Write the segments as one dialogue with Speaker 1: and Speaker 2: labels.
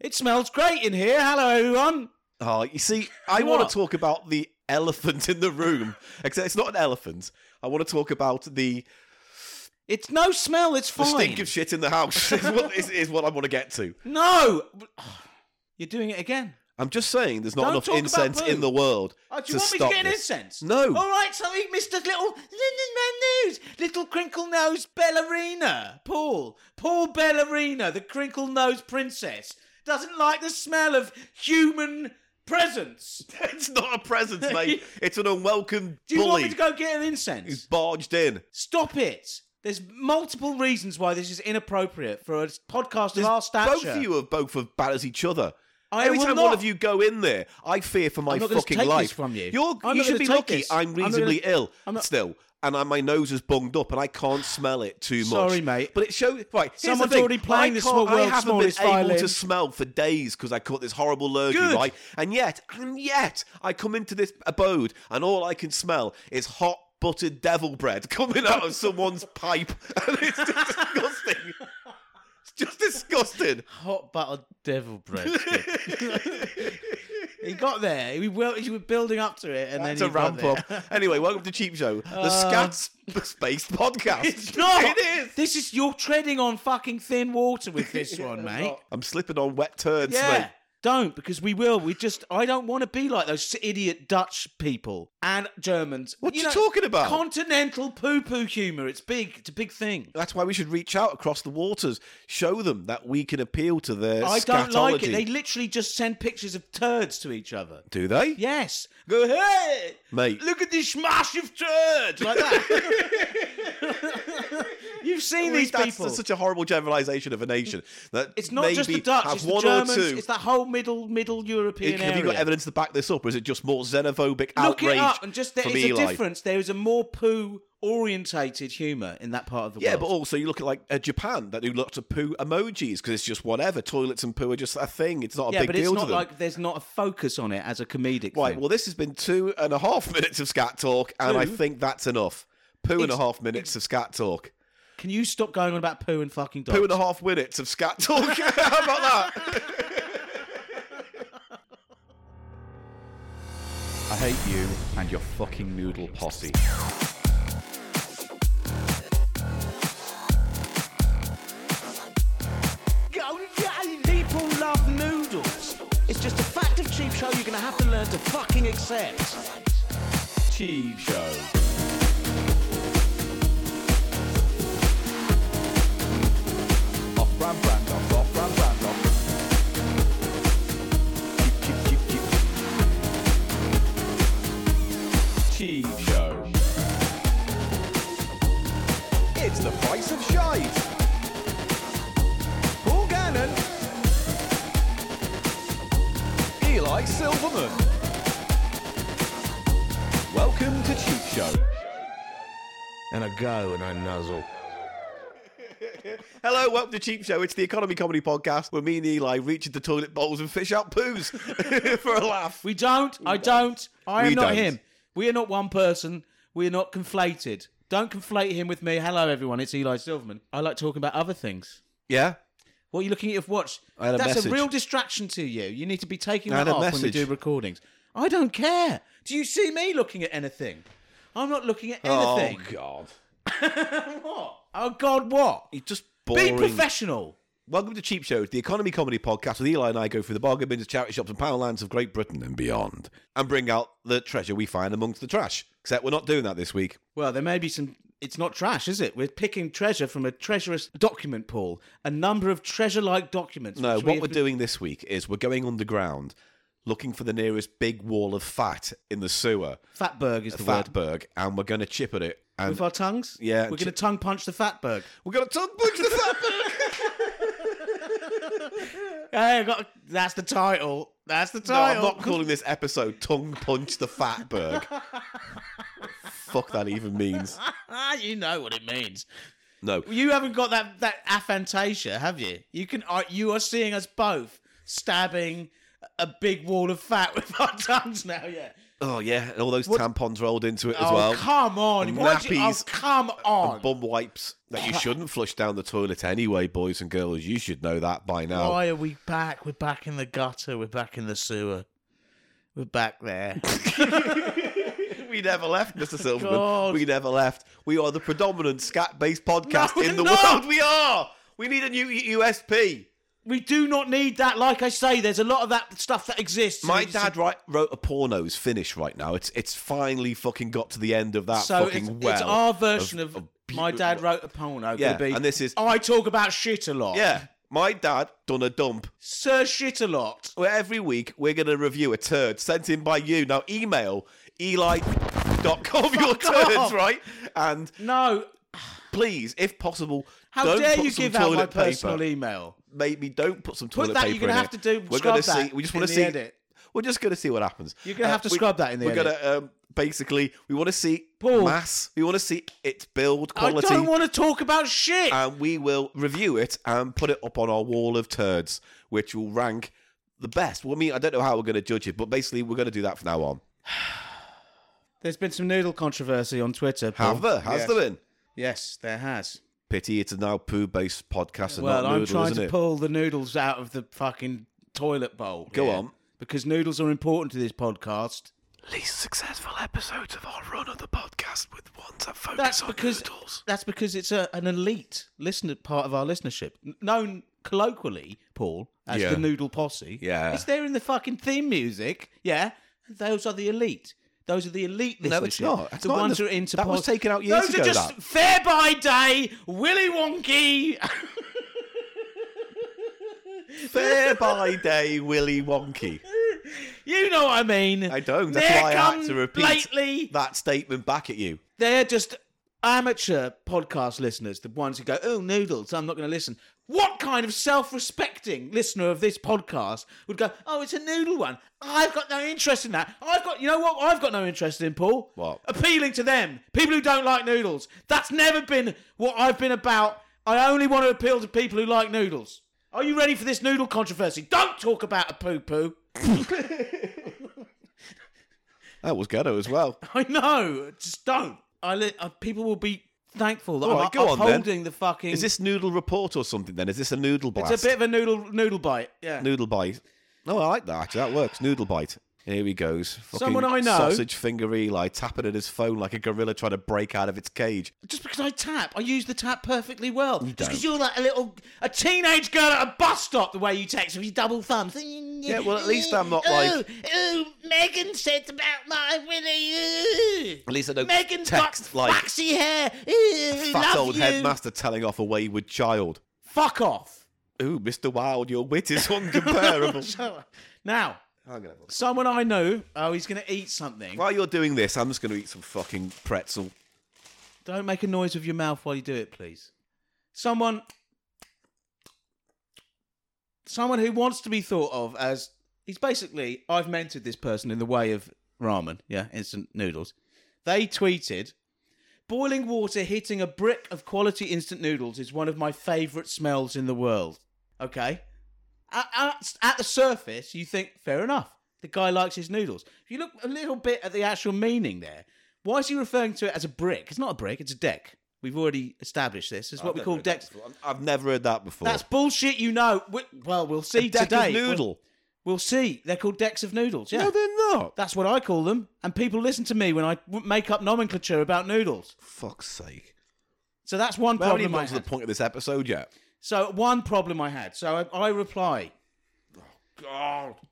Speaker 1: It smells great in here. Hello, everyone.
Speaker 2: Oh, you see, I want
Speaker 1: What?
Speaker 2: to talk about the elephant in the room. Except it's not an elephant. I want to talk about the,
Speaker 1: It's no smell. It's
Speaker 2: the
Speaker 1: fine.
Speaker 2: stink of shit in the house. is, what, is, is what I want to get to.
Speaker 1: no. You're doing it again.
Speaker 2: I'm just saying, there's not
Speaker 1: Don't
Speaker 2: enough
Speaker 1: talk about
Speaker 2: incense
Speaker 1: poo.
Speaker 2: in the world
Speaker 1: Oh, do
Speaker 2: to
Speaker 1: you want me to
Speaker 2: stop
Speaker 1: get an
Speaker 2: this.
Speaker 1: incense?
Speaker 2: No.
Speaker 1: All right, so he missed a little nose, little crinkle nose ballerina, Paul, Paul ballerina, the crinkle nose princess, doesn't like the smell of human presence.
Speaker 2: It's not a present, mate. It's an unwelcome
Speaker 1: Do you want me
Speaker 2: bully
Speaker 1: to go get an
Speaker 2: who's
Speaker 1: incense?
Speaker 2: barged in.
Speaker 1: Stop it. There's multiple reasons why this is inappropriate for a podcast of our stature.
Speaker 2: Both of you are both as bad as each other.
Speaker 1: I
Speaker 2: Every
Speaker 1: will
Speaker 2: time
Speaker 1: not.
Speaker 2: one of you go in there, I fear for my
Speaker 1: I'm not gonna
Speaker 2: fucking
Speaker 1: take this
Speaker 2: life.
Speaker 1: from you.
Speaker 2: You're,
Speaker 1: I'm
Speaker 2: you
Speaker 1: not
Speaker 2: should
Speaker 1: gonna
Speaker 2: be
Speaker 1: take
Speaker 2: lucky.
Speaker 1: this.
Speaker 2: I'm
Speaker 1: I'm not
Speaker 2: reasonably ill
Speaker 1: I'm not-
Speaker 2: still, and I, my nose is bunged up, and I can't smell it too much.
Speaker 1: Sorry, mate.
Speaker 2: But it shows. Right, here's the
Speaker 1: Someone's
Speaker 2: thing.
Speaker 1: already playing
Speaker 2: I
Speaker 1: this
Speaker 2: can't- I
Speaker 1: world's
Speaker 2: haven't
Speaker 1: smallest
Speaker 2: been able
Speaker 1: violin.
Speaker 2: to smell for days because I caught this horrible lurgy,
Speaker 1: Good.
Speaker 2: right? And yet, and yet, I come into this abode, and all I can smell is hot. Buttered devil bread coming out of someone's pipe, and it's just disgusting. It's just disgusting.
Speaker 1: hot buttered devil bread. he got there. We were, we were building up to it, and
Speaker 2: It's
Speaker 1: then
Speaker 2: a
Speaker 1: he got
Speaker 2: ramp
Speaker 1: there.
Speaker 2: up. Anyway, welcome to Cheap Show, the scat sp- spaced podcast.
Speaker 1: Uh, It's not.
Speaker 2: It is.
Speaker 1: This is you're treading on fucking thin water with this one, mate.
Speaker 2: Oh, I'm slipping on wet turds,
Speaker 1: Yeah.
Speaker 2: mate.
Speaker 1: Don't because we will. We just I don't want to be like those idiot Dutch people and Germans.
Speaker 2: What you talking about?
Speaker 1: Continental poo poo humor. It's big. It's a big thing.
Speaker 2: That's why we should reach out across the waters, show them that we can appeal to their
Speaker 1: I don't like it.
Speaker 2: Oh, scatology.
Speaker 1: They literally just send pictures of turds to each other.
Speaker 2: Do they?
Speaker 1: Yes. Go hey,
Speaker 2: Mate.
Speaker 1: Look at this massive turd like that. You've seen
Speaker 2: Really,
Speaker 1: these
Speaker 2: that's
Speaker 1: people.
Speaker 2: such a horrible generalization of a nation. That
Speaker 1: It's not
Speaker 2: maybe
Speaker 1: just the Dutch.
Speaker 2: have
Speaker 1: It's the
Speaker 2: one
Speaker 1: Germans.
Speaker 2: or two.
Speaker 1: It's that whole middle middle European
Speaker 2: have you
Speaker 1: area.
Speaker 2: got evidence to back this up, or is it just more xenophobic
Speaker 1: Look
Speaker 2: outrage
Speaker 1: it up and just there
Speaker 2: from
Speaker 1: is a
Speaker 2: Eli?
Speaker 1: difference. There is a more poo orientated humour in that part of the
Speaker 2: Yeah, but
Speaker 1: world.
Speaker 2: also you look at like uh, Japan that do lots of poo emojis because it's just whatever. Toilets and poo are just a thing. It's not a
Speaker 1: yeah,
Speaker 2: big
Speaker 1: but it's
Speaker 2: deal to
Speaker 1: not
Speaker 2: them.
Speaker 1: like there's not a focus on it as a comedic
Speaker 2: Right.
Speaker 1: thing.
Speaker 2: Well, this has been two and a half minutes of scat talk, and I
Speaker 1: Two?
Speaker 2: think that's enough. Two and a
Speaker 1: It's-
Speaker 2: half minutes of scat talk.
Speaker 1: Can you stop going on about poo and fucking dogs?
Speaker 2: Two and a half minutes of scat talk. How about that?
Speaker 3: I hate you and your fucking noodle posse.
Speaker 4: Go, yay! People love noodles. It's just a fact of cheap show you're going to have to learn to fucking accept.
Speaker 3: Cheese show. Off brand brand off, off brand brand off. Cheap, cheap, cheap, cheap. Cheese show. It's the price of shite. Paul Gannon. Eli Silverman. Welcome to Cheap Show.
Speaker 5: and I go and I nuzzle.
Speaker 2: Hello, welcome to Cheap Show. It's the Economy Comedy Podcast where me and Eli reach into toilet bowls and fish out poos for a laugh.
Speaker 1: we don't. I don't. I am
Speaker 2: We
Speaker 1: not
Speaker 2: don't.
Speaker 1: him. We are not one person. We are not conflated. Don't conflate him with me. Hello, everyone. It's Eli Silverman. I like talking about other things.
Speaker 2: Yeah.
Speaker 1: What are you looking at your watch?
Speaker 2: I had a
Speaker 1: That's
Speaker 2: message.
Speaker 1: a real distraction to you. You need to be taking
Speaker 2: I
Speaker 1: that
Speaker 2: had a
Speaker 1: off when we
Speaker 2: message.
Speaker 1: do recordings. I don't care. Do you see me looking at anything? I'm not looking at anything.
Speaker 2: Oh God.
Speaker 1: what? Oh God, what?
Speaker 2: You just boring.
Speaker 1: Be professional.
Speaker 2: Welcome to Cheap Show, the economy comedy podcast with Eli and I go through the bargain bins, charity shops, and pound lands of Great Britain and beyond, and bring out the treasure we find amongst the trash. Except we're not doing that this week.
Speaker 1: Well, there may be some. It's not trash, is it? We're picking treasure from a treasurous document pool. A number of treasure-like documents.
Speaker 2: No,
Speaker 1: which we
Speaker 2: what
Speaker 1: have
Speaker 2: we're
Speaker 1: been-
Speaker 2: doing this week is we're going underground, looking for the nearest big wall of fat in the sewer,
Speaker 1: Fatberg is the word.
Speaker 2: Fatberg, and we're going to chip at it. And
Speaker 1: With our tongues. We're
Speaker 2: Yeah, chi-
Speaker 1: going to tongue punch the Fatberg.
Speaker 2: we're going to tongue punch the Fatberg.
Speaker 1: Hey, I got. That's the title. That's the
Speaker 2: no, I'm
Speaker 1: title.
Speaker 2: not calling this episode "Tongue Punch the Fatberg." Fuck that even means.
Speaker 1: Ah, you know what it means.
Speaker 2: No,
Speaker 1: You haven't got that that aphantasia, have you? You can uh, you are seeing us both stabbing a big wall of fat with our tongues now. Yeah,
Speaker 2: Oh yeah, and all those
Speaker 1: What-
Speaker 2: tampons rolled into it as
Speaker 1: oh,
Speaker 2: well.
Speaker 1: come on. Why'd you-
Speaker 2: nappies
Speaker 1: oh, come on.
Speaker 2: and bum wipes that you shouldn't flush down the toilet anyway, boys and girls. You should know that by now.
Speaker 1: Why are we back? We're back in the gutter. We're back in the sewer. We're back there.
Speaker 2: We never left, Mr. Silverman.
Speaker 1: God.
Speaker 2: We never left. We are the predominant scat-based podcast
Speaker 1: No,
Speaker 2: in the
Speaker 1: we're not.
Speaker 2: world. We are. We need a new U- USP.
Speaker 1: we do not need that. Like I say, there's a lot of that stuff that exists.
Speaker 2: My
Speaker 1: It's-
Speaker 2: dad right, wrote a porno's finish right now. It's it's finally fucking got to the end of that
Speaker 1: So
Speaker 2: fucking
Speaker 1: it's,
Speaker 2: well.
Speaker 1: it's our version of,
Speaker 2: beau-
Speaker 1: my dad wrote a porno.
Speaker 2: Yeah,
Speaker 1: Could it be,
Speaker 2: and this is-
Speaker 1: I talk about shit a lot.
Speaker 2: yeah. My dad done a dump.
Speaker 1: Sir Shit a lot.
Speaker 2: Well, every week we're going to review a turd sent in by you. Now email eli.com your turds,
Speaker 1: off.
Speaker 2: right? And
Speaker 1: No,
Speaker 2: please, if possible,
Speaker 1: how
Speaker 2: don't
Speaker 1: dare
Speaker 2: put
Speaker 1: you
Speaker 2: some
Speaker 1: give out my
Speaker 2: toilet
Speaker 1: personal
Speaker 2: paper.
Speaker 1: email?
Speaker 2: Maybe don't put some
Speaker 1: Put
Speaker 2: toilet
Speaker 1: that.
Speaker 2: paper
Speaker 1: You're gonna
Speaker 2: in
Speaker 1: have
Speaker 2: it.
Speaker 1: to do.
Speaker 2: We're
Speaker 1: scrub
Speaker 2: gonna
Speaker 1: that
Speaker 2: see. We just
Speaker 1: in
Speaker 2: want
Speaker 1: the
Speaker 2: to see.
Speaker 1: edit.
Speaker 2: We're just going to see what happens. Uh,
Speaker 1: You're gonna have to
Speaker 2: we-
Speaker 1: scrub that in the
Speaker 2: We're
Speaker 1: edit.
Speaker 2: to um, basically. We want to see
Speaker 1: Paul.
Speaker 2: mass. We want to see its build quality. Uh,
Speaker 1: I don't want to talk about shit.
Speaker 2: and we will review it and put it up on our wall of turds, which will rank the best. Well, I mean, I don't know how we're going to judge it, but basically, we're going to do that from now on.
Speaker 1: There's been some noodle controversy on Twitter. Paul.
Speaker 2: Have there? Has
Speaker 1: yes.
Speaker 2: there been?
Speaker 1: Yes, there has.
Speaker 2: Pity it's a now poo-based podcast and
Speaker 1: well,
Speaker 2: not
Speaker 1: I'm
Speaker 2: noodle,
Speaker 1: trying
Speaker 2: isn't
Speaker 1: to
Speaker 2: it?
Speaker 1: pull the noodles out of the fucking toilet bowl.
Speaker 2: Go
Speaker 1: here,
Speaker 2: on.
Speaker 1: Because noodles are important to this podcast.
Speaker 2: Least successful episodes of our run of the podcast with ones that focus
Speaker 1: That's because that's because it's a, an elite listener part of our listenership, N- known colloquially, Paul, as
Speaker 2: Yeah.
Speaker 1: the Noodle Posse.
Speaker 2: Yeah.
Speaker 1: it's there in the fucking theme music. Yeah, those are the elite. Those are the elite.
Speaker 2: No, it's
Speaker 1: listenership.
Speaker 2: not. It's
Speaker 1: the
Speaker 2: not in
Speaker 1: ones
Speaker 2: the-
Speaker 1: who are into
Speaker 2: that was
Speaker 1: pos-
Speaker 2: taken out years
Speaker 1: those
Speaker 2: ago,
Speaker 1: are just
Speaker 2: that.
Speaker 1: Fair by Day, Willy Wonky.
Speaker 2: Fair by day, Willy Wonky.
Speaker 1: you know what I mean?
Speaker 2: I don't. That's
Speaker 1: There
Speaker 2: why I
Speaker 1: come
Speaker 2: had to repeat
Speaker 1: lately.
Speaker 2: that statement back at you.
Speaker 1: They're just amateur podcast listeners, the ones who go, oh, noodles, I'm not going to listen. What kind of self respecting listener of this podcast would go, oh, it's a noodle one. I've got no interest in that. I've got, you know what, I've got no interest in, Paul?
Speaker 2: What?
Speaker 1: Appealing to them, people who don't like noodles. That's never been what I've been about. I only want to appeal to people who like noodles. Are you ready for this noodle controversy? Don't talk about a poo poo.
Speaker 2: That was ghetto as well.
Speaker 1: I know. Just don't. I li- uh, people will be thankful that
Speaker 2: All
Speaker 1: I'm
Speaker 2: right, go on then.
Speaker 1: upholding the fucking.
Speaker 2: Is this noodle report or something? Then is this a noodle blast?
Speaker 1: It's a bit of a noodle noodle bite. Yeah.
Speaker 2: Noodle bite. No, I like that actually. That works. Noodle bite. Here he goes. Fucking
Speaker 1: Someone I know-
Speaker 2: Sausage finger Eli tapping at his phone like a gorilla trying to break out of its cage.
Speaker 1: Just because I tap, I use the tap perfectly well. Just
Speaker 2: don't.
Speaker 1: because you're like a little a teenage girl at a bus stop, the way you text with your double thumbs. Yeah,
Speaker 2: well, at least I'm not like-
Speaker 1: Oh, Megan said about my Willie.
Speaker 2: At least I don't
Speaker 1: Megan's
Speaker 2: text
Speaker 1: got
Speaker 2: like
Speaker 1: waxy hair. Ooh,
Speaker 2: fat
Speaker 1: love
Speaker 2: old
Speaker 1: you.
Speaker 2: headmaster telling off a wayward child.
Speaker 1: Fuck off.
Speaker 2: Ooh, Mr. Wild, your wit is uncomparable.
Speaker 1: Now, someone I know. Oh, he's gonna eat something.
Speaker 2: While you're doing this, I'm just going to eat some fucking pretzel.
Speaker 1: Don't make a noise with your mouth while you do it, please. Someone. Someone who wants to be thought of as. He's basically. I've mentored this person in the way of ramen, yeah, instant noodles. They tweeted Boiling water hitting a brick of quality instant noodles is one of my favourite smells in the world. Okay? At, at, at the surface, you think, fair enough. The guy likes his noodles. If you look a little bit at the actual meaning there, why is he referring to it as a brick? It's not a brick, it's a deck. We've already established this. It's what we call decks.
Speaker 2: I've never heard that before.
Speaker 1: That's bullshit, you know. We, well, we'll see
Speaker 2: a deck
Speaker 1: today.
Speaker 2: of noodle.
Speaker 1: We'll, we'll see. They're called decks of noodles. Yeah.
Speaker 2: No, they're not.
Speaker 1: That's what I call them. And people listen to me when I w- make up nomenclature about noodles.
Speaker 2: Fuck's sake.
Speaker 1: So that's one
Speaker 2: We haven't even
Speaker 1: problem I
Speaker 2: got to the
Speaker 1: had.
Speaker 2: point of this episode yet.
Speaker 1: So one problem I had. So I, I reply.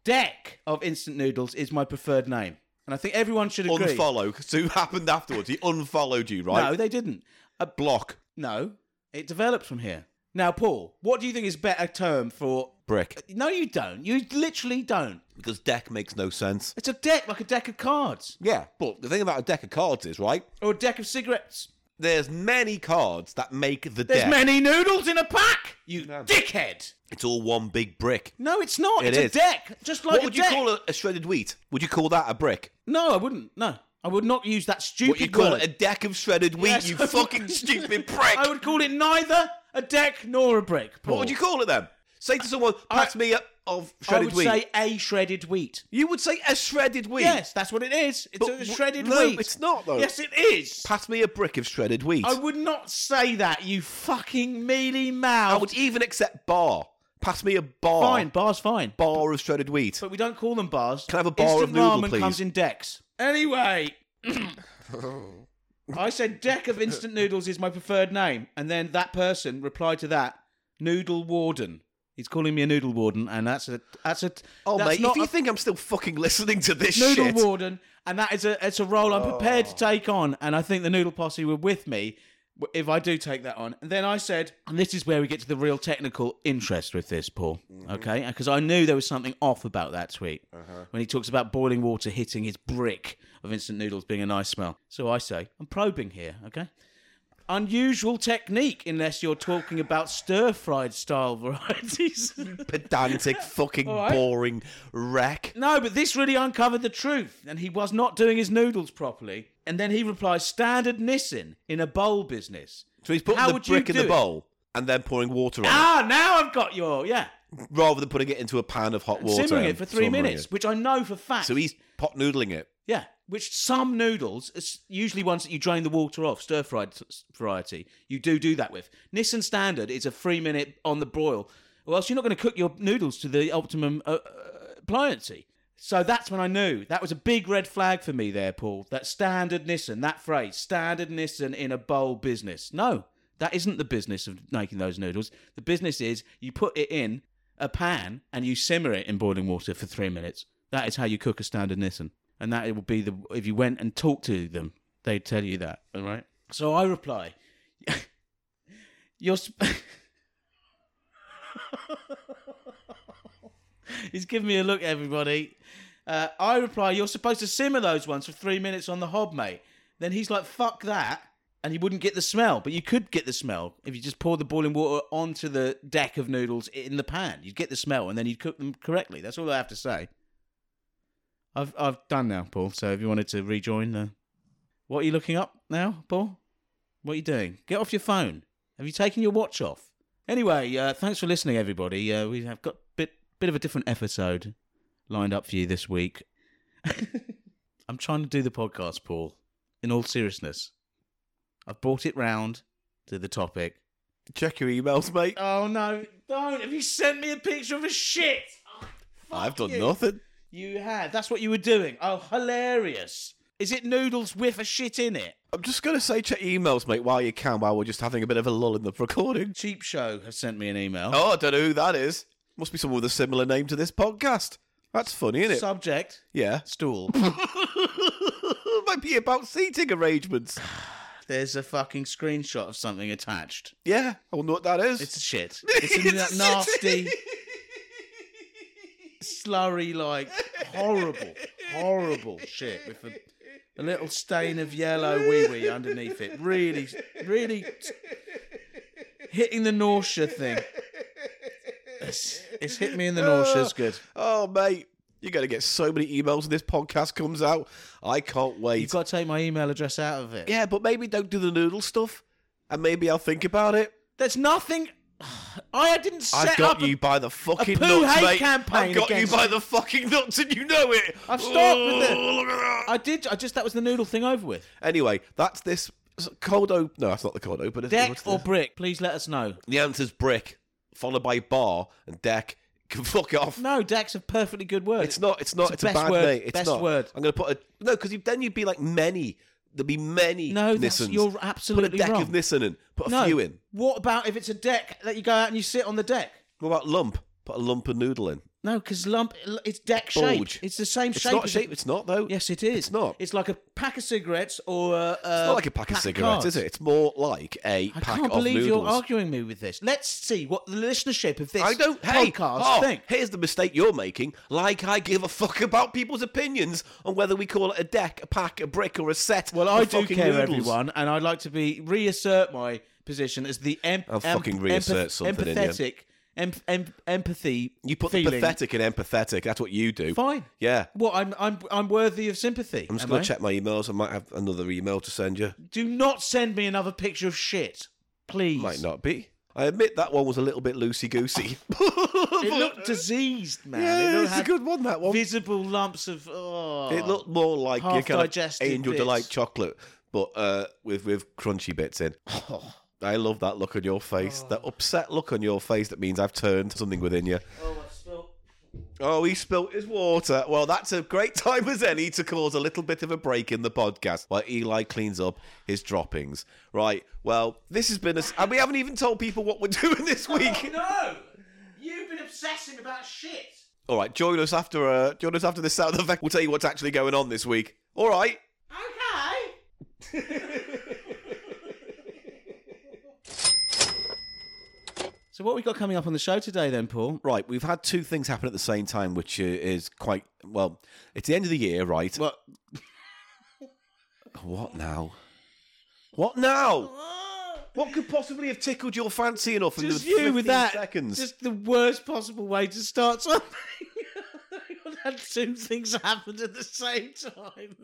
Speaker 1: Deck of instant noodles is my preferred name, and I think everyone should agree.
Speaker 2: Unfollow. Because who happened afterwards? He unfollowed you, right?
Speaker 1: No, they didn't. A
Speaker 2: Block.
Speaker 1: No, it develops from here. Now, Paul, what do you think is better term for?
Speaker 2: Brick.
Speaker 1: No, you don't. You literally don't.
Speaker 2: Because deck makes no sense.
Speaker 1: It's a deck, like a deck of cards
Speaker 2: Yeah, but the thing about a deck of cards is, right?
Speaker 1: or a deck of cigarettes.
Speaker 2: There's many cards that make the
Speaker 1: There's
Speaker 2: deck.
Speaker 1: many noodles in a pack. You dickhead.
Speaker 2: It's all one big brick.
Speaker 1: No, it's not.
Speaker 2: It
Speaker 1: it's
Speaker 2: is.
Speaker 1: a deck, just like
Speaker 2: what
Speaker 1: a
Speaker 2: would
Speaker 1: deck.
Speaker 2: you call a, a shredded wheat? Would you call that a brick?
Speaker 1: No, I wouldn't. No, I would not use that stupid
Speaker 2: What you call
Speaker 1: word.
Speaker 2: it a deck of shredded wheat?
Speaker 1: Yes,
Speaker 2: you
Speaker 1: I would.
Speaker 2: fucking stupid prick.
Speaker 1: I would call it neither a deck nor a brick. Paul.
Speaker 2: What would you call it then? Say to someone, pass me a of
Speaker 1: I
Speaker 2: shredded
Speaker 1: would
Speaker 2: wheat.
Speaker 1: say a shredded wheat.
Speaker 2: you would say a shredded wheat.
Speaker 1: Yes, that's what it is. It's
Speaker 2: But
Speaker 1: a
Speaker 2: w-
Speaker 1: shredded
Speaker 2: no,
Speaker 1: wheat.
Speaker 2: it's not, though.
Speaker 1: Yes, it is.
Speaker 2: Pass me a brick of shredded wheat.
Speaker 1: I would not say that, you fucking mealy
Speaker 2: I
Speaker 1: mouth.
Speaker 2: would even accept bar. Pass me a bar.
Speaker 1: Fine, bar's fine.
Speaker 2: Bar of shredded wheat.
Speaker 1: But we don't call them bars.
Speaker 2: Can I have a bar
Speaker 1: Instant
Speaker 2: of noodle,
Speaker 1: ramen
Speaker 2: please?
Speaker 1: comes in decks. Anyway, I said deck of instant noodles is my preferred name, and then that person replied to that noodle warden. He's calling me a noodle warden, and that's a that's a
Speaker 2: oh,
Speaker 1: that's
Speaker 2: mate,
Speaker 1: not
Speaker 2: if you
Speaker 1: a
Speaker 2: think I'm still fucking listening to this
Speaker 1: noodle
Speaker 2: shit. Oh.
Speaker 1: warden, and that is a it's a role I'm prepared to take on, and I think the noodle posse were with me w- if I do take that on. And then I said, and this is where we get to the real technical interest with this, Paul.
Speaker 2: Mm-hmm.
Speaker 1: Okay, because I knew there was something off about that tweet
Speaker 2: Uh-huh.
Speaker 1: when he talks about boiling water hitting his brick of instant noodles being a nice smell. So I say, I'm probing here. Okay. Unusual technique, unless you're talking about stir fried style varieties.
Speaker 2: pedantic, fucking
Speaker 1: All right.
Speaker 2: boring wreck.
Speaker 1: No, but this really uncovered the truth, and he was not doing his noodles properly. And then he replies, "Standard Nissin in a bowl business."
Speaker 2: So he's putting
Speaker 1: How
Speaker 2: the
Speaker 1: would you
Speaker 2: brick in
Speaker 1: do
Speaker 2: the
Speaker 1: it?
Speaker 2: bowl and then pouring water on
Speaker 1: Ah, now I've got your yeah,
Speaker 2: it, rather than putting it into a pan of hot water.
Speaker 1: simmering it
Speaker 2: and
Speaker 1: for three
Speaker 2: simmering
Speaker 1: minutes,
Speaker 2: it.
Speaker 1: which I know for fact.
Speaker 2: So he's pot noodling it.
Speaker 1: yeah, which some noodles, it's usually ones that you drain the water off, stir fried variety, you do do that with. Nissin Standard is a three minute on the broil, or else you're not going to cook your noodles to the optimum uh, uh, pliancy. So that's when I knew. That was a big red flag for me there, Paul. That standard Nissan, that phrase, standard Nissan in a bowl business. No, that isn't the business of making those noodles. The business is you put it in a pan and you simmer it in boiling water for three minutes. That is how you cook a standard Nissan. And that it would be the if you went and talked to them, they'd tell you that. All right. So I reply, you're. Sp- He's giving me a look, everybody. Uh, I reply, You're supposed to simmer those ones for three minutes on the hob, mate. Then he's like, Fuck that. And he wouldn't get the smell, but you could get the smell if you just pour the boiling water onto the deck of noodles in the pan. You'd get the smell and then you'd cook them correctly. That's all I have to say. I've, I've done now, Paul. So if you wanted to rejoin, uh, what are you looking up now, Paul? What are you doing? Get off your phone. Have you taken your watch off? Anyway, uh, thanks for listening, everybody. Uh, we have got a bit, bit of a different episode lined up for you this week. I'm trying to do the podcast, Paul, in all seriousness. I've brought it round to the topic.
Speaker 2: Check your emails, mate.
Speaker 1: Oh, no, don't. Have you sent me a picture of a shit? Oh, fuck
Speaker 2: I've done
Speaker 1: you.
Speaker 2: nothing.
Speaker 1: You had. That's what you were doing. Oh, hilarious. Is it noodles with a shit in it?
Speaker 2: I'm just gonna say check your emails, mate, while you can, while we're just having a bit of a lull in the recording.
Speaker 1: Cheap Show have sent me an email.
Speaker 2: Oh, I don't know who that is. Must be someone with a similar name to this podcast. That's funny, isn't it?
Speaker 1: Subject,
Speaker 2: yeah.
Speaker 1: stool.
Speaker 2: Might be about seating arrangements.
Speaker 1: There's a fucking screenshot of something attached.
Speaker 2: Yeah, I wonder what that is.
Speaker 1: It's a shit. It's a nasty, slurry, like horrible, horrible shit with a, a little stain of yellow wee wee underneath it. Really, really hitting the nausea thing. It's, it's hit me in the nausea. It's good.
Speaker 2: Oh, mate, you're going to get so many emails when this podcast comes out. I can't wait.
Speaker 1: You've got to take my email address out of it.
Speaker 2: yeah, but maybe don't do the noodle stuff, and maybe I'll think about it.
Speaker 1: There's nothing. I didn't set
Speaker 2: I've got
Speaker 1: up. a-
Speaker 2: you by the fucking
Speaker 1: poo
Speaker 2: nuts,
Speaker 1: hate
Speaker 2: mate.
Speaker 1: campaign
Speaker 2: I've got you
Speaker 1: against-
Speaker 2: by the fucking nuts, and you know it.
Speaker 1: I've stopped
Speaker 2: oh,
Speaker 1: with it.
Speaker 2: Look at that.
Speaker 1: I did. I just that was the noodle thing over with.
Speaker 2: Anyway, that's this s- cold open. No, that's not the cold open. is it?
Speaker 1: Deck
Speaker 2: What's
Speaker 1: or
Speaker 2: this?
Speaker 1: brick? Please let us know.
Speaker 2: the answer's brick, followed by bar and deck. Can fuck off.
Speaker 1: No, deck's a perfectly good word.
Speaker 2: It's not. It's not. It's,
Speaker 1: It's the
Speaker 2: a
Speaker 1: best
Speaker 2: bad
Speaker 1: word-
Speaker 2: name. It's
Speaker 1: best
Speaker 2: not.
Speaker 1: word.
Speaker 2: I'm gonna put a no because then you'd be like many. There'd be many.
Speaker 1: No, that's,
Speaker 2: Nissans.
Speaker 1: you're
Speaker 2: put
Speaker 1: absolutely
Speaker 2: a deck
Speaker 1: wrong.
Speaker 2: of Nissan in. Put a
Speaker 1: no.
Speaker 2: few in.
Speaker 1: What about if it's a deck that you go out and you sit on the deck?
Speaker 2: What about lump? Put a lump of noodle in.
Speaker 1: No, because lump it's deck
Speaker 2: Bulge.
Speaker 1: shape. It's the same
Speaker 2: It's
Speaker 1: shape.
Speaker 2: not
Speaker 1: as
Speaker 2: shape. It's not though.
Speaker 1: Yes, it is.
Speaker 2: It's not.
Speaker 1: It's like a pack of cigarettes or uh, a,
Speaker 2: It's not like a pack, of cigarettes,
Speaker 1: cards.
Speaker 2: is it? It's more like a
Speaker 1: I
Speaker 2: pack
Speaker 1: can't
Speaker 2: of
Speaker 1: believe
Speaker 2: noodles.
Speaker 1: you're arguing me with this. Let's see what the listenership of this
Speaker 2: I don't. Hey,
Speaker 1: podcast
Speaker 2: oh,
Speaker 1: think.
Speaker 2: here's the mistake you're making. Like I give a fuck about people's opinions on whether we call it a deck, a pack, a brick, or a set.
Speaker 1: Well,
Speaker 2: of
Speaker 1: I do
Speaker 2: fucking
Speaker 1: care,
Speaker 2: noodles.
Speaker 1: everyone, and I'd like to be reassert my position as the em-
Speaker 2: I'll
Speaker 1: em-
Speaker 2: fucking reassert something in you.
Speaker 1: empathetic, em- em- empathy.
Speaker 2: You put
Speaker 1: feeling.
Speaker 2: the pathetic and empathetic. That's what you do.
Speaker 1: Fine.
Speaker 2: Yeah.
Speaker 1: What I'm I'm I'm worthy of sympathy.
Speaker 2: I'm just going to check my emails. I might have another email to send you.
Speaker 1: Do not send me another picture of shit, please.
Speaker 2: Might not be. I admit that one was a little bit loosey goosey.
Speaker 1: It looked diseased, man.
Speaker 2: Yeah,
Speaker 1: it looked-
Speaker 2: it's a
Speaker 1: had
Speaker 2: good one, that one.
Speaker 1: Visible lumps of. Oh.
Speaker 2: It looked more like your
Speaker 1: half
Speaker 2: kind of
Speaker 1: digested
Speaker 2: angel
Speaker 1: bits.
Speaker 2: delight chocolate, but uh, with with crunchy bits in. I love that look on your face,
Speaker 1: Oh.
Speaker 2: that upset look on your face. That means I've turned something within you.
Speaker 1: Oh, I spilled.
Speaker 2: Oh, he spilt his water. Well, that's a great time as any to cause a little bit of a break in the podcast while Eli cleans up his droppings. Right. Well, this has been a. s- And we haven't even told people what we're doing this week.
Speaker 1: No! You've been obsessing about shit.
Speaker 2: All right. Join us after. Uh, join us after this sound effect. We'll tell you what's actually going on this week. All right.
Speaker 1: Okay. so what we got coming up on the show today, then, Paul?
Speaker 2: Right, we've had two things happen at the same time, which uh, is quite well. It's the end of the year, right?
Speaker 1: Well,
Speaker 2: What now? What now? What could possibly have tickled your fancy enough in
Speaker 1: just
Speaker 2: the 15
Speaker 1: you with that.
Speaker 2: seconds?
Speaker 1: Just the worst possible way to start something. Had two things happened at the same time.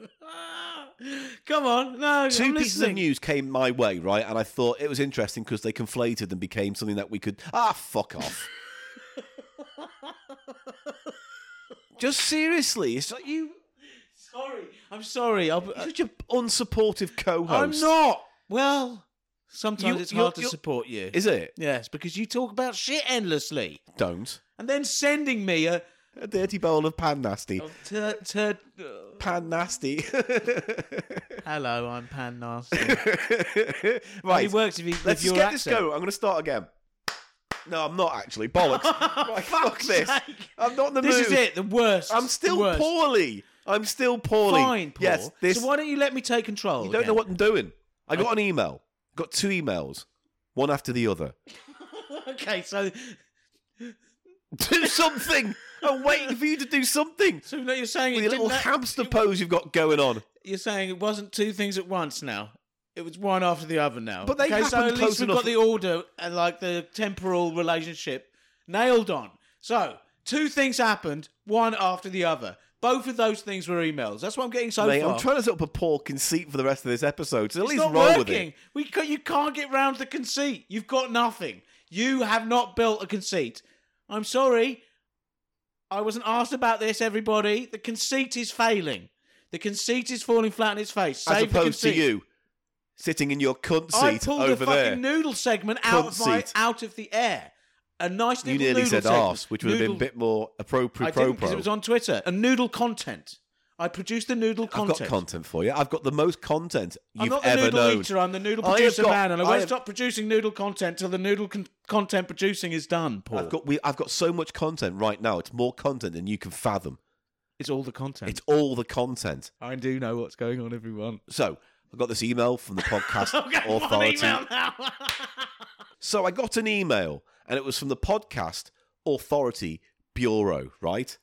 Speaker 1: Come on, no,
Speaker 2: Two
Speaker 1: I'm
Speaker 2: pieces
Speaker 1: listening.
Speaker 2: of news came my way, right? And I thought it was interesting because they conflated and became something that we could. Ah, fuck off. Just seriously, it's like you,
Speaker 1: Sorry, I'm sorry. I'll, uh,
Speaker 2: you're such an unsupportive co
Speaker 1: I'm
Speaker 2: host.
Speaker 1: not. Well, sometimes
Speaker 2: You-
Speaker 1: it's
Speaker 2: you're-
Speaker 1: hard to
Speaker 2: you're-
Speaker 1: support you.
Speaker 2: Is it?
Speaker 1: Yes, because you talk about shit endlessly,
Speaker 2: Don't.
Speaker 1: and then sending me a
Speaker 2: A dirty bowl of pan nasty.
Speaker 1: Oh. tur tur.
Speaker 2: Pan nasty.
Speaker 1: Hello, I'm Pan Nasty.
Speaker 2: right.
Speaker 1: It works if, you, if
Speaker 2: Let's just
Speaker 1: your
Speaker 2: get this
Speaker 1: accent.
Speaker 2: going. I'm going to start again. No, I'm not actually. Bollocks. right, fuck this.
Speaker 1: sake.
Speaker 2: I'm not in the
Speaker 1: This
Speaker 2: mood.
Speaker 1: is it. The worst.
Speaker 2: I'm
Speaker 1: the
Speaker 2: still
Speaker 1: worst.
Speaker 2: poorly. I'm still poorly.
Speaker 1: Fine, Paul.
Speaker 2: Yes, this.
Speaker 1: So why don't you Oh. let me take control?
Speaker 2: you don't know what I'm doing. I got an email. Got two emails, one after the other.
Speaker 1: what. Okay, so
Speaker 2: Do something. I'm waiting for you to do something.
Speaker 1: so no, you're saying it
Speaker 2: With your little
Speaker 1: didn't ha-
Speaker 2: hamster pose you've got going on.
Speaker 1: you're saying it wasn't two things at once now. It was one after the other now.
Speaker 2: But they
Speaker 1: okay, so
Speaker 2: happened
Speaker 1: at
Speaker 2: close
Speaker 1: least we've
Speaker 2: enough.
Speaker 1: got the order and like the temporal relationship nailed on. So two things happened, one after the other. Both of those things were emails. That's what I'm getting so
Speaker 2: Mate,
Speaker 1: far.
Speaker 2: I'm trying to set up a poor conceit for the rest of this episode. So at
Speaker 1: It's
Speaker 2: least
Speaker 1: not working.
Speaker 2: roll with it.
Speaker 1: We ca- you can't get round the conceit. You've got nothing. You have not built a conceit. I'm sorry. I wasn't asked about this, everybody. The conceit is failing. The conceit is falling flat on its face. Save
Speaker 2: As
Speaker 1: the
Speaker 2: opposed to
Speaker 1: conceit.
Speaker 2: you sitting in your cunt
Speaker 1: I
Speaker 2: seat
Speaker 1: pulled
Speaker 2: over
Speaker 1: the fucking
Speaker 2: there.
Speaker 1: noodle segment out of, my,
Speaker 2: Conceit.
Speaker 1: out of the air. A nice
Speaker 2: You
Speaker 1: little
Speaker 2: nearly
Speaker 1: noodle
Speaker 2: said
Speaker 1: segment.
Speaker 2: arse, which would have been a
Speaker 1: Noodle-
Speaker 2: bit more appropriate.
Speaker 1: I didn't because it was on Twitter. A noodle content. I produced the noodle
Speaker 2: I've
Speaker 1: content.
Speaker 2: got content for you. I've got the most content
Speaker 1: I'm
Speaker 2: you've
Speaker 1: not the
Speaker 2: ever
Speaker 1: noodle
Speaker 2: known.
Speaker 1: eater. I'm the noodle
Speaker 2: I have
Speaker 1: producer
Speaker 2: got-
Speaker 1: man, and I
Speaker 2: I
Speaker 1: won't
Speaker 2: have-
Speaker 1: stop producing noodle content till the noodle con- content producing is done. Paul,
Speaker 2: I've got we, I've got so much content right now. It's more content than you can fathom.
Speaker 1: it's all the content.
Speaker 2: It's all the content.
Speaker 1: I do know what's going on, everyone.
Speaker 2: So I got this email from the podcast
Speaker 1: Okay, one
Speaker 2: authority.
Speaker 1: email now.
Speaker 2: So I got an email, and it was from the podcast authority bureau. Right,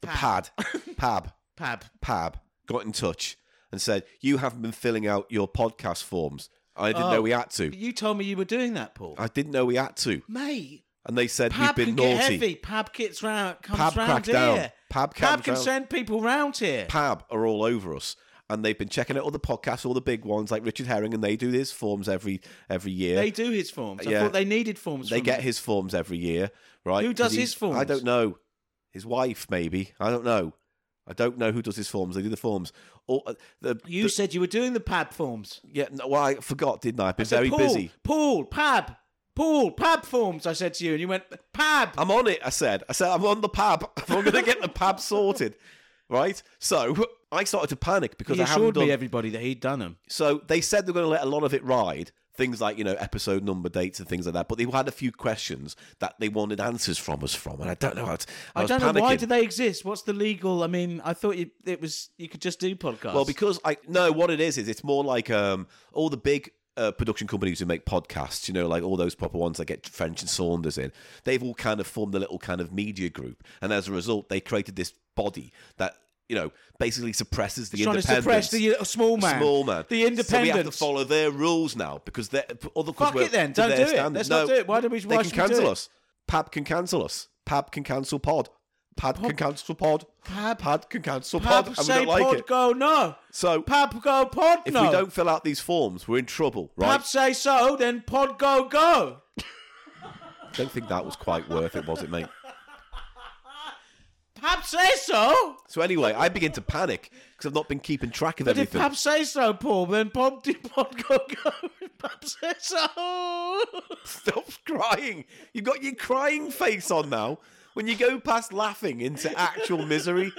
Speaker 2: the pad, pab,
Speaker 1: Pab.
Speaker 2: Pab got in touch and said, "You haven't been filling out your podcast forms. I didn't know
Speaker 1: Oh.
Speaker 2: we had to.
Speaker 1: You told me you were doing that, Paul.
Speaker 2: I didn't know we had to."
Speaker 1: Mate,
Speaker 2: And they said,
Speaker 1: Pab
Speaker 2: "You've
Speaker 1: can
Speaker 2: been naughty."
Speaker 1: get heavy. Pab kits round. Comes
Speaker 2: Pab
Speaker 1: round
Speaker 2: cracked
Speaker 1: here.
Speaker 2: down. Pab comes
Speaker 1: can
Speaker 2: round.
Speaker 1: send people round here.
Speaker 2: Pab are all over us. And they've been checking out all the podcasts, all the big ones like Richard Herring, and they do his forms every every year.
Speaker 1: They do his forms. I
Speaker 2: Yeah.
Speaker 1: thought they needed forms.
Speaker 2: They
Speaker 1: from
Speaker 2: get
Speaker 1: him.
Speaker 2: his forms every year, right?
Speaker 1: Who
Speaker 2: 'Cause
Speaker 1: does his
Speaker 2: he's-
Speaker 1: forms?
Speaker 2: I don't know. His wife, maybe. I don't know. I don't know who does his forms. They do the forms. Or uh, the,
Speaker 1: You
Speaker 2: the-
Speaker 1: said you were doing the Pab forms.
Speaker 2: yeah. No, well, I forgot, didn't I? I've been
Speaker 1: said,
Speaker 2: very
Speaker 1: Paul,
Speaker 2: busy.
Speaker 1: Paul, Pab, Paul, Pab forms. I said to you, and you went Pab.
Speaker 2: I'm on it, I said. I said, I'm on the pab. I'm going to get the pab sorted. Right? So I started to panic because
Speaker 1: He
Speaker 2: I haven't
Speaker 1: assured
Speaker 2: done.
Speaker 1: me everybody that he'd done them.
Speaker 2: so they said they're going to let a lot of it ride, things like, you know, episode number, dates, and things like that. But they had a few questions that they wanted answers from us from. And I don't know how to. I,
Speaker 1: I,
Speaker 2: was
Speaker 1: don't know why
Speaker 2: panicking.
Speaker 1: do they exist. What's the legal? I mean, I thought you, it was you could just do podcasts.
Speaker 2: Well, because I no, what it is is it's more like um all the big uh, production companies who make podcasts, you know, like all those proper ones that get French and Saunders in. They've all kind of formed a little kind of media group, and as a result, they created this body that you know basically suppresses the
Speaker 1: trying to
Speaker 2: independence.
Speaker 1: suppress the uh, small man,
Speaker 2: Small man.
Speaker 1: the
Speaker 2: So we have to
Speaker 1: independence.
Speaker 2: follow their rules now because they're other.
Speaker 1: Fuck it then, don't do it. Let's not do it. Why do we-
Speaker 2: They
Speaker 1: why
Speaker 2: can
Speaker 1: should we do
Speaker 2: cancel
Speaker 1: it?
Speaker 2: us. Pab can cancel us. Pab can cancel pod. Pad can cancel pod.
Speaker 1: Pab-
Speaker 2: Pad can cancel
Speaker 1: Pab
Speaker 2: pod. and we
Speaker 1: say
Speaker 2: don't like
Speaker 1: pod
Speaker 2: it.
Speaker 1: go no.
Speaker 2: So
Speaker 1: Pab go pod
Speaker 2: if
Speaker 1: no.
Speaker 2: we don't fill out these forms, we're in trouble, right?
Speaker 1: Pab say so, then pod go go.
Speaker 2: Don't think that was quite worth it, was it, mate?
Speaker 1: Pab says so.
Speaker 2: So anyway, I begin to panic because I've not been keeping track of
Speaker 1: But if
Speaker 2: everything.
Speaker 1: Pab says so, Paul, then Bob did Bob go go. Pab says so.
Speaker 2: Stop crying. You've got your crying face on now. When you go past laughing into actual misery,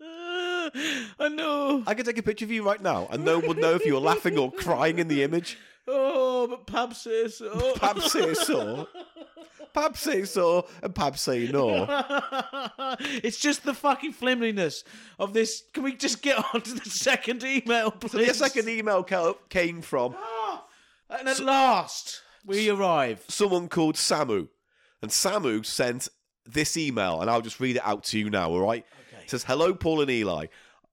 Speaker 1: I know.
Speaker 2: I could take a picture of you right now, and no one would know if you were laughing or crying in the image.
Speaker 1: Oh, but Pab says so.
Speaker 2: Pab say so. Pab say so, and Pab say no.
Speaker 1: it's just the fucking flimliness of this. Can we just get on to the second email, please?
Speaker 2: The second e- email ca- came from
Speaker 1: And at last, we arrive.
Speaker 2: someone called Samu. And Samu sent this email, and I'll just read it out to you now, all right? It says, Hello, Paul and Eli.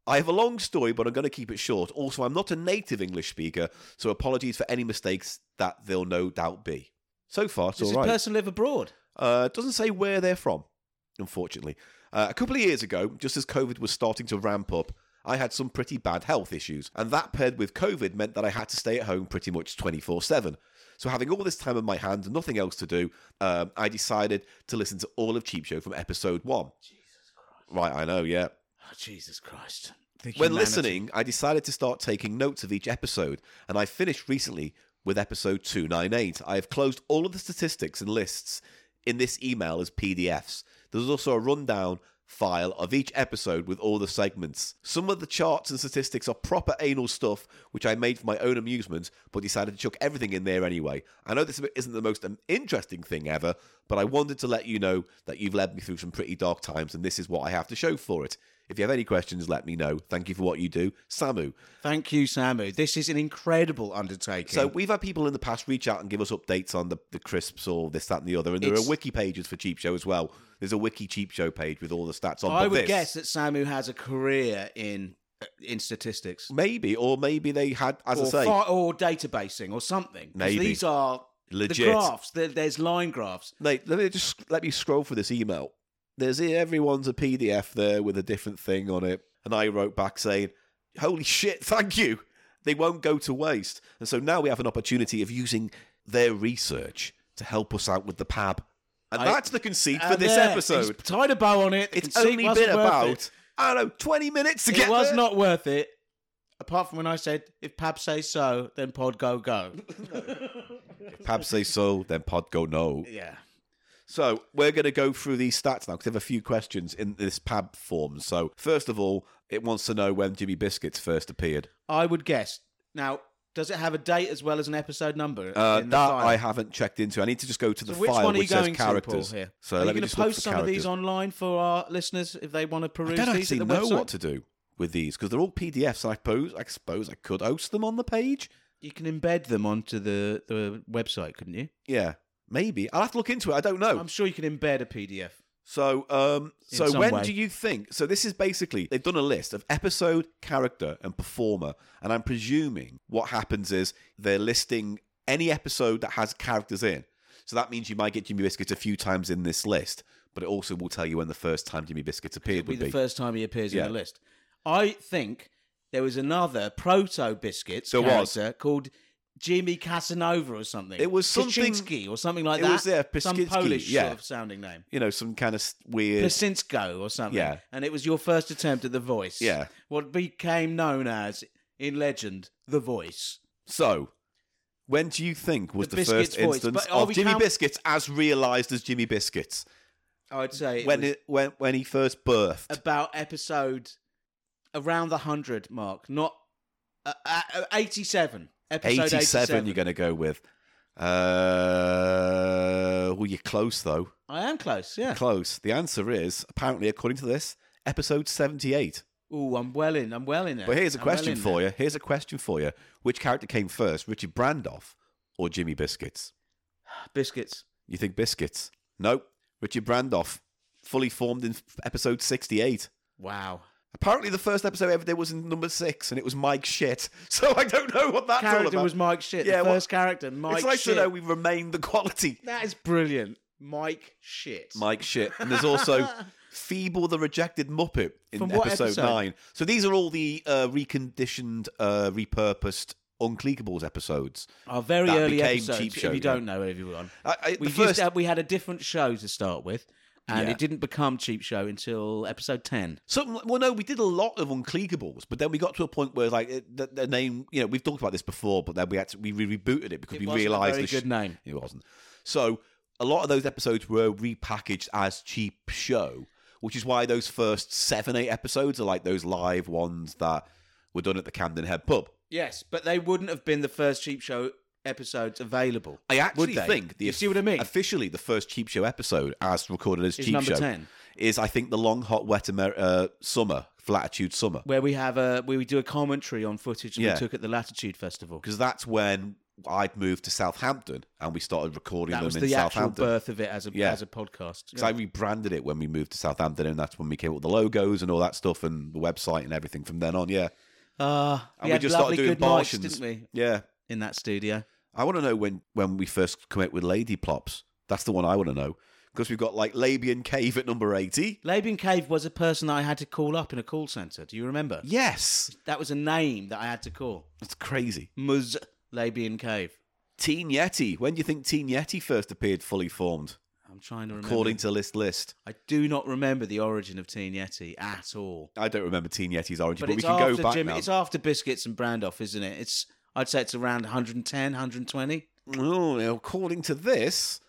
Speaker 2: I have a long story, but I'm going to keep it short. Also, I'm not a native English speaker, so apologies for any mistakes that there'll no doubt be. So far, it's
Speaker 1: Does
Speaker 2: all
Speaker 1: this
Speaker 2: right.
Speaker 1: person live abroad?
Speaker 2: Uh, it doesn't say where they're from, unfortunately. Uh, a couple of years ago, just as COVID was starting to ramp up, I had some pretty bad health issues, and that paired with COVID meant that I had to stay at home pretty much 24 7. So, having all this time on my hands and nothing else to do, um, I decided to listen to all of Cheap Show from episode one. Jesus Christ. Right, I know, yeah.
Speaker 1: Oh, Jesus Christ.
Speaker 2: When listening, I decided to start taking notes of each episode, and I finished recently with episode 298. I have closed all of the statistics and lists in this email as PDFs. There's also a rundown file of each episode with all the segments. Some of the charts and statistics are proper anal stuff, which I made for my own amusement, but decided to chuck everything in there anyway. I know this isn't the most um, interesting thing ever, but I wanted to let you know that you've led me through some pretty dark times, and this is what I have to show for it. If you have any questions, let me know. Thank you for what you do, Samu.
Speaker 1: Thank you, Samu. This is an incredible undertaking.
Speaker 2: So we've had people in the past reach out and give us updates on the, the crisps or this, that, and the other. And there
Speaker 1: It's-
Speaker 2: are wiki pages for Cheap Show as well. There's a wiki Cheap Show page with all the stats on.
Speaker 1: I
Speaker 2: but
Speaker 1: would
Speaker 2: this-
Speaker 1: guess that Samu has a career in uh, in statistics
Speaker 2: maybe, or maybe they had, as
Speaker 1: or,
Speaker 2: I say,
Speaker 1: fi- or databasing or something. 'Cause
Speaker 2: Maybe.
Speaker 1: these are The
Speaker 2: Legit.
Speaker 1: graphs. There- there's line graphs.
Speaker 2: mate. Let me just let me scroll through this email. There's everyone's a PDF there with a different thing on it, and I wrote back saying, "Holy shit, thank you." They won't go to waste, and so now we have an opportunity of using their research to help us out with the pab, and
Speaker 1: I-
Speaker 2: that's the conceit for
Speaker 1: And
Speaker 2: this
Speaker 1: there,
Speaker 2: episode.
Speaker 1: he's tied a bow on it. The
Speaker 2: It's
Speaker 1: conceit
Speaker 2: only
Speaker 1: wasn't
Speaker 2: been
Speaker 1: worth
Speaker 2: about
Speaker 1: It,
Speaker 2: I don't know twenty minutes to
Speaker 1: It
Speaker 2: get
Speaker 1: was
Speaker 2: there.
Speaker 1: not worth it. Apart from when I said, if Pab says so, then Pod go go.
Speaker 2: Pab say so, then Pod go no.
Speaker 1: yeah.
Speaker 2: So we're going to go through these stats now because I have a few questions in this Pab form. So first of all, it wants to know when Jimmy Biscuits first appeared.
Speaker 1: I would guess. Now, does it have a date as well as an episode number?
Speaker 2: Uh,
Speaker 1: in
Speaker 2: that
Speaker 1: the file?
Speaker 2: I haven't checked into. I need to just go to the
Speaker 1: So which
Speaker 2: file
Speaker 1: one are you
Speaker 2: which says
Speaker 1: going to, Paul,
Speaker 2: characters.
Speaker 1: here?
Speaker 2: So
Speaker 1: are you
Speaker 2: let me
Speaker 1: gonna
Speaker 2: just look
Speaker 1: post
Speaker 2: for
Speaker 1: some of
Speaker 2: characters.
Speaker 1: these online for our listeners if they want to
Speaker 2: I
Speaker 1: peruse
Speaker 2: don't
Speaker 1: these
Speaker 2: actually
Speaker 1: at the
Speaker 2: know
Speaker 1: website?
Speaker 2: what to do with these because they're all PDFs. I suppose I suppose I could host them on the page.
Speaker 1: You can embed them onto the, the website, couldn't you?
Speaker 2: Yeah, maybe I'll have to look into it. I don't know.
Speaker 1: I'm sure you can embed a PDF.
Speaker 2: So, um,
Speaker 1: In
Speaker 2: so
Speaker 1: some
Speaker 2: when
Speaker 1: way.
Speaker 2: do you think? So this is basically they've done a list of episode, character, and performer, and I'm presuming what happens is they're listing any episode that has characters in. So that means you might get Jimmy Biscuits a few times in this list, but it also will tell you when the first time Jimmy Biscuits appeared
Speaker 1: Be
Speaker 2: would
Speaker 1: the
Speaker 2: be.
Speaker 1: first time he appears
Speaker 2: Yeah.
Speaker 1: in the list. I think there was another proto biscuits
Speaker 2: There was.
Speaker 1: character called Jimmy Casanova or something.
Speaker 2: It was something-
Speaker 1: Kaczynski or something like
Speaker 2: It
Speaker 1: that.
Speaker 2: was, yeah,
Speaker 1: some
Speaker 2: Piszczynski,
Speaker 1: Polish
Speaker 2: yeah.
Speaker 1: sort of sounding name.
Speaker 2: You know, some kind of weird.
Speaker 1: Pasinsko or something.
Speaker 2: Yeah.
Speaker 1: And it was your first attempt at the voice.
Speaker 2: Yeah.
Speaker 1: What became known as in legend the voice.
Speaker 2: So. When do you think was
Speaker 1: The
Speaker 2: the,
Speaker 1: Biscuits
Speaker 2: first
Speaker 1: voice,
Speaker 2: instance
Speaker 1: but are
Speaker 2: of
Speaker 1: we
Speaker 2: Jimmy
Speaker 1: count-
Speaker 2: Biscuits as realised as Jimmy Biscuits?
Speaker 1: I'd say it
Speaker 2: when
Speaker 1: was
Speaker 2: it, when when he first birthed?
Speaker 1: about episode around the 100 mark, not uh, uh, uh, 87. Episode
Speaker 2: 87,
Speaker 1: 87.
Speaker 2: you're going to go with. Uh, well, you're close, though.
Speaker 1: I am close, yeah.
Speaker 2: Close. The answer is, apparently, according to this, episode 78.
Speaker 1: Ooh, I'm well in. I'm well in there.
Speaker 2: But here's a
Speaker 1: I'm well
Speaker 2: question
Speaker 1: in
Speaker 2: for
Speaker 1: there.
Speaker 2: you. Here's a question for you. Which character came first, Richard Brandoff or Jimmy Biscuits?
Speaker 1: Biscuits.
Speaker 2: You think Biscuits? Nope. Richard Brandoff, fully formed in episode 68.
Speaker 1: Wow.
Speaker 2: Apparently, the first episode I ever did was in number six, and it was Mike Shit. So I don't know what that's all
Speaker 1: character
Speaker 2: about.
Speaker 1: was Mike Shit.
Speaker 2: Yeah,
Speaker 1: the
Speaker 2: what-
Speaker 1: first character, Mike
Speaker 2: it's nice
Speaker 1: Shit.
Speaker 2: to know we remained the quality.
Speaker 1: That is brilliant. Mike Shit.
Speaker 2: Mike shit. And there's also Feeble the Rejected Muppet in
Speaker 1: From what
Speaker 2: episode,
Speaker 1: episode?
Speaker 2: 9. So these are all the uh, reconditioned, uh, repurposed Unclickables episodes.
Speaker 1: Our very
Speaker 2: That
Speaker 1: early
Speaker 2: became
Speaker 1: episodes.
Speaker 2: Cheap Show,
Speaker 1: if you
Speaker 2: yeah.
Speaker 1: don't know everyone,
Speaker 2: I- I-
Speaker 1: we
Speaker 2: the first-
Speaker 1: used to, we had a different show to start with, and
Speaker 2: Yeah.
Speaker 1: it didn't become Cheap Show until episode ten.
Speaker 2: Something like- well, no, we did a lot of unclickables, but then we got to a point where like it, the, the name, you know, we've talked about this before, but then we had to, we re- rebooted it because
Speaker 1: It
Speaker 2: we
Speaker 1: wasn't a
Speaker 2: realised
Speaker 1: very
Speaker 2: the
Speaker 1: good name.
Speaker 2: It wasn't. So a lot of those episodes were repackaged as cheap show, which is why those first seven eight episodes are like those live ones that were done at the Camden Head pub.
Speaker 1: Yes, but they wouldn't have been the first Cheap Show episodes available.
Speaker 2: I
Speaker 1: would
Speaker 2: actually
Speaker 1: they?
Speaker 2: think the
Speaker 1: you see what I mean.
Speaker 2: Officially, the first cheap show episode, as recorded as
Speaker 1: Is
Speaker 2: cheap
Speaker 1: number
Speaker 2: show,
Speaker 1: 10.
Speaker 2: is I think the long hot wet Amer- uh, summer flatitude summer.
Speaker 1: where we have a where we do a commentary on footage that
Speaker 2: Yeah.
Speaker 1: we took at the Latitude Festival.
Speaker 2: because that's when I'd moved to Southampton and we started recording
Speaker 1: That
Speaker 2: them
Speaker 1: was
Speaker 2: in
Speaker 1: the actual
Speaker 2: Southampton.
Speaker 1: birth of it as a
Speaker 2: Yeah.
Speaker 1: as a podcast.
Speaker 2: 'Cause I rebranded it when we moved to Southampton, and that's when we came up with the logos and all that stuff and the website and everything from then on. Yeah,
Speaker 1: Uh,
Speaker 2: and
Speaker 1: we, had
Speaker 2: just
Speaker 1: lovely
Speaker 2: started doing
Speaker 1: good nights,
Speaker 2: Bartians,
Speaker 1: didn't
Speaker 2: Yeah,
Speaker 1: we? In that studio.
Speaker 2: I want to know when when we first come out with Lady Plops. That's the one I want to know because we've got like Labian Cave at number eighty.
Speaker 1: Labian Cave was a person that I had to call up in a call centre. Do you remember?
Speaker 2: Yes,
Speaker 1: That was a name that I had to call.
Speaker 2: that's crazy.
Speaker 1: Muz Labian Cave.
Speaker 2: Teen Yeti. When do you think Teen Yeti first appeared fully formed?
Speaker 1: I'm trying to remember.
Speaker 2: According to list list,
Speaker 1: I do not remember the origin of Teen Yeti at all.
Speaker 2: I don't remember Teen Yeti's origin, but,
Speaker 1: But,
Speaker 2: we
Speaker 1: it's
Speaker 2: can
Speaker 1: after
Speaker 2: go back
Speaker 1: Jimmy,
Speaker 2: now.
Speaker 1: it's after biscuits and brand off, isn't it? It's I'd say it's around 110, 120.
Speaker 2: Oh, now, according to this,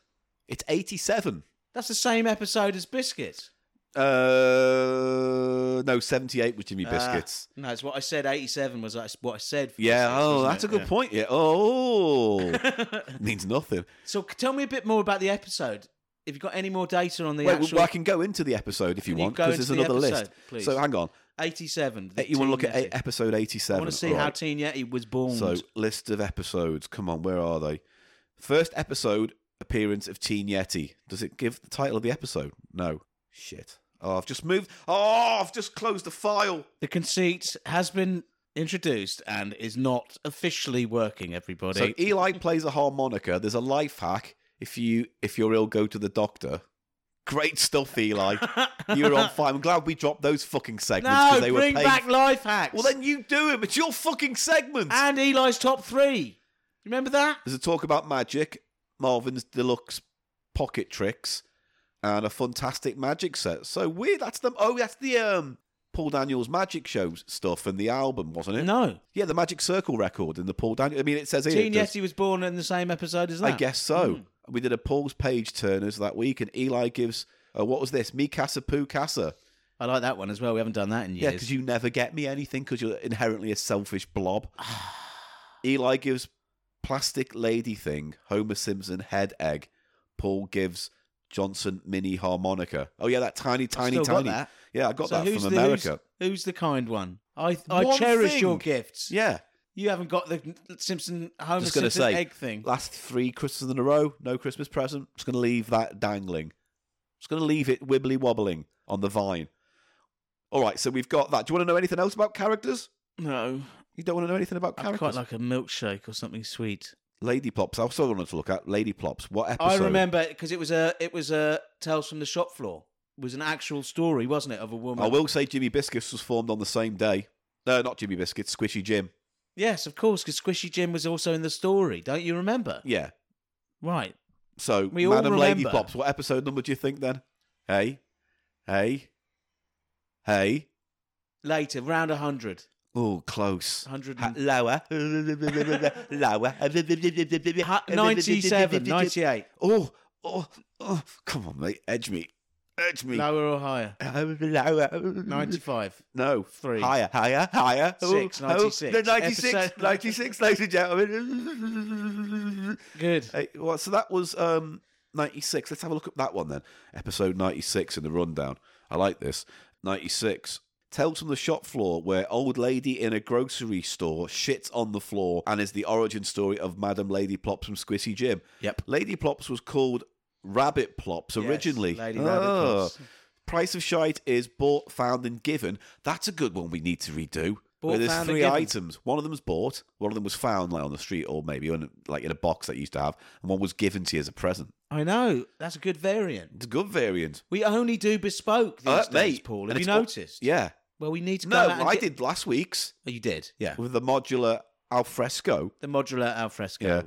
Speaker 2: it's 87.
Speaker 1: That's the same episode as biscuits.
Speaker 2: Uh, no, 78 with Jimmy Biscuits.
Speaker 1: Ah, no, it's what I said. Eighty-seven was like what I said. For
Speaker 2: yeah,
Speaker 1: Biscuits,
Speaker 2: oh,
Speaker 1: wasn't
Speaker 2: that's
Speaker 1: it?
Speaker 2: a good
Speaker 1: Yeah.
Speaker 2: point. Yeah, oh, means nothing.
Speaker 1: So, c- tell me a bit more about the episode. Have you got any more data on the
Speaker 2: Wait, well,
Speaker 1: actual
Speaker 2: I can go into the episode if you
Speaker 1: Can you
Speaker 2: want
Speaker 1: go
Speaker 2: because there's
Speaker 1: into the
Speaker 2: another list.
Speaker 1: episode, please?
Speaker 2: So hang on,
Speaker 1: eighty-seven? the
Speaker 2: you want to
Speaker 1: Teen
Speaker 2: look at
Speaker 1: Yeti?
Speaker 2: eight, episode 87?
Speaker 1: I want to see how
Speaker 2: Alright.
Speaker 1: Teen Yeti was born.
Speaker 2: So list of episodes. Come on, where are they? First episode appearance of Teen Yeti. Does it give the title of the episode? No. Shit. Oh, I've just moved. Oh, I've just closed the file.
Speaker 1: the conceit has been introduced and is not officially working. Everybody,
Speaker 2: So Eli plays a harmonica. There's a life hack. If you if you're ill, go to the doctor. Great stuff, Eli. You're on fire. I'm glad we dropped those fucking segments
Speaker 1: no,
Speaker 2: because they
Speaker 1: bring
Speaker 2: were paid.
Speaker 1: back Ah, life hacks.
Speaker 2: well, then you do him. It's your fucking segment.
Speaker 1: and Eli's top three. Remember that?
Speaker 2: There's a talk about magic, Marvin's deluxe pocket tricks, and a fantastic magic set. So weird. That's them. Oh, that's the um Paul Daniels magic show stuff and the album, wasn't it?
Speaker 1: No,
Speaker 2: Yeah, the Magic Circle record and the Paul Daniels. I mean, it says here.
Speaker 1: Teen
Speaker 2: it does-
Speaker 1: Yeti was born in the same episode as that. Hmm.
Speaker 2: I guess so. We did a Paul's Page Turners that week, and Eli gives, uh, what was this? Me Casa Poo Casa.
Speaker 1: I like that one as well. We haven't done that in
Speaker 2: Yeah,
Speaker 1: years.
Speaker 2: because you never get me anything because you're inherently a selfish blob. Eli gives Plastic Lady Thing, Homer Simpson Head Egg. Paul gives Johnson Mini Harmonica. Oh, yeah, that tiny, tiny,
Speaker 1: still got
Speaker 2: tiny.
Speaker 1: that.
Speaker 2: Yeah, I got
Speaker 1: So
Speaker 2: that
Speaker 1: who's
Speaker 2: from
Speaker 1: the-
Speaker 2: America.
Speaker 1: Who's, who's the kind one? I I
Speaker 2: One
Speaker 1: cherish your
Speaker 2: thing.
Speaker 1: gifts.
Speaker 2: Yeah.
Speaker 1: You haven't got the Simpson Homer
Speaker 2: just going
Speaker 1: Simpson
Speaker 2: to say,
Speaker 1: egg thing.
Speaker 2: last three Christmases in a row, no Christmas present. Just going to leave that dangling. Just going to leave it wibbly wobbling on the vine. All right, so we've got that. Do you want to know anything else about characters?
Speaker 1: no,
Speaker 2: You don't want to know anything about
Speaker 1: I'd
Speaker 2: characters?
Speaker 1: quite like a milkshake or something sweet.
Speaker 2: Lady Plops. I still wanted to look at Lady Plops. What episode?
Speaker 1: I remember because it was a it was a Tales from the Shop Floor. It was an actual story, wasn't it, of a woman?
Speaker 2: I will say Jimmy Biscuits was formed on the same day. No, not Jimmy Biscuits, Squishy Jim.
Speaker 1: Yes, of course, because Squishy Jim was also in the story. Don't you remember?
Speaker 2: Yeah.
Speaker 1: Right.
Speaker 2: So,
Speaker 1: We all
Speaker 2: Madam Lady
Speaker 1: remember.
Speaker 2: Plops, what episode number do you think then? Hey? Hey? Hey?
Speaker 1: Later, round 100.
Speaker 2: Oh, close.
Speaker 1: 100
Speaker 2: Ha-
Speaker 1: and-
Speaker 2: Lower. Lower.
Speaker 1: Ha- 97, 98.
Speaker 2: Oh, oh, oh. Come on, mate. Edge me. Edge me.
Speaker 1: Lower or higher?
Speaker 2: Lower.
Speaker 1: 95.
Speaker 2: No.
Speaker 1: Three.
Speaker 2: Higher, higher, higher.
Speaker 1: Six,
Speaker 2: Oh,
Speaker 1: 96.
Speaker 2: Oh, no, 96,
Speaker 1: Episode-
Speaker 2: 96, ladies and gentlemen.
Speaker 1: Good.
Speaker 2: Hey, well, so that was um, 96. Let's have a look at that one then. Episode 96 in the rundown. I like this. 96. Tales from the shop floor where old lady in a grocery store shits on the floor and is the origin story of Madam Lady Plops from Squishy Jim.
Speaker 1: Yep.
Speaker 2: Lady Plops was called Rabbit Plops
Speaker 1: Yes,
Speaker 2: originally. Ah.
Speaker 1: Lady Rabbit Plops.
Speaker 2: Price of shite is bought, found, and given. That's a good one we need to redo.
Speaker 1: Bought,
Speaker 2: where there's
Speaker 1: found, and
Speaker 2: three
Speaker 1: given.
Speaker 2: items. One of them was bought. One of them was found like on the street or maybe on, like in a box that you used to have, and one was given to you as a present.
Speaker 1: I know. That's a good variant.
Speaker 2: It's a good variant.
Speaker 1: We only do bespoke these
Speaker 2: Uh,
Speaker 1: days,
Speaker 2: mate,
Speaker 1: Paul.
Speaker 2: and
Speaker 1: Have you
Speaker 2: it's all-
Speaker 1: noticed?
Speaker 2: Yeah.
Speaker 1: Well, we need to go
Speaker 2: No,
Speaker 1: out and
Speaker 2: I
Speaker 1: get-
Speaker 2: did last week's
Speaker 1: Oh, you did. Yeah.
Speaker 2: with the modular al fresco.
Speaker 1: The modular alfresco.
Speaker 2: Yeah.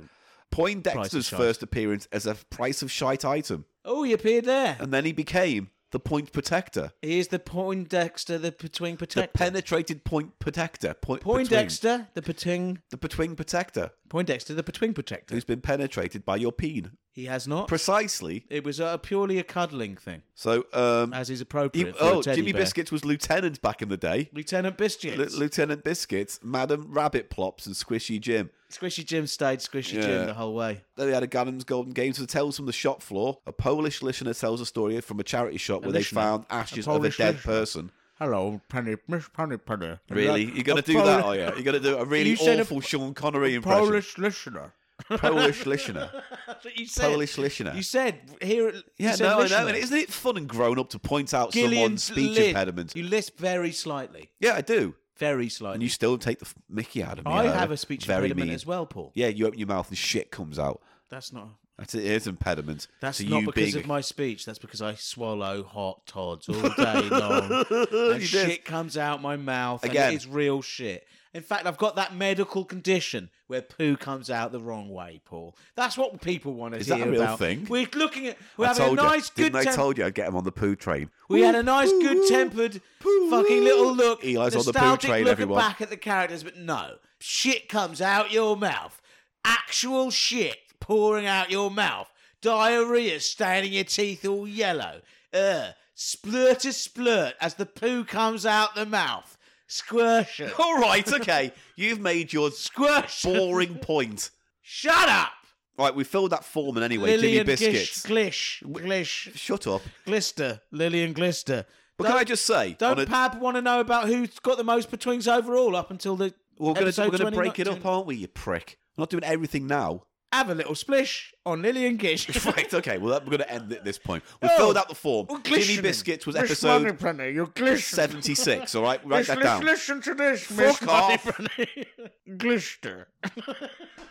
Speaker 1: Price of
Speaker 2: Poindexter's
Speaker 1: shite.
Speaker 2: first appearance as a price of shite item,
Speaker 1: Oh, he appeared there.
Speaker 2: and then he became the point protector.
Speaker 1: Here's the Poindexter, the Petwing
Speaker 2: The
Speaker 1: Protector.
Speaker 2: penetrated point protector. Point, between-
Speaker 1: Poindexter, the Petwing.
Speaker 2: The between protector
Speaker 1: Poindexter, the Petwing Protector.
Speaker 2: who's been penetrated by your peen.
Speaker 1: He has not.
Speaker 2: Precisely.
Speaker 1: it was uh, purely a cuddling thing,
Speaker 2: So, um,
Speaker 1: as is
Speaker 2: he-
Speaker 1: appropriate. for a
Speaker 2: oh,
Speaker 1: teddy
Speaker 2: Jimmy
Speaker 1: bear.
Speaker 2: Biscuits was lieutenant back in the day.
Speaker 1: Lieutenant
Speaker 2: L-
Speaker 1: Biscuits.
Speaker 2: lieutenant Biscuits, Madam Rabbit Plops, and Squishy Jim.
Speaker 1: Squishy Jim stayed Squishy
Speaker 2: Yeah.
Speaker 1: Jim the whole way.
Speaker 2: Then they had a Gannon's Golden Games with Tales from the Shop Floor. A Polish listener tells a story from a charity shop where they
Speaker 1: listener.
Speaker 2: found ashes
Speaker 1: A
Speaker 2: of a
Speaker 1: Polish
Speaker 2: dead
Speaker 1: listener.
Speaker 2: person.
Speaker 1: Hello, Penny, Miss Penny, Penny.
Speaker 2: Really? You're going to do that, are you? You're going to do a really
Speaker 1: You said a
Speaker 2: awful Sean Connery impression.
Speaker 1: Polish listener.
Speaker 2: Polish listener.
Speaker 1: That's what you said.
Speaker 2: Polish listener.
Speaker 1: You said here.
Speaker 2: Yeah,
Speaker 1: you said
Speaker 2: no, I know.
Speaker 1: listener.
Speaker 2: And isn't it fun and grown up to point out
Speaker 1: Gillian's
Speaker 2: someone's speech
Speaker 1: lip.
Speaker 2: impediment?
Speaker 1: You lisp very slightly,
Speaker 2: Yeah, I do.
Speaker 1: very
Speaker 2: And
Speaker 1: slightly.
Speaker 2: you still take the f- mickey out of me.
Speaker 1: I
Speaker 2: Ira.
Speaker 1: have a speech
Speaker 2: Very
Speaker 1: impediment
Speaker 2: mean.
Speaker 1: as well, Paul.
Speaker 2: Yeah, you open your mouth and shit comes out.
Speaker 1: That's not.
Speaker 2: That's it is impediment.
Speaker 1: That's
Speaker 2: to
Speaker 1: not
Speaker 2: you
Speaker 1: because
Speaker 2: being...
Speaker 1: of my speech. That's because I swallow hot tods all day long, and
Speaker 2: You did.
Speaker 1: shit comes out my mouth.
Speaker 2: Again.
Speaker 1: and it's real shit. In fact, I've got that medical condition where poo comes out the wrong way, Paul. That's what people want to
Speaker 2: Is that
Speaker 1: hear
Speaker 2: a real
Speaker 1: about.
Speaker 2: thing?
Speaker 1: We're looking at. We're
Speaker 2: I
Speaker 1: having a
Speaker 2: told you.
Speaker 1: nice,
Speaker 2: Didn't
Speaker 1: good.
Speaker 2: I
Speaker 1: Temp-
Speaker 2: told you I'd get him on the poo train?
Speaker 1: we had a nice, good-tempered, fucking little look.
Speaker 2: Eli's on the poo
Speaker 1: nostalgic
Speaker 2: train,
Speaker 1: look
Speaker 2: everyone.
Speaker 1: back at the characters, but no, shit comes out your mouth. Actual shit pouring out your mouth. Diarrhea staining your teeth all yellow. Ugh. Splurt to splurt as the poo comes out the mouth. Squirtion.
Speaker 2: All right, okay. You've made your
Speaker 1: Squirtion.
Speaker 2: boring point.
Speaker 1: Shut up.
Speaker 2: Right, we filled that form and anyway. Jimmy
Speaker 1: Lillian Gish,
Speaker 2: Biscuits.
Speaker 1: Glish, Glish,
Speaker 2: Shut up.
Speaker 1: Glister, Lillian Glister.
Speaker 2: But can I just say,
Speaker 1: Don't
Speaker 2: on a-
Speaker 1: Pab want to know about who's got the most betwings overall up until the.
Speaker 2: we're going
Speaker 1: episode
Speaker 2: to we're gonna break it
Speaker 1: 29
Speaker 2: up, aren't we, you prick? We're not doing everything now.
Speaker 1: Have a little splish on Lillian Gish.
Speaker 2: Right, okay. Well, that, we're going to end it at this point. We
Speaker 1: Oh,
Speaker 2: filled out the form.
Speaker 1: we're
Speaker 2: Jimmy
Speaker 1: glistening.
Speaker 2: Biscuits was
Speaker 1: Miss
Speaker 2: episode
Speaker 1: Moneypenny, you're glistening.
Speaker 2: 76, all right? Write
Speaker 1: Miss-
Speaker 2: that
Speaker 1: lis-
Speaker 2: down.
Speaker 1: Listen to this,
Speaker 2: Fuck off.
Speaker 1: Moneypenny. Glister.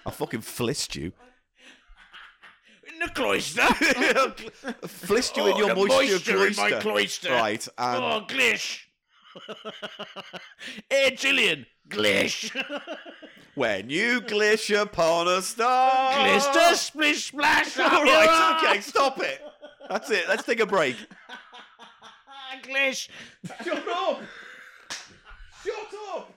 Speaker 2: I fucking flist you.
Speaker 1: In the cloister.
Speaker 2: flist you in
Speaker 1: Oh,
Speaker 2: your
Speaker 1: the
Speaker 2: moisture,
Speaker 1: moisture in my cloister.
Speaker 2: Right, and
Speaker 1: oh, Glish. hey, Gillian. Glish.
Speaker 2: when you glish upon a star.
Speaker 1: Glister, splish, splash. up
Speaker 2: All
Speaker 1: your
Speaker 2: right,
Speaker 1: arse.
Speaker 2: okay, stop it. That's it. Let's take a break.
Speaker 1: Glish.
Speaker 2: Shut up! Shut up!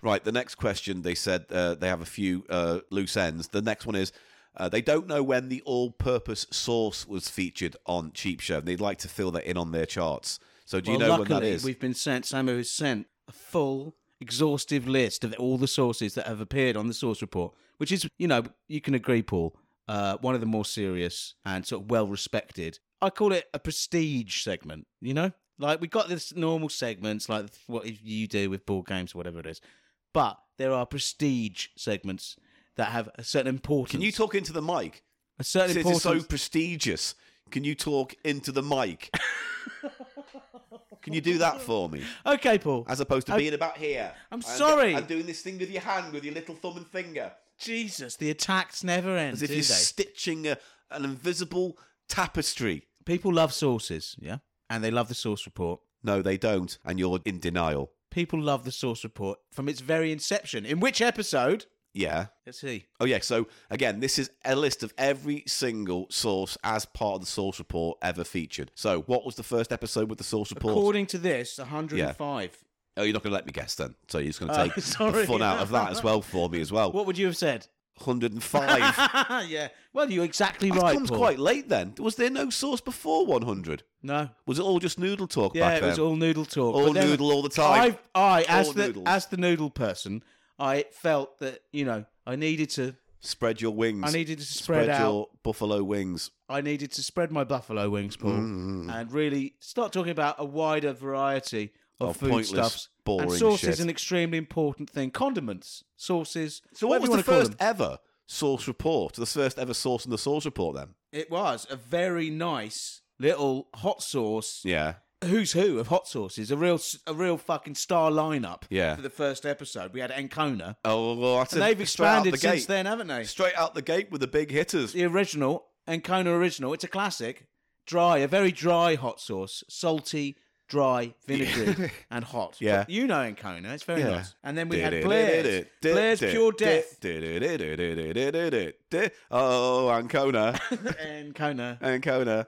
Speaker 2: Right, the next question they said uh, they have a few uh, loose ends. The next one is uh, they don't know when the all purpose sauce was featured on Cheap Show, and they'd like to fill that in on their charts. So, do you know when
Speaker 1: luckily,
Speaker 2: that is?
Speaker 1: we've been sent, Samu has sent a full, exhaustive list of all the sources that have appeared on the source report, which is, you know, you can agree, Paul, uh, one of the more serious and sort of well respected. I call it a prestige segment, you know? Like, we got this normal segments, like what you do with board games or whatever it is. But there are prestige segments that have a certain importance.
Speaker 2: Can you talk into the mic?
Speaker 1: a certain
Speaker 2: Since it's
Speaker 1: importance?
Speaker 2: so prestigious, can you talk into the mic? can you do that for me?
Speaker 1: Okay, Paul.
Speaker 2: As opposed to
Speaker 1: I-
Speaker 2: being about here.
Speaker 1: I'm sorry.
Speaker 2: I'm doing this thing with your hand, with your little thumb and finger.
Speaker 1: Jesus, the attacks never end.
Speaker 2: As if
Speaker 1: do
Speaker 2: you're
Speaker 1: they?
Speaker 2: stitching a, an invisible tapestry.
Speaker 1: people love sources, yeah, and they love the source report.
Speaker 2: No, they don't. And you're in denial.
Speaker 1: People love the source report from its very inception. In which episode?
Speaker 2: Yeah.
Speaker 1: Let's see.
Speaker 2: Oh, yeah. So, again, this is a list of every single source as part of the source report ever featured. So, what was the first episode with the source report?
Speaker 1: According to this, 105.
Speaker 2: oh, you're not going to let me guess then. So, you're just going to
Speaker 1: Oh,
Speaker 2: take the
Speaker 1: sorry.
Speaker 2: fun out of that as well for me as well.
Speaker 1: What would you have said?
Speaker 2: 105.
Speaker 1: yeah. Well, you're exactly
Speaker 2: That
Speaker 1: right.
Speaker 2: comes
Speaker 1: Paul.
Speaker 2: quite late then. Was there no source before 100?
Speaker 1: No.
Speaker 2: Was it all just noodle talk
Speaker 1: Yeah,
Speaker 2: back
Speaker 1: it
Speaker 2: then?
Speaker 1: was all noodle talk.
Speaker 2: All
Speaker 1: But then
Speaker 2: noodle all the time.
Speaker 1: I, I as
Speaker 2: All
Speaker 1: the
Speaker 2: noodles.
Speaker 1: as the noodle person, I felt that you know I needed to
Speaker 2: Spread your wings.
Speaker 1: I needed to spread,
Speaker 2: Spread
Speaker 1: out.
Speaker 2: your buffalo wings.
Speaker 1: I needed to spread my buffalo wings, Paul,
Speaker 2: Mm.
Speaker 1: and really start talking about a wider variety of,
Speaker 2: Of Oh, pointless,
Speaker 1: foodstuffs.
Speaker 2: boring
Speaker 1: and sauce
Speaker 2: shit.
Speaker 1: is an extremely important thing. Condiments, sauces.
Speaker 2: So what was
Speaker 1: whatever
Speaker 2: the
Speaker 1: you wanna
Speaker 2: first
Speaker 1: call them.
Speaker 2: ever source report? The first ever source in the source report then?
Speaker 1: e-, It was a very nice little hot sauce.
Speaker 2: Yeah.
Speaker 1: Who's who of hot sauces? A real, s- a real fucking star lineup.
Speaker 2: Yeah.
Speaker 1: For the first episode, we had Encona,
Speaker 2: Oh, well, that's
Speaker 1: and
Speaker 2: it.
Speaker 1: they've
Speaker 2: Straight out
Speaker 1: expanded
Speaker 2: the
Speaker 1: since
Speaker 2: gate.
Speaker 1: then, haven't they?
Speaker 2: Straight out the gate with the big hitters.
Speaker 1: The original Encona original. It's a classic. Dry, a very dry hot sauce, salty, dry, vinegary, and hot.
Speaker 2: Yeah.
Speaker 1: But you know Encona. It's very
Speaker 2: Yeah.
Speaker 1: nice. And then we had Blair's. Blair's Pure Death.
Speaker 2: Oh, Ancona.
Speaker 1: Encona.
Speaker 2: Ancona.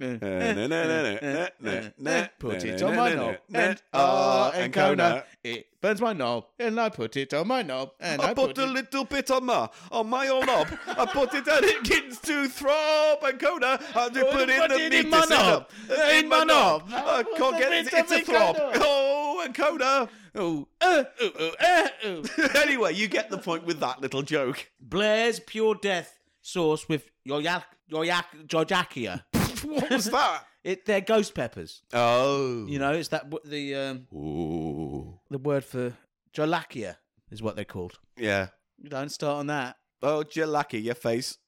Speaker 1: Put it on my knob. And ah, Ancona. It burns my knob. And I put it on my knob. And I,
Speaker 2: I put a
Speaker 1: it.
Speaker 2: little bit on my on my own knob. I put it and it begins to throb and Kona. I do
Speaker 1: Oh,
Speaker 2: put in
Speaker 1: put
Speaker 2: the
Speaker 1: it
Speaker 2: meat
Speaker 1: in my
Speaker 2: to sit
Speaker 1: knob.
Speaker 2: up. In my knob. I
Speaker 1: put
Speaker 2: can't
Speaker 1: the
Speaker 2: get
Speaker 1: meat
Speaker 2: it.
Speaker 1: in
Speaker 2: It's
Speaker 1: my
Speaker 2: a throb.
Speaker 1: knob.
Speaker 2: Oh, and Kona.
Speaker 1: Ooh, uh, ooh, ooh, uh, ooh.
Speaker 2: anyway, you get the point with that little joke.
Speaker 1: Blair's Pure Death sauce with your yak, your yak, Georgiakia.
Speaker 2: What was that?
Speaker 1: It, they're ghost peppers.
Speaker 2: Oh.
Speaker 1: You know, it's that w- the um,
Speaker 2: Ooh.
Speaker 1: the word for Jolakia is what they're called.
Speaker 2: Yeah.
Speaker 1: Don't start on that.
Speaker 2: Oh, you're lucky, your face.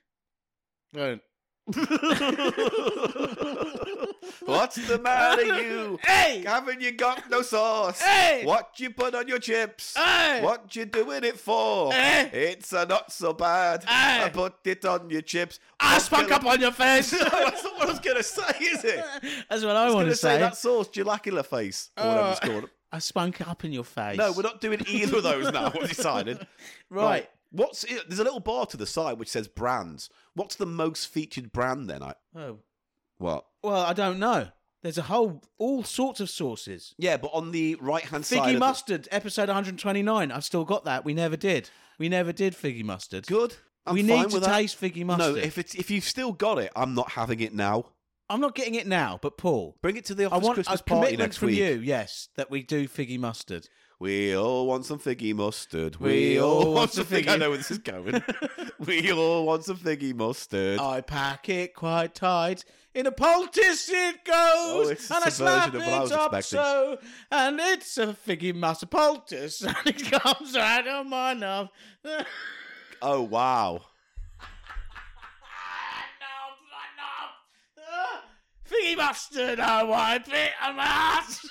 Speaker 1: Don't.
Speaker 2: What's the matter, you?
Speaker 1: Hey!
Speaker 2: Haven't you got no sauce?
Speaker 1: Hey!
Speaker 2: What you put on your chips?
Speaker 1: Hey!
Speaker 2: What you doing it for?
Speaker 1: Hey!
Speaker 2: It's a not so bad.
Speaker 1: Hey!
Speaker 2: I put it on your chips.
Speaker 1: I spunk up on your face.
Speaker 2: That's not what I was gonna say, is it?
Speaker 1: That's what I,
Speaker 2: I was
Speaker 1: want
Speaker 2: gonna
Speaker 1: to
Speaker 2: say
Speaker 1: say.
Speaker 2: that sauce, gelacula face, or whatever it's
Speaker 1: Oh.
Speaker 2: called.
Speaker 1: I spunk up in your face.
Speaker 2: Uh, No, we're not doing either of those now. We've decided.
Speaker 1: right.
Speaker 2: What's eh, there's a little bar to the side which says brands. What's the most featured brand then? I
Speaker 1: Oh.
Speaker 2: what?
Speaker 1: Well, I don't know. There's a whole all sorts of sauces.
Speaker 2: Yeah, but on the right hand side.
Speaker 1: Figgy
Speaker 2: of the-
Speaker 1: mustard, episode 129. I've still got that. We never did. We never did figgy mustard.
Speaker 2: Good. I'm
Speaker 1: we
Speaker 2: fine
Speaker 1: need to
Speaker 2: with that.
Speaker 1: taste figgy mustard.
Speaker 2: No, if it's if you've still got it, I'm not having it now.
Speaker 1: I'm not getting it now, but Paul,
Speaker 2: Bring it to the
Speaker 1: I
Speaker 2: office
Speaker 1: want
Speaker 2: Christmas
Speaker 1: a
Speaker 2: party
Speaker 1: commitment
Speaker 2: next
Speaker 1: from
Speaker 2: week.
Speaker 1: you. Yes, that we do figgy mustard.
Speaker 2: We all want some figgy mustard.
Speaker 1: We all want some
Speaker 2: fig-
Speaker 1: figgy-
Speaker 2: I know where this is going. we all want some figgy mustard.
Speaker 1: I pack it quite tight. In a poultice it goes,
Speaker 2: Oh, it's a
Speaker 1: and I slap
Speaker 2: subversion
Speaker 1: it
Speaker 2: of what I was
Speaker 1: up
Speaker 2: expecting.
Speaker 1: so, and it's a figgy mustard poultice, and it comes out of my knob. knob,
Speaker 2: Oh wow.
Speaker 1: my knob. Ah, Figgy mustard, I wipe it on my ass.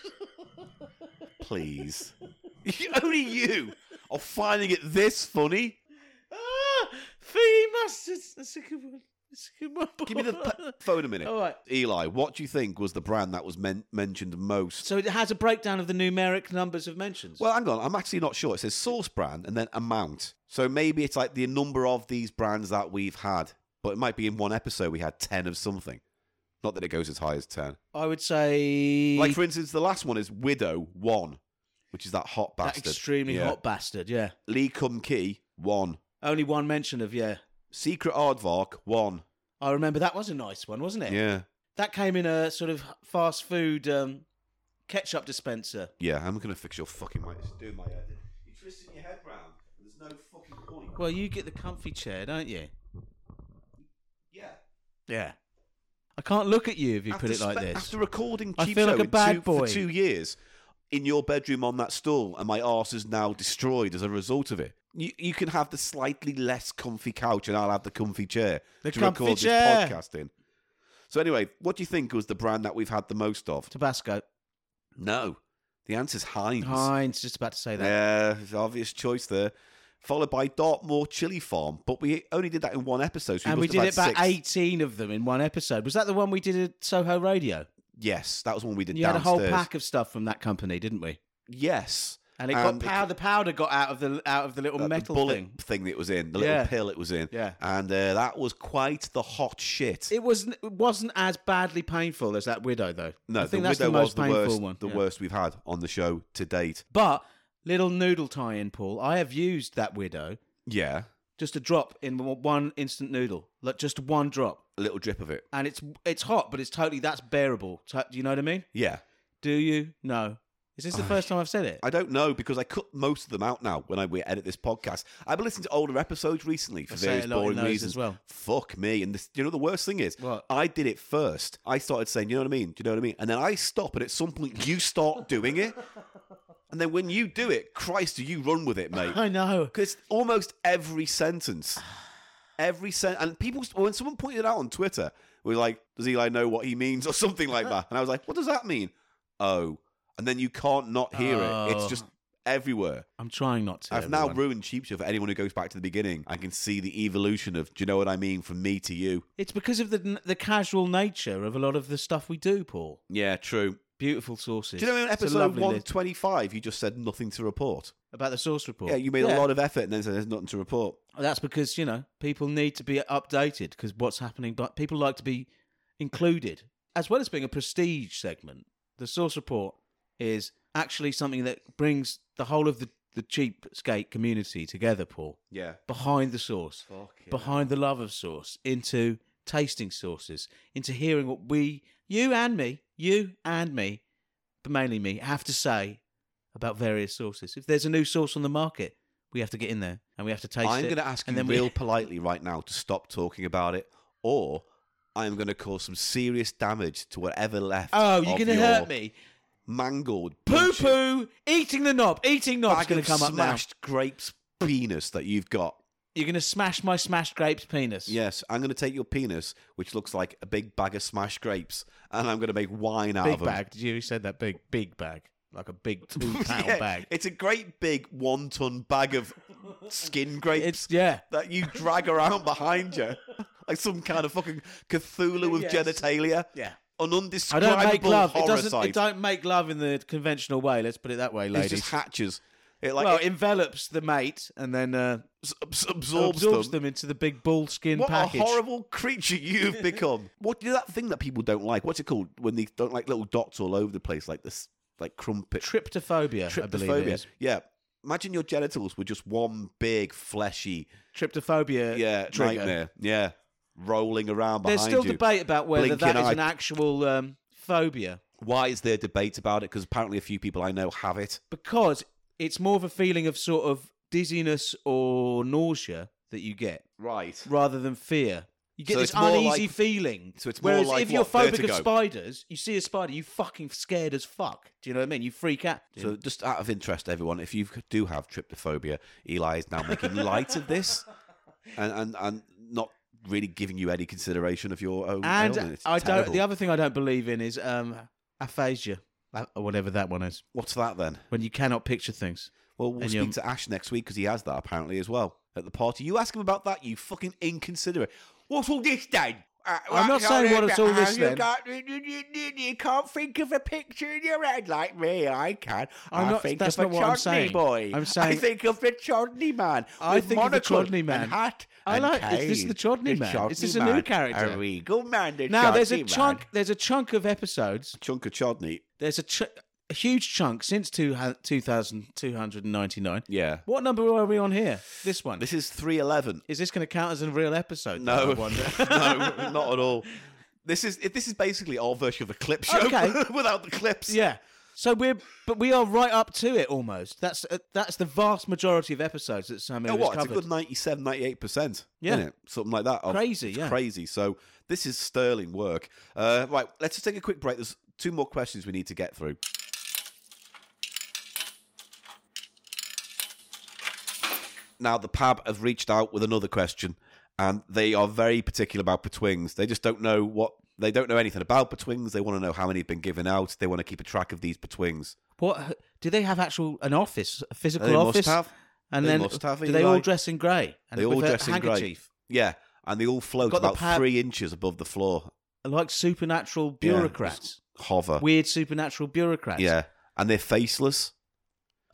Speaker 2: Please. Only you are finding it this funny.
Speaker 1: Ah, figgy mustard. That's a good one. That's a good one.
Speaker 2: Give me the p- phone a minute.
Speaker 1: All right.
Speaker 2: Eli, what do you think was the brand that was men- mentioned most?
Speaker 1: So it has a breakdown of the numeric numbers of mentions.
Speaker 2: Well, hang on. I'm actually not sure. It says source brand and then amount. So maybe it's like the number of these brands that we've had, but it might be in one episode we had 10 of something. Not that it goes as high as 10.
Speaker 1: I would say
Speaker 2: Like, for instance, the last one is Widow 1, which is that hot
Speaker 1: that
Speaker 2: bastard.
Speaker 1: extremely
Speaker 2: Yeah.
Speaker 1: hot bastard. Yeah,
Speaker 2: Lee Cum Key 1.
Speaker 1: only one mention of yeah.
Speaker 2: Secret Aardvark 1.
Speaker 1: I remember that was a nice one, wasn't it?
Speaker 2: Yeah.
Speaker 1: That came in a sort of fast food um, ketchup dispenser.
Speaker 2: Yeah, I'm going to fix your fucking mic. It's doing my head. You're twisting your head round. There's no fucking point.
Speaker 1: Well, you get the comfy chair, don't you?
Speaker 2: Yeah.
Speaker 1: Yeah. I can't look at you if you
Speaker 2: After
Speaker 1: put it like
Speaker 2: spe-
Speaker 1: this.
Speaker 2: After recording
Speaker 1: I
Speaker 2: Cheap
Speaker 1: feel
Speaker 2: Show
Speaker 1: like a
Speaker 2: in
Speaker 1: bad
Speaker 2: two,
Speaker 1: boy.
Speaker 2: for two years in your bedroom on that stool, and my arse is now destroyed as a result of it. You, you can have the slightly less comfy couch, and I'll have the comfy chair
Speaker 1: The
Speaker 2: to
Speaker 1: comfy
Speaker 2: record
Speaker 1: chair.
Speaker 2: this podcast in. So anyway, what do you think was the brand that we've had the most of?
Speaker 1: Tabasco.
Speaker 2: No, the answer's Heinz.
Speaker 1: Heinz, just about to say that.
Speaker 2: Yeah, it's an obvious choice there. Followed by Dartmoor Chili Farm, but we only did that in one episode. So
Speaker 1: and we
Speaker 2: must
Speaker 1: did
Speaker 2: have
Speaker 1: it
Speaker 2: had
Speaker 1: about
Speaker 2: six.
Speaker 1: 18 of them in one episode. Was that the one we did at Soho Radio?
Speaker 2: Yes, that was one we did.
Speaker 1: You had a whole
Speaker 2: downstairs.
Speaker 1: pack of stuff from that company, didn't we?
Speaker 2: Yes,
Speaker 1: And it got
Speaker 2: And Um, it-
Speaker 1: pow- the powder got out of the out of the little
Speaker 2: Like
Speaker 1: metal
Speaker 2: the bullet
Speaker 1: thing.
Speaker 2: that it was in, the little
Speaker 1: Yeah.
Speaker 2: pill it was in.
Speaker 1: Yeah.
Speaker 2: And uh, that was quite the hot shit.
Speaker 1: It wasn't it wasn't as badly painful as that widow though.
Speaker 2: no,
Speaker 1: I think
Speaker 2: the
Speaker 1: that's
Speaker 2: widow
Speaker 1: the most
Speaker 2: was the
Speaker 1: painful
Speaker 2: worst,
Speaker 1: one.
Speaker 2: the
Speaker 1: yeah.
Speaker 2: worst we've had on the show to date.
Speaker 1: But little noodle tie-in, Paul. I have used that widow
Speaker 2: Yeah,
Speaker 1: just a drop in w- one instant noodle, like just one drop,
Speaker 2: a little drip of it.
Speaker 1: and it's it's hot, but it's totally that's bearable. To- Do you know what I mean?
Speaker 2: Yeah,
Speaker 1: Do you? No. Is this the first time I've said it?
Speaker 2: I don't know because I cut most of them out now when I we edit this podcast. I've been listening to older episodes recently for
Speaker 1: I say
Speaker 2: various
Speaker 1: a lot in
Speaker 2: boring
Speaker 1: those as
Speaker 2: reasons.
Speaker 1: well.
Speaker 2: Fuck me! And this, you know the worst thing is,
Speaker 1: What?
Speaker 2: I did it first. I started saying, you know what I mean? Do you know what I mean? And then I stop, and at some point you start doing it, and then when you do it, Christ, do you run with it, mate?
Speaker 1: I know.
Speaker 2: because almost every sentence, every sentence, and people when someone pointed it out on Twitter, we were like, "Does Eli know what he means?" or something like that, and I was like, "What does that mean?" Oh, and then you can't not hear it. It's
Speaker 1: Oh.
Speaker 2: just everywhere.
Speaker 1: I'm trying not to.
Speaker 2: I've now
Speaker 1: everyone.
Speaker 2: ruined cheap show for anyone who goes back to the beginning. I can see the evolution of, do you know what I mean, from me to you.
Speaker 1: It's because of the the casual nature of a lot of the stuff we do, Paul.
Speaker 2: Yeah, true.
Speaker 1: Beautiful sauces.
Speaker 2: Do you know in
Speaker 1: It's a
Speaker 2: episode
Speaker 1: lovely list.
Speaker 2: 125 you just said nothing to report?
Speaker 1: about the sauce report?
Speaker 2: Yeah, you made a lot of effort and then said there's nothing to report.
Speaker 1: That's because you know people need to be updated because what's happening. But people like to be included as well as being a prestige segment. The source report is actually something that brings the whole of the the cheapskate community together. Paul
Speaker 2: Yeah.
Speaker 1: behind the sauce, behind the love of sauce, into tasting sauces, into hearing what we, you and me, you and me, but mainly me, have to say about various sauces. If there's a new sauce on the market, we have to get in there and we have to taste
Speaker 2: I'm
Speaker 1: it.
Speaker 2: going to ask
Speaker 1: and
Speaker 2: you
Speaker 1: then
Speaker 2: real
Speaker 1: We,
Speaker 2: politely right now to stop talking about it, or I'm going to cause some serious damage to whatever left.
Speaker 1: oh, you're
Speaker 2: going
Speaker 1: going to
Speaker 2: to
Speaker 1: hurt me.
Speaker 2: Mangled,
Speaker 1: Poo
Speaker 2: bunch of
Speaker 1: poo, eating the knob, eating knob's
Speaker 2: bag
Speaker 1: going
Speaker 2: of
Speaker 1: to come up now.
Speaker 2: smashed grapes penis that you've got.
Speaker 1: You're going to smash my smashed grapes penis.
Speaker 2: Yes, I'm going to take your penis, which looks like a big bag of smashed grapes, and I'm going to make wine out
Speaker 1: Big
Speaker 2: of it.
Speaker 1: bag. Did you said that big, big bag? Like a big two pound
Speaker 2: Yeah,
Speaker 1: bag.
Speaker 2: It's a great big one ton bag of skin grapes
Speaker 1: It's, yeah.
Speaker 2: that you drag around behind you. Like some kind of fucking Cthulhu with
Speaker 1: Yes.
Speaker 2: genitalia.
Speaker 1: Yeah.
Speaker 2: An
Speaker 1: I
Speaker 2: undescribable
Speaker 1: don't make love. It
Speaker 2: horror
Speaker 1: doesn't.
Speaker 2: sight.
Speaker 1: It don't make love in the conventional way. Let's put it that way,
Speaker 2: It
Speaker 1: ladies.
Speaker 2: just hatches. It like
Speaker 1: well,
Speaker 2: it
Speaker 1: it envelops the mate and then uh,
Speaker 2: abs-
Speaker 1: absorbs,
Speaker 2: absorbs,
Speaker 1: them. into the big bull skin
Speaker 2: What
Speaker 1: package.
Speaker 2: a horrible creature you've become. what you know that thing that people don't like? What's it called? When they don't like little dots all over the place, like this, like crumpet.
Speaker 1: Tryptophobia, I believe it
Speaker 2: Tryptophobia.
Speaker 1: is.
Speaker 2: Yeah. Imagine your genitals were just one big fleshy
Speaker 1: Tryptophobia.
Speaker 2: yeah
Speaker 1: trigger.
Speaker 2: nightmare. Yeah. Rolling around behind
Speaker 1: There's still
Speaker 2: you.
Speaker 1: debate about whether
Speaker 2: Blinking
Speaker 1: that is
Speaker 2: eye.
Speaker 1: an actual um, phobia
Speaker 2: Why is there debate about it? Because apparently a few people I know have it.
Speaker 1: because it's more of a feeling of sort of dizziness or nausea that you get
Speaker 2: Right.
Speaker 1: rather than fear. You get
Speaker 2: So
Speaker 1: this
Speaker 2: it's more
Speaker 1: uneasy
Speaker 2: like-
Speaker 1: feeling.
Speaker 2: so it's more
Speaker 1: Whereas
Speaker 2: like
Speaker 1: if you're
Speaker 2: what,
Speaker 1: phobic
Speaker 2: vertigo?
Speaker 1: of spiders, you see a spider, you fucking scared as fuck. Do you know what I mean? You freak out.
Speaker 2: So, just out of interest, everyone, if you do have tryptophobia, Eli is now making light of this and, and, and not really giving you any consideration of your own.
Speaker 1: and
Speaker 2: ailment. It's
Speaker 1: I
Speaker 2: terrible.
Speaker 1: don't. The other thing I don't believe in is um, aphasia, that- or whatever that one is,
Speaker 2: What's that then?
Speaker 1: when you cannot picture things.
Speaker 2: Well, we'll
Speaker 1: And
Speaker 2: speak
Speaker 1: you're-
Speaker 2: to Ash next week because he has that apparently as well at the party. You ask him about that, you fucking inconsiderate. What's all this then? Uh,
Speaker 1: I'm not
Speaker 2: what's
Speaker 1: saying what it's all
Speaker 2: about?
Speaker 1: this
Speaker 2: uh, You
Speaker 1: then.
Speaker 2: can't- You, you- you- you can't think of a picture in your head like me. I can.
Speaker 1: I'm
Speaker 2: I
Speaker 1: not-
Speaker 2: think
Speaker 1: that's
Speaker 2: of a
Speaker 1: not what I'm
Speaker 2: Chodney
Speaker 1: saying.
Speaker 2: boy.
Speaker 1: I'm saying-
Speaker 2: I think of the Chodney man.
Speaker 1: I
Speaker 2: with
Speaker 1: think of the
Speaker 2: monocle
Speaker 1: Chodney
Speaker 2: and
Speaker 1: man.
Speaker 2: Hat
Speaker 1: I
Speaker 2: and
Speaker 1: like- is this
Speaker 2: cane.
Speaker 1: the Chodney man? Is this a new
Speaker 2: man,
Speaker 1: character?
Speaker 2: A regal man. The
Speaker 1: Now there's a
Speaker 2: Chodney man.
Speaker 1: chunk. There's a chunk of episodes.
Speaker 2: Chunk of Chodney.
Speaker 1: There's a, ch- a huge chunk since two two thousand two hundred ninety nine.
Speaker 2: Yeah.
Speaker 1: What number are we on here? This one.
Speaker 2: This is 311.
Speaker 1: is this going to count as a real episode?
Speaker 2: No,
Speaker 1: I wonder?
Speaker 2: no, not at all. This is this is basically our version of a clip show
Speaker 1: Okay.
Speaker 2: without the clips.
Speaker 1: Yeah. So we're, but we are right up to it almost. That's uh, that's the vast majority of episodes that Sam
Speaker 2: You
Speaker 1: has
Speaker 2: know Oh, what? It's a
Speaker 1: covered.
Speaker 2: good 97, 98 percent.
Speaker 1: Yeah.
Speaker 2: isn't it? something like that. Of-
Speaker 1: Crazy,
Speaker 2: it's
Speaker 1: yeah.
Speaker 2: crazy. So this is sterling work. Uh, right, let's just take a quick break. There's two more questions we need to get through. Now the Pab have reached out with another question, and they are very particular about Betwings. They just don't know what they don't know anything about Betwings. They want to know how many have been given out. They want to keep a track of these Betwings.
Speaker 1: What do they have? Actual an office, a physical
Speaker 2: They must
Speaker 1: office?
Speaker 2: have.
Speaker 1: And
Speaker 2: They
Speaker 1: then
Speaker 2: must have,
Speaker 1: do they all
Speaker 2: Eli.
Speaker 1: dress in grey? And
Speaker 2: They all
Speaker 1: with a
Speaker 2: dress in grey.
Speaker 1: handkerchief?
Speaker 2: Yeah, and they all float
Speaker 1: Got the
Speaker 2: about
Speaker 1: Pab-
Speaker 2: three inches above the floor
Speaker 1: Like supernatural bureaucrats,
Speaker 2: hover.
Speaker 1: weird supernatural bureaucrats.
Speaker 2: Yeah, and they're faceless,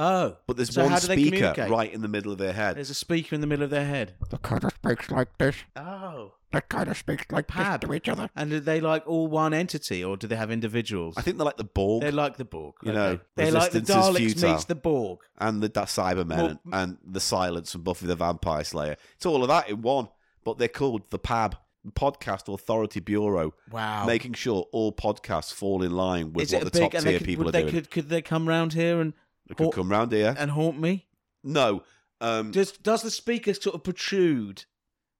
Speaker 1: Oh,
Speaker 2: but there's
Speaker 1: so
Speaker 2: one
Speaker 1: how do they
Speaker 2: speaker
Speaker 1: communicate?
Speaker 2: right in the middle of their head.
Speaker 1: There's a speaker in the middle of their head.
Speaker 6: that kind of speaks like this,
Speaker 1: Oh,
Speaker 6: that kind of speaks like
Speaker 1: Pab.
Speaker 6: this to each other.
Speaker 1: And are they like all one entity, or do they have individuals?
Speaker 2: I think they're like the Borg
Speaker 1: they're like the Borg.
Speaker 2: You know,
Speaker 1: okay. they're like the
Speaker 2: resistance
Speaker 1: Daleks
Speaker 2: is futile.
Speaker 1: meets the Borg.
Speaker 2: and the that Cybermen
Speaker 1: Well-
Speaker 2: and, and the Silence and Buffy the Vampire Slayer. It's all of that in one, but they're called the PAB, Podcast Authority Bureau,
Speaker 1: Wow.
Speaker 2: making sure all podcasts fall in line with
Speaker 1: Is it
Speaker 2: what
Speaker 1: a
Speaker 2: the
Speaker 1: big?
Speaker 2: top
Speaker 1: and
Speaker 2: tier
Speaker 1: they could,
Speaker 2: people
Speaker 1: would
Speaker 2: are
Speaker 1: they
Speaker 2: doing.
Speaker 1: could could they come round here and
Speaker 2: they could
Speaker 1: haunt-
Speaker 2: come round here.
Speaker 1: and haunt me?
Speaker 2: no, um,
Speaker 1: Does does the speaker sort of protrude,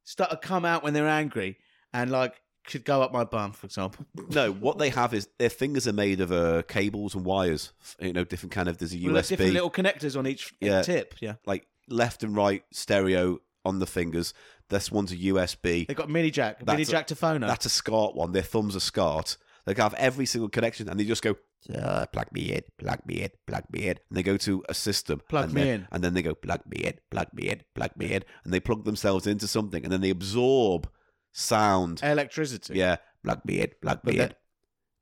Speaker 1: start to come out when they're angry, and like could go up my bum, for example?
Speaker 2: no. What they have is their fingers are made of uh, cables and wires. You know, different kind of. There's a
Speaker 1: Well, there's
Speaker 2: USB.
Speaker 1: different little connectors on each
Speaker 2: Yeah.
Speaker 1: tip. Yeah,
Speaker 2: like left and right stereo on the fingers. This one's a USB.
Speaker 1: they got mini jack,
Speaker 2: That's
Speaker 1: mini
Speaker 2: a-
Speaker 1: jack to phone. up.
Speaker 2: That's a SCART one. Their thumbs are SCART. They can have every single connection, and they just go "Uh, plug me in, plug me in, plug me in, and they go to a system.
Speaker 1: Plug
Speaker 2: and
Speaker 1: me
Speaker 2: they-
Speaker 1: in.
Speaker 2: and then they go plug me in, plug me in, plug me in, and they plug themselves into something, and then they absorb sound.
Speaker 1: Electricity.
Speaker 2: Yeah, plug me in, plug
Speaker 1: But
Speaker 2: me
Speaker 1: that-
Speaker 2: in,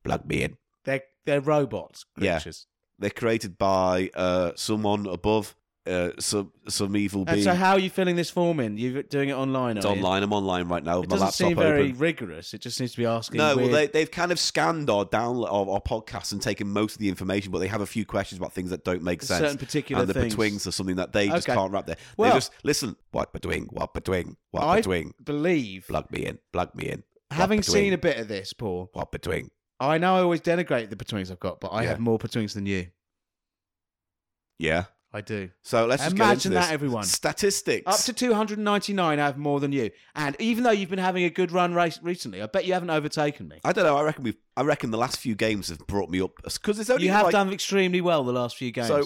Speaker 2: plug me in,
Speaker 1: They're they're robots
Speaker 2: Yeah.
Speaker 1: creatures.
Speaker 2: They're created by uh, someone above, uh, some some evil
Speaker 1: And
Speaker 2: being.
Speaker 1: so, how are you filling this form in? You're doing it online.
Speaker 2: it's
Speaker 1: are you?
Speaker 2: online. I'm online right now. with
Speaker 1: It
Speaker 2: my
Speaker 1: doesn't
Speaker 2: laptop
Speaker 1: seem very
Speaker 2: open.
Speaker 1: rigorous. It just seems to be asking.
Speaker 2: No,
Speaker 1: weird-
Speaker 2: well, they, they've kind of scanned our download our, our podcast and taken most of the information, but they have a few questions about things that don't make sense.
Speaker 1: certain particular
Speaker 2: and the
Speaker 1: things.
Speaker 2: betwings are something that they just
Speaker 1: Okay.
Speaker 2: can't wrap there.
Speaker 1: Well-
Speaker 2: they just listen. What betwing? What betwing? What
Speaker 1: I
Speaker 2: betwing?
Speaker 1: believe,
Speaker 2: Plug me in. Plug me in. What
Speaker 1: having
Speaker 2: betwing?
Speaker 1: seen a bit of this, Paul,
Speaker 2: what betwing?
Speaker 1: I know I always denigrate the betwings I've got, but I
Speaker 2: Yeah.
Speaker 1: have more betwings than you.
Speaker 2: Yeah.
Speaker 1: I do.
Speaker 2: So let's just get into
Speaker 1: Imagine that,
Speaker 2: this.
Speaker 1: everyone.
Speaker 2: Statistics.
Speaker 1: Up to 299, I have more than you. And even though you've been having a good run race recently, I bet you haven't overtaken me.
Speaker 2: I don't know. I reckon we've. I reckon the last few games have brought me up because it's only
Speaker 1: You have
Speaker 2: like,
Speaker 1: done extremely well the last few games.
Speaker 2: So,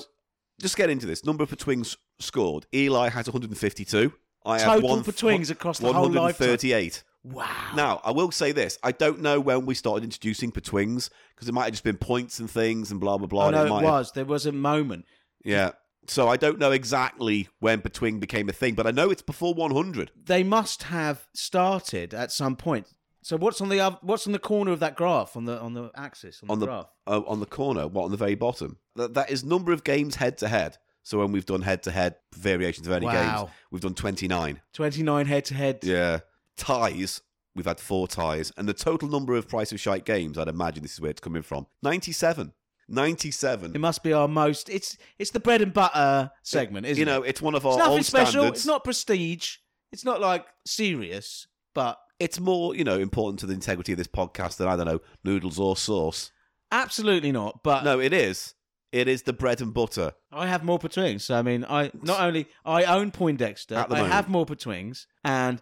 Speaker 2: just get into this. Number of betwings scored. Eli has 152. I have
Speaker 1: Total
Speaker 2: one,
Speaker 1: betwings across the whole lifetime.
Speaker 2: 138.
Speaker 1: wow.
Speaker 2: Now, I will say this. I don't know when we started introducing betwings because it might have just been points and things and blah, blah, blah.
Speaker 1: I
Speaker 2: and
Speaker 1: know
Speaker 2: it
Speaker 1: it
Speaker 2: might have-
Speaker 1: was. There was a moment.
Speaker 2: yeah. So I don't know exactly when betwing became a thing, but I know it's before 100.
Speaker 1: They must have started at some point. So what's on the oth- what's on the corner of that graph on the on the axis on,
Speaker 2: On
Speaker 1: the,
Speaker 2: the-
Speaker 1: graph?
Speaker 2: Oh, on the corner, what, on the very bottom? That, that is number of games head to head. So when we've done head to head variations of any
Speaker 1: Wow.
Speaker 2: games, we've done 29.
Speaker 1: 29 head to head.
Speaker 2: Yeah. Ties. We've had four ties. And the total number of Price of Shite games, I'd imagine this is where it's coming from 97. 97.
Speaker 1: It must be our most. It's it's the bread and butter segment, isn't
Speaker 2: you
Speaker 1: it?
Speaker 2: know, it's one of our
Speaker 1: it's nothing
Speaker 2: old
Speaker 1: special.
Speaker 2: standards.
Speaker 1: It's not prestige. It's not like serious, but
Speaker 2: It's more, you know, important to the integrity of this podcast than I don't know noodles or sauce.
Speaker 1: absolutely not. But
Speaker 2: No, it is. It is the bread and butter.
Speaker 1: I have more betwings. So I mean, I not only I own Poindexter, I
Speaker 2: At the moment.
Speaker 1: have more betwings, and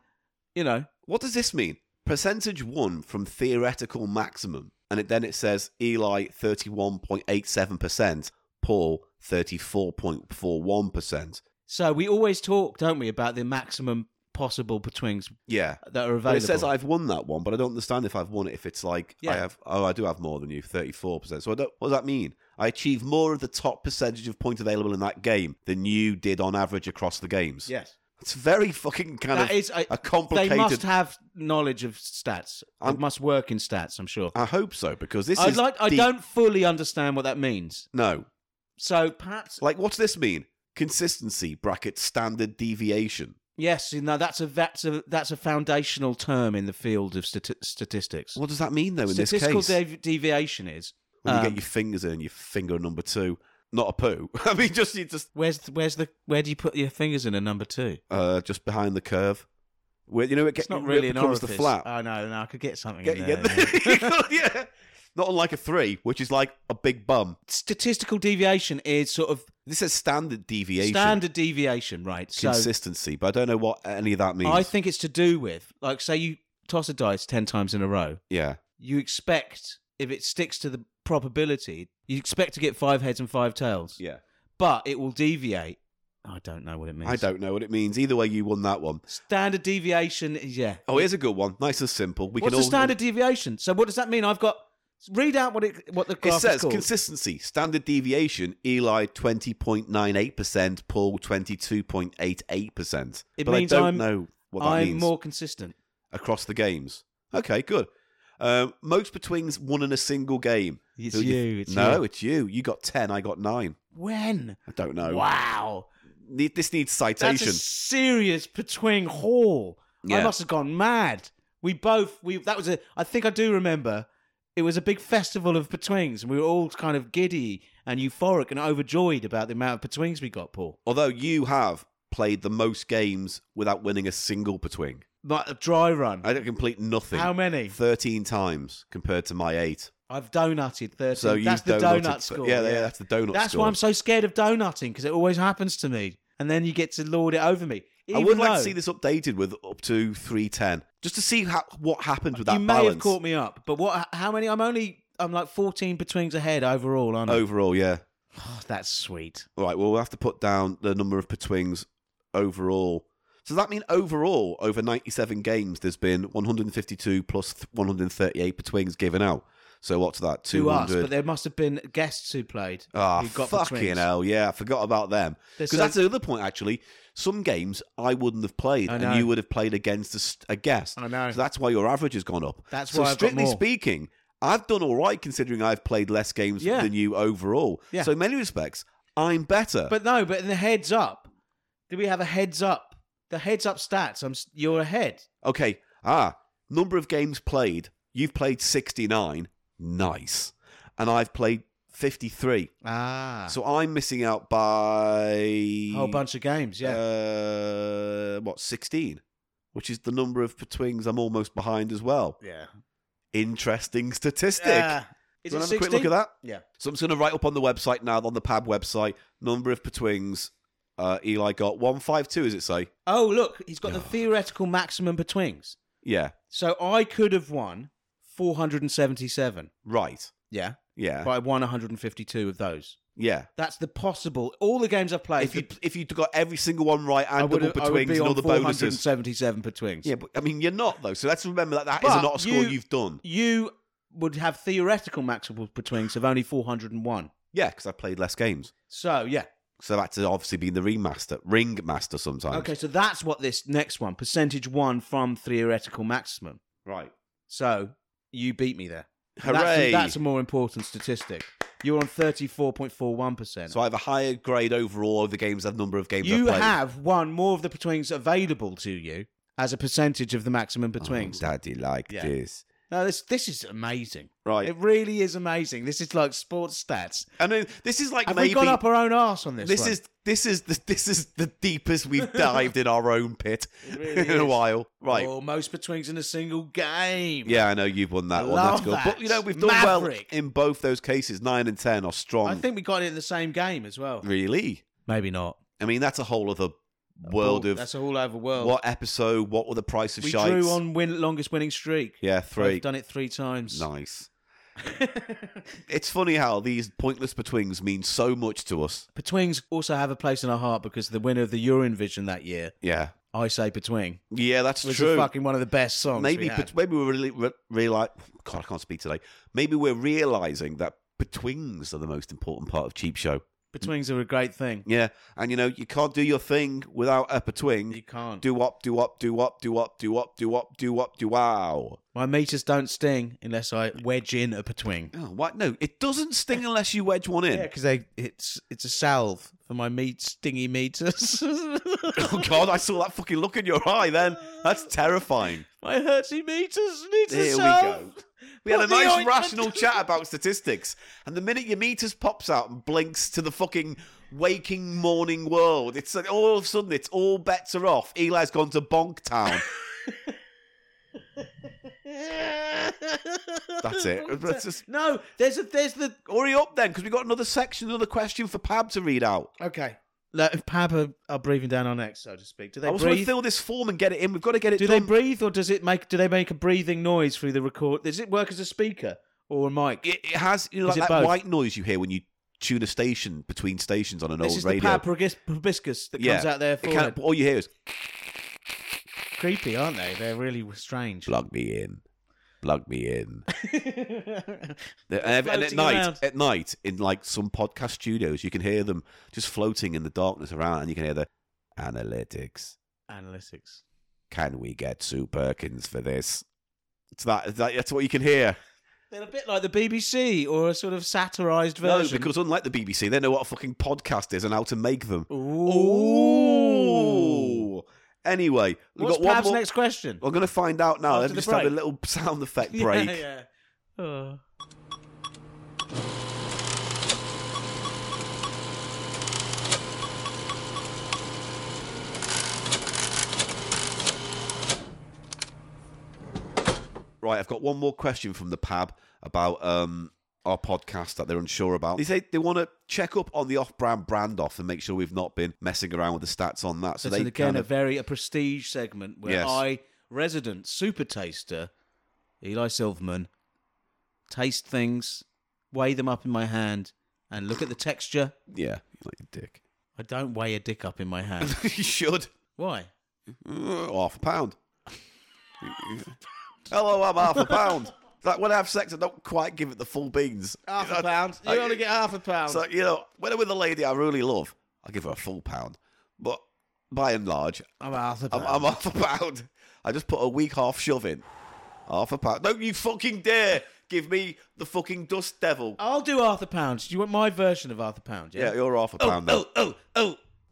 Speaker 1: you know,
Speaker 2: What does this mean? Percentage one from theoretical maximum, and it, then it says Eli thirty-one point eight seven percent, Paul thirty-four point four one percent.
Speaker 1: so we always talk, don't we, about the maximum possible betwings
Speaker 2: Yeah,
Speaker 1: that are
Speaker 2: But
Speaker 1: available.
Speaker 2: it says I've won that one, but I don't understand if I've won it. If it's like
Speaker 1: Yeah.
Speaker 2: I have, oh, I do have more than you, thirty-four percent. So I don't. What does that mean? I achieve more of the top percentage of points available in that game than you did on average across the games.
Speaker 1: yes.
Speaker 2: it's very fucking kind
Speaker 1: That
Speaker 2: of
Speaker 1: is I-
Speaker 2: a
Speaker 1: They
Speaker 2: complicated.
Speaker 1: must have knowledge of stats. i
Speaker 2: I'm-
Speaker 1: must work in stats. I'm sure.
Speaker 2: I hope so because this
Speaker 1: I
Speaker 2: is
Speaker 1: like. I
Speaker 2: deep-
Speaker 1: don't fully understand what that means.
Speaker 2: no.
Speaker 1: So perhaps
Speaker 2: Like, what's this mean? Consistency bracket standard deviation.
Speaker 1: yes, you know that's a that's a that's a foundational term in the field of stati- statistics.
Speaker 2: What does that mean though? In this case,
Speaker 1: Statistical dev- deviation is
Speaker 2: when you
Speaker 1: um,
Speaker 2: get your fingers in, your finger number two, not a poo. I mean, just you just
Speaker 1: where's the, where's the where do you put your fingers in a number two?
Speaker 2: uh, just behind the curve. Where you know it
Speaker 1: It's
Speaker 2: gets
Speaker 1: not really
Speaker 2: it
Speaker 1: an
Speaker 2: becomes
Speaker 1: orifice.
Speaker 2: the flat.
Speaker 1: Oh no, no, I could get something
Speaker 2: Get-
Speaker 1: in there.
Speaker 2: get-
Speaker 1: yeah.
Speaker 2: yeah. Not unlike a three, which is like a big bum.
Speaker 1: Statistical deviation is sort of
Speaker 2: This is standard deviation,
Speaker 1: standard deviation, right? So
Speaker 2: consistency, but I don't know what any of that means.
Speaker 1: I think it's to do with like say you toss a dice ten times in a row.
Speaker 2: yeah,
Speaker 1: You expect if it sticks to the probability, you expect to get five heads and five tails.
Speaker 2: yeah.
Speaker 1: but it will deviate. I don't know what it means.
Speaker 2: I don't know what it means. Either way, you won that one.
Speaker 1: Standard deviation, is- yeah.
Speaker 2: Oh, here's a good one. Nice and simple. We
Speaker 1: What's
Speaker 2: can
Speaker 1: the
Speaker 2: all
Speaker 1: standard deviation? So what does that mean? I've got read out what it what the graph
Speaker 2: It
Speaker 1: is
Speaker 2: says
Speaker 1: called.
Speaker 2: consistency, standard deviation, Eli 20.98%, Paul 22.88%.
Speaker 1: It
Speaker 2: but
Speaker 1: means
Speaker 2: I don't
Speaker 1: I'm-
Speaker 2: know what that
Speaker 1: I'm
Speaker 2: means
Speaker 1: more consistent.
Speaker 2: across the games. Okay, good. Um, most betwings won in a single game.
Speaker 1: It's
Speaker 2: Who do
Speaker 1: you, it's
Speaker 2: no,
Speaker 1: you.
Speaker 2: it's you. You got 10, I got 9.
Speaker 1: When?
Speaker 2: I don't know.
Speaker 1: Wow,
Speaker 2: Ne- This needs
Speaker 1: that's a
Speaker 2: citation.
Speaker 1: serious between haul. I
Speaker 2: Yeah.
Speaker 1: must have gone mad. We both we that was a. I think I do remember. It was a big festival of betwings, and we were all kind of giddy and euphoric and overjoyed about the amount of betwings we got, Paul.
Speaker 2: Although you have played the most games without winning a single betwing.
Speaker 1: Like a dry run.
Speaker 2: I don't complete nothing.
Speaker 1: How many?
Speaker 2: 13 times compared to my 8.
Speaker 1: I've donutted 13.
Speaker 2: So you
Speaker 1: that's the
Speaker 2: donutted-
Speaker 1: donut score.
Speaker 2: Yeah, yeah, that's the donut
Speaker 1: That's
Speaker 2: score.
Speaker 1: why I'm so scared of donutting because it always happens to me. And then you get to lord it over me.
Speaker 2: I
Speaker 1: Even
Speaker 2: would like
Speaker 1: though
Speaker 2: to see this updated with up to 310, just to see how, what happens with that
Speaker 1: You may
Speaker 2: balance.
Speaker 1: have caught me up, but what? how many? I'm only, I'm like 14 betwings ahead overall, aren't I?
Speaker 2: Overall, yeah.
Speaker 1: Oh, that's sweet.
Speaker 2: All right, well, we'll have to put down the number of betwings overall. So does that mean overall, over 97 games, there's been 152 plus th- 138 betwings given out? So what's that?
Speaker 1: To us,
Speaker 2: 200.
Speaker 1: but there must have been guests who played.
Speaker 2: Ah,
Speaker 1: who got
Speaker 2: fucking
Speaker 1: betwings.
Speaker 2: hell! Yeah, I forgot about them
Speaker 1: There's
Speaker 2: because
Speaker 1: so-
Speaker 2: that's the other point. Actually, some games I wouldn't have played,
Speaker 1: I know.
Speaker 2: and you would have played against a, st- a guest.
Speaker 1: I know.
Speaker 2: So that's why your average has gone up.
Speaker 1: That's
Speaker 2: so
Speaker 1: why I've got
Speaker 2: strictly
Speaker 1: more.
Speaker 2: speaking, I've done all right considering I've played less games
Speaker 1: Yeah.
Speaker 2: than you overall.
Speaker 1: Yeah.
Speaker 2: So in many respects, I'm better.
Speaker 1: But no, but in the heads up, do we have a heads up? The heads up stats. I'm s- you're ahead.
Speaker 2: okay, ah, number of games played. You've played 69. Nice. And I've played 53.
Speaker 1: Ah,
Speaker 2: So I'm missing out by
Speaker 1: a whole bunch of games. Yeah,
Speaker 2: uh, what 16 which is the number of twings i'm almost behind as well
Speaker 1: yeah.
Speaker 2: interesting statistic
Speaker 1: Yeah. Uh, Is it
Speaker 2: Do you want to have a quick
Speaker 1: 60?
Speaker 2: look at that?
Speaker 1: Yeah.
Speaker 2: So I'm just going to write up on the website now, on the PAB website, number of Petwings uh, Eli got. 152, is it say?
Speaker 1: Oh, look, he's got the theoretical maximum betwings.
Speaker 2: Yeah.
Speaker 1: So I could have won 477.
Speaker 2: Right.
Speaker 1: Yeah.
Speaker 2: Yeah.
Speaker 1: But I won 152 of those.
Speaker 2: yeah.
Speaker 1: That's the possible. All Uh, the games I've played,
Speaker 2: If you if you got every single one right
Speaker 1: I
Speaker 2: and
Speaker 1: would,
Speaker 2: double
Speaker 1: have, I would
Speaker 2: Petwings
Speaker 1: be
Speaker 2: and
Speaker 1: on
Speaker 2: other bonuses.
Speaker 1: 477 betwings.
Speaker 2: Yeah, but I mean, you're not, though. So let's remember that that is
Speaker 1: But
Speaker 2: not a score
Speaker 1: you-
Speaker 2: you've done.
Speaker 1: You would have theoretical maximum betwings of only 401.
Speaker 2: Yeah, because I played less games.
Speaker 1: So, yeah.
Speaker 2: So that's obviously been the remaster, ring master sometimes.
Speaker 1: Okay, so that's what this next one, percentage one from theoretical maximum.
Speaker 2: Right.
Speaker 1: So you beat me there. And that's-
Speaker 2: Hooray.
Speaker 1: That's, a more important statistic. You're on 34.41%.
Speaker 2: so I have a higher grade overall of the games, the number of games
Speaker 1: you
Speaker 2: I've played.
Speaker 1: have won more of the betwings available to you as a percentage of the maximum
Speaker 2: Oh,
Speaker 1: betwings.
Speaker 2: Daddy like
Speaker 1: Yeah.
Speaker 2: this.
Speaker 1: no, this this is amazing.
Speaker 2: Right.
Speaker 1: It really is amazing. This is like sports stats.
Speaker 2: And then this is like
Speaker 1: Have
Speaker 2: maybe
Speaker 1: we gone up our own arse on this?
Speaker 2: this
Speaker 1: one?
Speaker 2: is this is the, this is the deepest we've dived in our own pit
Speaker 1: really
Speaker 2: in a
Speaker 1: is.
Speaker 2: while. Right.
Speaker 1: Oh, most betwings in a single game.
Speaker 2: Yeah, I know you've won that
Speaker 1: I
Speaker 2: one. That's
Speaker 1: love
Speaker 2: good. But
Speaker 1: that.
Speaker 2: you know, we've done
Speaker 1: Maverick.
Speaker 2: well in both those cases. Nine and ten are strong.
Speaker 1: I think we got it in the same game as well.
Speaker 2: really.
Speaker 1: Maybe not.
Speaker 2: I mean, that's a whole other world
Speaker 1: All-
Speaker 2: of
Speaker 1: that's all over world.
Speaker 2: what episode, what were the price of
Speaker 1: we
Speaker 2: shites?
Speaker 1: drew on win longest winning streak.
Speaker 2: yeah,
Speaker 1: I've
Speaker 2: three.
Speaker 1: done it three times.
Speaker 2: Nice. it's funny how these pointless betwings mean so much to us.
Speaker 1: Betwings also have a place in our heart because the winner of the Eurovision that year,
Speaker 2: Yeah.
Speaker 1: I Say Betwing,
Speaker 2: Yeah, that's
Speaker 1: was
Speaker 2: true.
Speaker 1: fucking one of the best songs.
Speaker 2: maybe
Speaker 1: we
Speaker 2: we
Speaker 1: had.
Speaker 2: maybe we're really re- realize. God, I can't speak today. Maybe we're realizing that betwings are the most important part of cheap show.
Speaker 1: Betwings are a great thing.
Speaker 2: Yeah, and you know you can't do your thing without a
Speaker 1: You
Speaker 2: betwing.
Speaker 1: can't.
Speaker 2: Do up, do up, do up, do up, do up, do up, do up, do wow.
Speaker 1: My meters don't sting unless I wedge in a betwing.
Speaker 2: Oh, what? No, it doesn't sting unless you wedge one in.
Speaker 1: Yeah, because they it's it's a salve for my meat stingy meters.
Speaker 2: oh God, I saw that fucking look in your eye. Then that's terrifying.
Speaker 1: my hurty meters needs a
Speaker 2: Here we
Speaker 1: salve.
Speaker 2: go. We had a
Speaker 1: Put the
Speaker 2: nice
Speaker 1: ointment-
Speaker 2: rational chat about statistics, and the minute your meters pops out and blinks to the fucking waking morning world, it's like all of a sudden it's all bets are off. Eli's gone to Bonk Town. That's it. Let's just
Speaker 1: No, there's a there's the
Speaker 2: hurry up then, because we've got another section, another question for Pab to read out.
Speaker 1: okay. Like, Pab are, are breathing down our necks, so to speak. Do they
Speaker 2: I just want to
Speaker 1: breathe?
Speaker 2: fill this form and get it in. We've got to get it
Speaker 1: Do they
Speaker 2: done.
Speaker 1: breathe, or does it make? Do they make a breathing noise through the record? Does it work as a speaker or a mic?
Speaker 2: it, it has you know,
Speaker 1: Is
Speaker 2: like
Speaker 1: it
Speaker 2: that
Speaker 1: both?
Speaker 2: white noise you hear when you tune a station between stations on an
Speaker 1: this
Speaker 2: old
Speaker 1: is
Speaker 2: radio.
Speaker 1: the pad probis- proboscis that comes out there.
Speaker 2: It can't- all you hear is
Speaker 1: Creepy, aren't they? They're really strange.
Speaker 2: plug me in, plug me in. And, ev- and at
Speaker 1: floating
Speaker 2: night,
Speaker 1: around.
Speaker 2: at night, in like some podcast studios, you can hear them just floating in the darkness around, and you can hear the analytics.
Speaker 1: Analytics.
Speaker 2: Can we get Sue Perkins for this? It's that, that that's what you can hear.
Speaker 1: They're a bit like the BBC or a sort of satirized
Speaker 2: No,
Speaker 1: version.
Speaker 2: because unlike the BBC, they know what a fucking podcast is and how to make them.
Speaker 1: Ooh.
Speaker 2: Ooh. Anyway, we've
Speaker 1: What's
Speaker 2: got one
Speaker 1: Pab's
Speaker 2: more.
Speaker 1: next question?
Speaker 2: I'm going to find out
Speaker 1: After
Speaker 2: now. Let
Speaker 1: the
Speaker 2: me just have a
Speaker 1: break.
Speaker 2: little sound effect
Speaker 1: Yeah,
Speaker 2: break.
Speaker 1: Yeah, Oh.
Speaker 2: Right, I've got one more question from the Pab about um, our podcast that they're unsure about. They say they want to check up on the off-brand brand off and make sure we've not been messing around with the stats on that. So
Speaker 1: This
Speaker 2: they
Speaker 1: is again
Speaker 2: kind
Speaker 1: a
Speaker 2: of,
Speaker 1: very a prestige segment where
Speaker 2: Yes.
Speaker 1: I, resident super taster, Eli Silverman, taste things, weigh them up in my hand, and look at the texture.
Speaker 2: yeah, like a dick.
Speaker 1: I don't weigh a dick up in my hand.
Speaker 2: you should
Speaker 1: Why?
Speaker 2: Uh, half a pound. Hello, I'm half a pound. It's Like when I have sex, I don't quite give it the full beans.
Speaker 1: Half
Speaker 2: I-
Speaker 1: a pound.
Speaker 2: I-
Speaker 1: You want to get half a pound.
Speaker 2: So you know, when I'm with a lady I really love, I give her a full pound. But by and large,
Speaker 1: I'm half a
Speaker 2: I'm,
Speaker 1: pound.
Speaker 2: I'm half a pound. I just put a weak half shove in. Half a pound. Don't you fucking dare Give me the fucking dust devil.
Speaker 1: I'll do Arthur Pound. Do you want my version of Arthur Pound?
Speaker 2: yeah,
Speaker 1: Yeah.
Speaker 2: you're half a
Speaker 1: oh,
Speaker 2: pound though.
Speaker 1: oh, oh,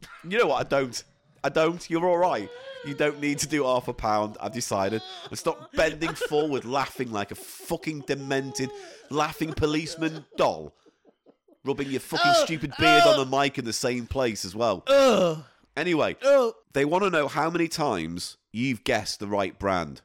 Speaker 1: oh.
Speaker 2: You know what? I don't. I don't. You're all right. You don't need to do half a pound. I've decided. And stop bending forward, laughing like a fucking demented, laughing policeman doll. Rubbing your fucking stupid beard on the mic in the same place as well.
Speaker 1: Oh,
Speaker 2: Anyway,
Speaker 1: oh.
Speaker 2: they want to know how many times you've guessed the right brand,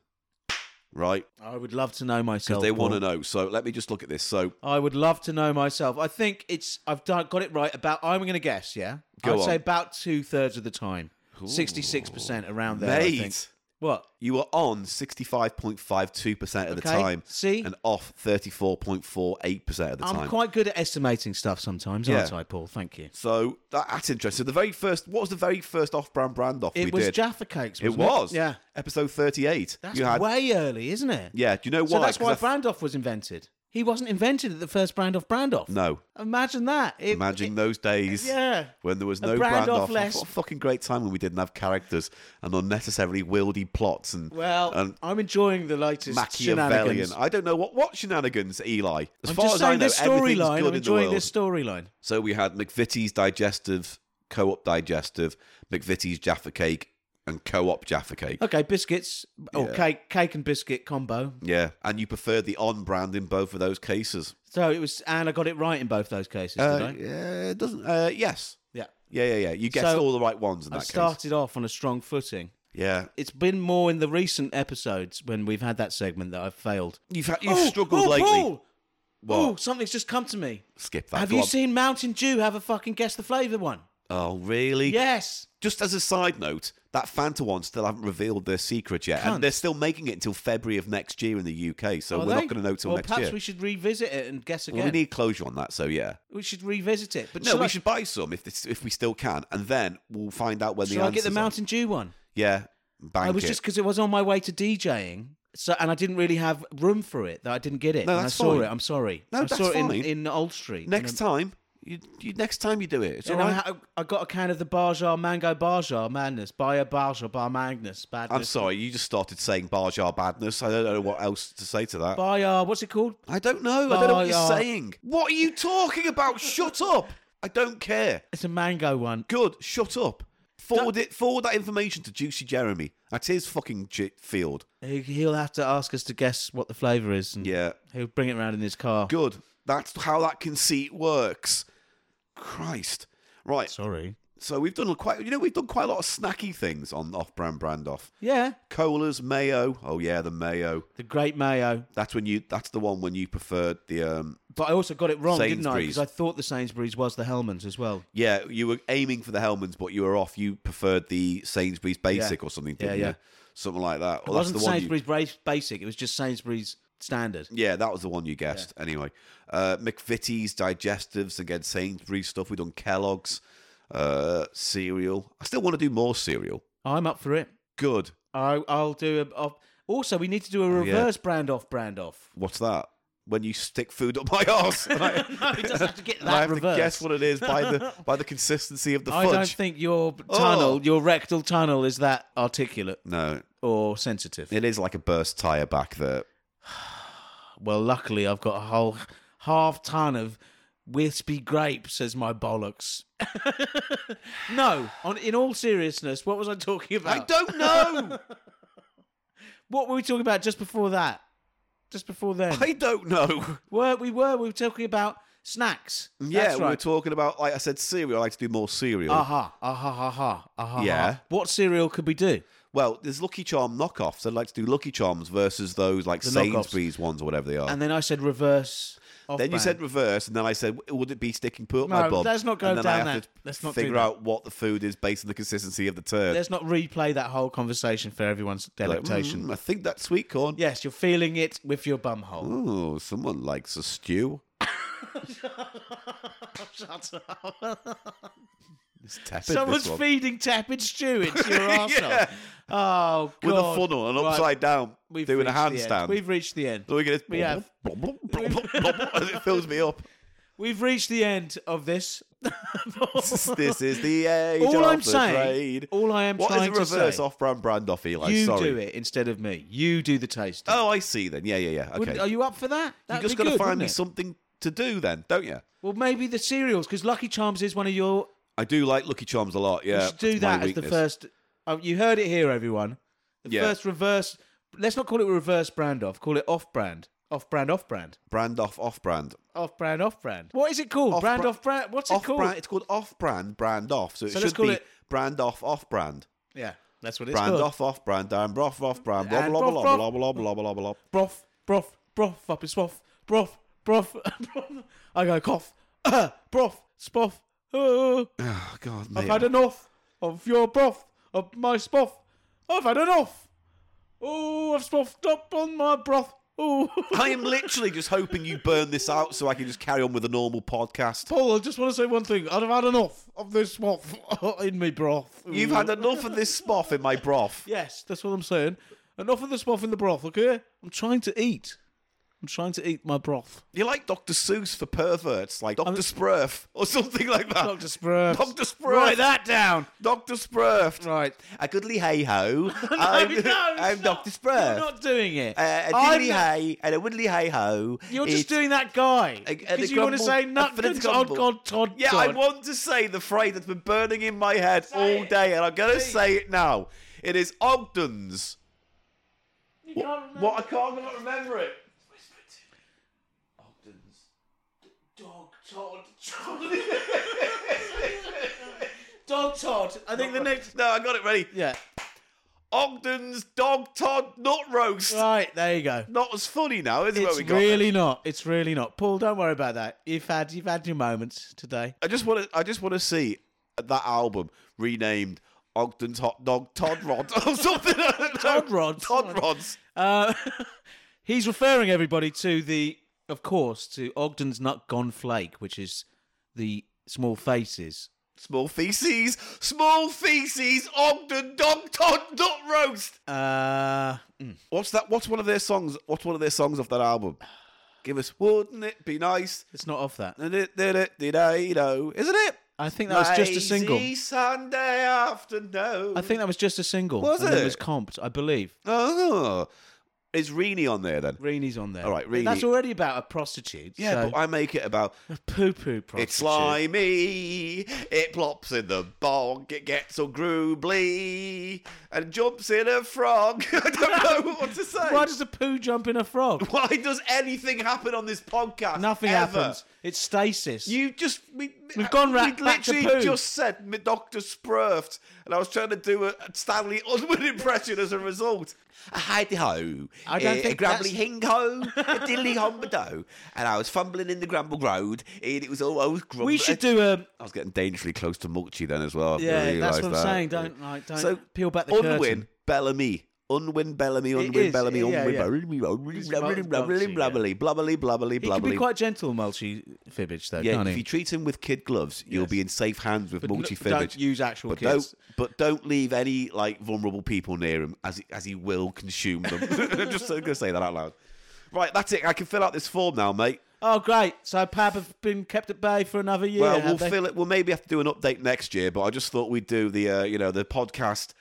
Speaker 2: right?
Speaker 1: I would love to know myself.
Speaker 2: They want
Speaker 1: Paul.
Speaker 2: to know. So let me just look at this. So
Speaker 1: I would love to know myself. I think it's I've done, got it right about. I'm going to guess. Yeah,
Speaker 2: Go
Speaker 1: I'd say
Speaker 2: on.
Speaker 1: about two thirds of the time, sixty-six percent around there. I think.
Speaker 2: mate,
Speaker 1: What?
Speaker 2: you were on sixty-five point five two percent of the
Speaker 1: Okay,
Speaker 2: time,
Speaker 1: see?
Speaker 2: and off thirty-four point four eight percent of the
Speaker 1: I'm
Speaker 2: time.
Speaker 1: quite good at estimating stuff sometimes, aren't
Speaker 2: Yeah.
Speaker 1: I, Paul? Thank you.
Speaker 2: So that, that's interesting. So the very first, what was the very first off-brand brand off
Speaker 1: It
Speaker 2: we
Speaker 1: was
Speaker 2: did?
Speaker 1: Jaffa Cakes.
Speaker 2: it
Speaker 1: Wasn't
Speaker 2: was.
Speaker 1: Yeah.
Speaker 2: Episode thirty-eight.
Speaker 1: That's
Speaker 2: you had.
Speaker 1: way early, isn't it?
Speaker 2: yeah. Do you know why?
Speaker 1: So that's
Speaker 2: 'Cause
Speaker 1: why
Speaker 2: I th-
Speaker 1: Brandoff was invented. He wasn't invented at the first Brandoff Brandoff.
Speaker 2: No.
Speaker 1: Imagine that. It-
Speaker 2: Imagine those days.
Speaker 1: Yeah.
Speaker 2: When there was
Speaker 1: A
Speaker 2: no
Speaker 1: brand
Speaker 2: brand,
Speaker 1: off
Speaker 2: off.
Speaker 1: less-
Speaker 2: What a fucking great time when we didn't have characters and unnecessarily wieldy plots and
Speaker 1: Well,
Speaker 2: and
Speaker 1: I'm enjoying the latest
Speaker 2: Machiavellian.
Speaker 1: shenanigans.
Speaker 2: I don't know what what shenanigans, Eli. As
Speaker 1: I'm
Speaker 2: far
Speaker 1: just
Speaker 2: as I
Speaker 1: saying
Speaker 2: know,
Speaker 1: this
Speaker 2: everything's
Speaker 1: storyline.
Speaker 2: good
Speaker 1: I'm
Speaker 2: in the
Speaker 1: enjoying
Speaker 2: world.
Speaker 1: this storyline.
Speaker 2: So we had McVitie's digestive, co-op digestive, McVitie's Jaffa cake, and co-op Jaffa cake.
Speaker 1: Okay, biscuits or
Speaker 2: Yeah.
Speaker 1: cake, cake and biscuit combo.
Speaker 2: Yeah, and you preferred the on brand in both of those cases.
Speaker 1: So it was, and I got it right in both those cases, did I?
Speaker 2: Uh, yeah, it doesn't. Uh, yes.
Speaker 1: Yeah.
Speaker 2: Yeah, yeah, yeah. You guessed
Speaker 1: So,
Speaker 2: all the right ones in
Speaker 1: I
Speaker 2: that case.
Speaker 1: started off on a strong footing.
Speaker 2: Yeah,
Speaker 1: It's been more in the recent episodes when we've had that segment that I've failed.
Speaker 2: you've had, you've
Speaker 1: Oh,
Speaker 2: struggled
Speaker 1: oh,
Speaker 2: lately.
Speaker 1: Paul!
Speaker 2: What?
Speaker 1: Oh, something's just come to me.
Speaker 2: Skip that.
Speaker 1: have
Speaker 2: Go
Speaker 1: you
Speaker 2: on.
Speaker 1: seen Mountain Dew have a fucking guess the flavour one?
Speaker 2: Oh, really?
Speaker 1: Yes.
Speaker 2: Just as a side note, that Fanta one still haven't revealed their secret yet,
Speaker 1: Cunt.
Speaker 2: and they're still making it until February of next year in the UK. So
Speaker 1: Are
Speaker 2: we're
Speaker 1: they?
Speaker 2: not going to know till
Speaker 1: well,
Speaker 2: next
Speaker 1: perhaps
Speaker 2: year.
Speaker 1: we should revisit it and guess again.
Speaker 2: Well, we need closure on that. So yeah.
Speaker 1: We should revisit it. But
Speaker 2: No,
Speaker 1: shall
Speaker 2: we
Speaker 1: I-
Speaker 2: should buy some if this, if we still can, and then we'll find out when the
Speaker 1: Shall I get the
Speaker 2: answers are.
Speaker 1: Mountain Dew one?
Speaker 2: Yeah, bank
Speaker 1: I was
Speaker 2: it.
Speaker 1: just because it was on my way to DJing, so and I didn't really have room for it that I didn't get it.
Speaker 2: No,
Speaker 1: and
Speaker 2: that's
Speaker 1: I saw
Speaker 2: fine.
Speaker 1: it. I'm sorry.
Speaker 2: No,
Speaker 1: I
Speaker 2: that's
Speaker 1: saw it in,
Speaker 2: fine.
Speaker 1: in Old Street.
Speaker 2: Next
Speaker 1: And,
Speaker 2: time, you, you next time you do it, it's
Speaker 1: and
Speaker 2: all
Speaker 1: I,
Speaker 2: right.
Speaker 1: Mm. ha- I got a can of the Barjar Mango Barjar Madness by a Barjar Bar Magnus Badness.
Speaker 2: I'm sorry, you just started saying Barjar badness. I don't know what else to say to that.
Speaker 1: Barjar, what's it called?
Speaker 2: I don't know. I don't know what you're
Speaker 1: Barjar.
Speaker 2: saying. What are you talking about? Shut up. I don't care.
Speaker 1: It's a mango one.
Speaker 2: Good. Shut up. Forward it. Forward that information to Juicy Jeremy. That's his fucking j- field.
Speaker 1: He- He'll have to ask us to guess what the flavour is, and
Speaker 2: Yeah.
Speaker 1: he'll bring it around in his car.
Speaker 2: Good. That's how that conceit works. Christ. Right.
Speaker 1: Sorry.
Speaker 2: So we've done quite. You know, we've done quite a lot of snacky things on off-brand brand off.
Speaker 1: Yeah,
Speaker 2: Colas, mayo. Oh yeah, the mayo.
Speaker 1: the Great Mayo.
Speaker 2: That's when you. That's the one when you preferred the. um
Speaker 1: But I also got it wrong, didn't I?
Speaker 2: Sainsbury's.
Speaker 1: Because I thought the Sainsbury's was the Hellman's as well.
Speaker 2: Yeah, you were aiming for the Hellman's, but you were off. You preferred the Sainsbury's Basic
Speaker 1: Yeah.
Speaker 2: or something,
Speaker 1: Yeah,
Speaker 2: didn't
Speaker 1: yeah.
Speaker 2: you? Something like that. Well,
Speaker 1: it
Speaker 2: that's
Speaker 1: wasn't
Speaker 2: the one you-
Speaker 1: Sainsbury's bra- basic. It was just Sainsbury's standard.
Speaker 2: yeah, that was the one you guessed. Anyway, uh, McVitie's digestives again, Sainsbury's stuff. We done Kellogg's uh, cereal. I still want to do more cereal.
Speaker 1: I'm up for it.
Speaker 2: Good.
Speaker 1: I, I'll do a. I'll, also, we need to do a
Speaker 2: yeah.
Speaker 1: reverse brand off, brand off.
Speaker 2: What's that? When you stick food up my arse. And I-
Speaker 1: no, it doesn't have to get
Speaker 2: and I
Speaker 1: that
Speaker 2: have
Speaker 1: reverse.
Speaker 2: to guess what it is by the by the consistency of the
Speaker 1: I
Speaker 2: fudge.
Speaker 1: don't think your tunnel,
Speaker 2: Oh.
Speaker 1: your rectal tunnel, is that articulate
Speaker 2: no,
Speaker 1: or sensitive.
Speaker 2: it is like a burst tire back there.
Speaker 1: Well, luckily, I've got a whole half ton of wispy grapes as my bollocks. no, on, in all seriousness, what was I talking about?
Speaker 2: I don't know.
Speaker 1: What were we talking about just before that? Just before then?
Speaker 2: I don't know.
Speaker 1: Were we were we were talking about snacks?
Speaker 2: Yeah,
Speaker 1: That's
Speaker 2: we were
Speaker 1: right. Ah.
Speaker 2: talking about, like I said, cereal. I like to do more cereal.
Speaker 1: Aha, aha, aha, aha, aha.
Speaker 2: Yeah.
Speaker 1: What cereal could we do?
Speaker 2: Well, there's Lucky Charm knockoffs. I'd like to do Lucky Charms versus those like
Speaker 1: The knockoffs.
Speaker 2: Sainsbury's ones or whatever they are.
Speaker 1: And then I said reverse. Off
Speaker 2: then you said
Speaker 1: brand.
Speaker 2: reverse, and then I said, would it be sticking poo up
Speaker 1: No,
Speaker 2: my bum?
Speaker 1: let's not go
Speaker 2: and then I
Speaker 1: down
Speaker 2: have
Speaker 1: that.
Speaker 2: to
Speaker 1: Let's not do
Speaker 2: figure
Speaker 1: that.
Speaker 2: out what the food is based on the consistency of the turd.
Speaker 1: let's not replay that whole conversation for everyone's
Speaker 2: Like,
Speaker 1: delectation.
Speaker 2: "Mm, I think that's sweet corn.
Speaker 1: Yes, you're feeling it with your bum hole.
Speaker 2: Oh, someone likes a stew.
Speaker 1: Shut up.
Speaker 2: It's tepid.
Speaker 1: Someone's
Speaker 2: this one.
Speaker 1: feeding tepid stew into your arsehole.
Speaker 2: Yeah.
Speaker 1: Oh, God.
Speaker 2: with a funnel and
Speaker 1: Right,
Speaker 2: upside down,
Speaker 1: we've
Speaker 2: doing a
Speaker 1: reached the end.
Speaker 2: handstand.
Speaker 1: We've reached the end.
Speaker 2: Doing it.
Speaker 1: we have.
Speaker 2: and it fills me up.
Speaker 1: We've reached the end of this.
Speaker 2: this is the age
Speaker 1: All
Speaker 2: of
Speaker 1: I'm
Speaker 2: the
Speaker 1: saying-
Speaker 2: trade.
Speaker 1: all I am
Speaker 2: What is
Speaker 1: trying to
Speaker 2: a reverse
Speaker 1: say-
Speaker 2: off-brand brand off Eli?
Speaker 1: you
Speaker 2: Sorry.
Speaker 1: do it instead of me. You do the taste.
Speaker 2: Oh, I see then. Yeah, yeah, yeah. Oh, Okay.
Speaker 1: Are you up for that?
Speaker 2: you
Speaker 1: That'd
Speaker 2: just
Speaker 1: be
Speaker 2: got to
Speaker 1: good,
Speaker 2: find
Speaker 1: wouldn't
Speaker 2: me
Speaker 1: it?
Speaker 2: something to do then, don't you?
Speaker 1: Well, maybe the cereals because Lucky Charms is one of your.
Speaker 2: I do like Lucky Charms a lot. Yeah.
Speaker 1: you should do
Speaker 2: it's my
Speaker 1: that as the
Speaker 2: weakness.
Speaker 1: first. Oh, you heard it here, everyone. The
Speaker 2: Yeah.
Speaker 1: first reverse. Let's not call it reverse brand off. Call it off brand. Off brand. Off brand.
Speaker 2: brand off off-brand.
Speaker 1: Off brand. Off brand. What is it called? brand
Speaker 2: Off-bra-
Speaker 1: off brand. What's it called?
Speaker 2: Off-brand. It's called off-brand brand off. So it
Speaker 1: So let's
Speaker 2: should
Speaker 1: call
Speaker 2: be
Speaker 1: it-
Speaker 2: brand off off-brand.
Speaker 1: Yeah, that's what it's
Speaker 2: Brand
Speaker 1: called.
Speaker 2: off off-brand. Brand off off-brand. Blah
Speaker 1: And
Speaker 2: blah
Speaker 1: broth,
Speaker 2: blah blah
Speaker 1: broth.
Speaker 2: blah blah blah blah blah.
Speaker 1: broth, broth, broth, up his swath, broth, broth, broth. I go cough, broth, spoff. Uh,
Speaker 2: Oh God,
Speaker 1: I've
Speaker 2: mate.
Speaker 1: had enough of your broth, of my spoff. I've had enough. Oh, I've spoffed up on my broth. Oh,
Speaker 2: I am literally just hoping you burn this out so I can just carry on with a normal podcast.
Speaker 1: Paul, I just want to say one thing. I've had enough of this spoff in my broth.
Speaker 2: You've
Speaker 1: Ooh.
Speaker 2: had enough of this spoff in my broth.
Speaker 1: Yes, that's what I'm saying. Enough of the spoff in the broth, okay? I'm trying to eat. I'm trying to eat my broth.
Speaker 2: You like Dr. Seuss for perverts, like Dr. Sprurf or something like that.
Speaker 1: Dr. Sprurf.
Speaker 2: Dr. Sprurf.
Speaker 1: Write that down.
Speaker 2: Dr. Sprurf.
Speaker 1: Right.
Speaker 2: A goodly hey ho. I'm,
Speaker 1: no,
Speaker 2: I'm
Speaker 1: stop.
Speaker 2: Dr. Sprurf.
Speaker 1: You're not doing it.
Speaker 2: Uh, a
Speaker 1: I'm
Speaker 2: diddly
Speaker 1: not-
Speaker 2: hey and a widdly hey ho.
Speaker 1: You're just doing that guy
Speaker 2: A- and a
Speaker 1: because you want to
Speaker 2: grumble-
Speaker 1: say
Speaker 2: a
Speaker 1: nutkins
Speaker 2: fanatic
Speaker 1: on
Speaker 2: grumble.
Speaker 1: God Todd.
Speaker 2: Yeah, I
Speaker 1: Todd.
Speaker 2: want to say the phrase that's been burning in my head
Speaker 1: Say
Speaker 2: all
Speaker 1: it.
Speaker 2: day, and I'm going to
Speaker 1: Say it.
Speaker 2: say it now. It is Ogden's.
Speaker 1: You can't remember.
Speaker 2: What? I can't I can't remember it.
Speaker 1: Dog Todd. Dog Todd. I think the next.
Speaker 2: No, I got it ready.
Speaker 1: Yeah.
Speaker 2: Ogden's Dog Todd Nut Roast.
Speaker 1: Right there you go.
Speaker 2: Not as funny now, is it? where
Speaker 1: It's
Speaker 2: we got
Speaker 1: really not. It's really not. Paul, don't worry about that. You've had you've had your moments today.
Speaker 2: I just want to. I just want to see that album renamed Ogden's Hot Dog Todd Rod or something. I don't know.
Speaker 1: Todd Rods.
Speaker 2: Todd Rods.
Speaker 1: Uh, he's referring everybody to the, of course, to Ogden's Nut Gone Flake, which is the small faces.
Speaker 2: Small feces. Small feces. Ogden Dog Todd Nut Roast.
Speaker 1: Uh,
Speaker 2: What's that? What's one of their songs? What's one of their songs off that album? Give us. Wouldn't it be nice?
Speaker 1: it's not off that.
Speaker 2: Isn't it? That
Speaker 1: I think that was just a single.
Speaker 2: Sunday afternoon.
Speaker 1: I think that was just a single.
Speaker 2: Was
Speaker 1: and
Speaker 2: it?
Speaker 1: was comped, I believe.
Speaker 2: Oh, is Reenie on there then?
Speaker 1: Reenie's on there.
Speaker 2: All right,
Speaker 1: But That's
Speaker 2: Reenie.
Speaker 1: already about a prostitute.
Speaker 2: Yeah,
Speaker 1: so-
Speaker 2: but I make it about
Speaker 1: poo-poo prostitute.
Speaker 2: It's slimy, it plops in the bog, it gets all groobly, and jumps in a frog. I don't know what to say.
Speaker 1: Why does a poo jump in a frog?
Speaker 2: Why does anything happen on this podcast?
Speaker 1: Nothing
Speaker 2: ever?
Speaker 1: happens. It's stasis.
Speaker 2: You just we,
Speaker 1: We've gone ra-
Speaker 2: We
Speaker 1: back to
Speaker 2: literally
Speaker 1: poo.
Speaker 2: just said m- Dr. Sprurft, and I was trying to do a Stanley Unwin impression as a result. A hidey ho,
Speaker 1: I don't
Speaker 2: eh,
Speaker 1: think
Speaker 2: a
Speaker 1: that's-
Speaker 2: grabbly hing ho, a diddly hombado, and I was fumbling in the Gramble Road, and it was all I was grumbling.
Speaker 1: we should do a
Speaker 2: I was getting dangerously close to Mulchy then as well. I've
Speaker 1: yeah. That's
Speaker 2: realised
Speaker 1: what I'm
Speaker 2: that.
Speaker 1: saying. Don't like don't
Speaker 2: So
Speaker 1: peel back the
Speaker 2: Unwin
Speaker 1: curtain.
Speaker 2: Bellamy. Unwin Bellamy,
Speaker 1: is,
Speaker 2: Unwin Bellamy,
Speaker 1: yeah,
Speaker 2: Unwin
Speaker 1: yeah.
Speaker 2: Bellamy, Unwin
Speaker 1: It's
Speaker 2: Bellamy,
Speaker 1: Mul- Mulchy,
Speaker 2: Bellamy,
Speaker 1: yeah.
Speaker 2: Bellamy, Blubbly, Blubbly,
Speaker 1: He can be
Speaker 2: Blubbly.
Speaker 1: quite gentle, Mulchy Fibbage, though,
Speaker 2: Yeah,
Speaker 1: can't
Speaker 2: if
Speaker 1: he?
Speaker 2: you treat him with kid gloves, you'll
Speaker 1: Yes.
Speaker 2: be in safe hands with
Speaker 1: But no-
Speaker 2: Mulchy
Speaker 1: don't
Speaker 2: Fibbage.
Speaker 1: use actual
Speaker 2: But
Speaker 1: kids.
Speaker 2: don't, but don't leave any like vulnerable people near him, as he, as he will consume them. I'm just going to say that out loud. Right, that's it. I can fill out this form now, mate.
Speaker 1: Oh, great. So Pab have been kept at bay for another year.
Speaker 2: Well,
Speaker 1: have
Speaker 2: we'll
Speaker 1: they?
Speaker 2: fill it. We'll maybe have to do an update next year, but I just thought we'd do the uh, you know the podcast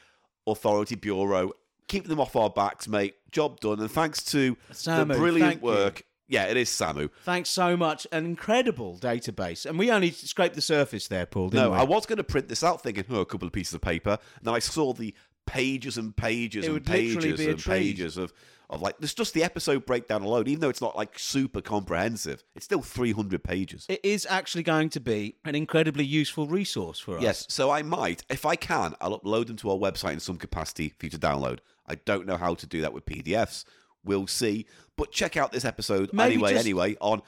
Speaker 2: authority bureau. Keep them off our backs, mate. Job done, and thanks to
Speaker 1: Samu,
Speaker 2: the brilliant
Speaker 1: thank you.
Speaker 2: work. Yeah, it is Samu.
Speaker 1: Thanks so much. An incredible database. And we only scraped the surface there, Paul, didn't
Speaker 2: No,
Speaker 1: we?
Speaker 2: I was going to print this out, thinking, oh, a couple of pieces of paper. And then I saw the pages and pages
Speaker 1: It
Speaker 2: and
Speaker 1: would literally
Speaker 2: pages
Speaker 1: be a
Speaker 2: and
Speaker 1: treat.
Speaker 2: pages of of like there's just the episode breakdown alone. Even though it's not like super comprehensive, it's still 300 pages.
Speaker 1: It is actually going to be an incredibly useful resource for us.
Speaker 2: Yes, so I might, if I can, I'll upload them to our website in some capacity for you to download. I don't know how to do that with PDFs. We'll see. But check out this episode
Speaker 1: Maybe
Speaker 2: anyway,
Speaker 1: just-
Speaker 2: anyway, on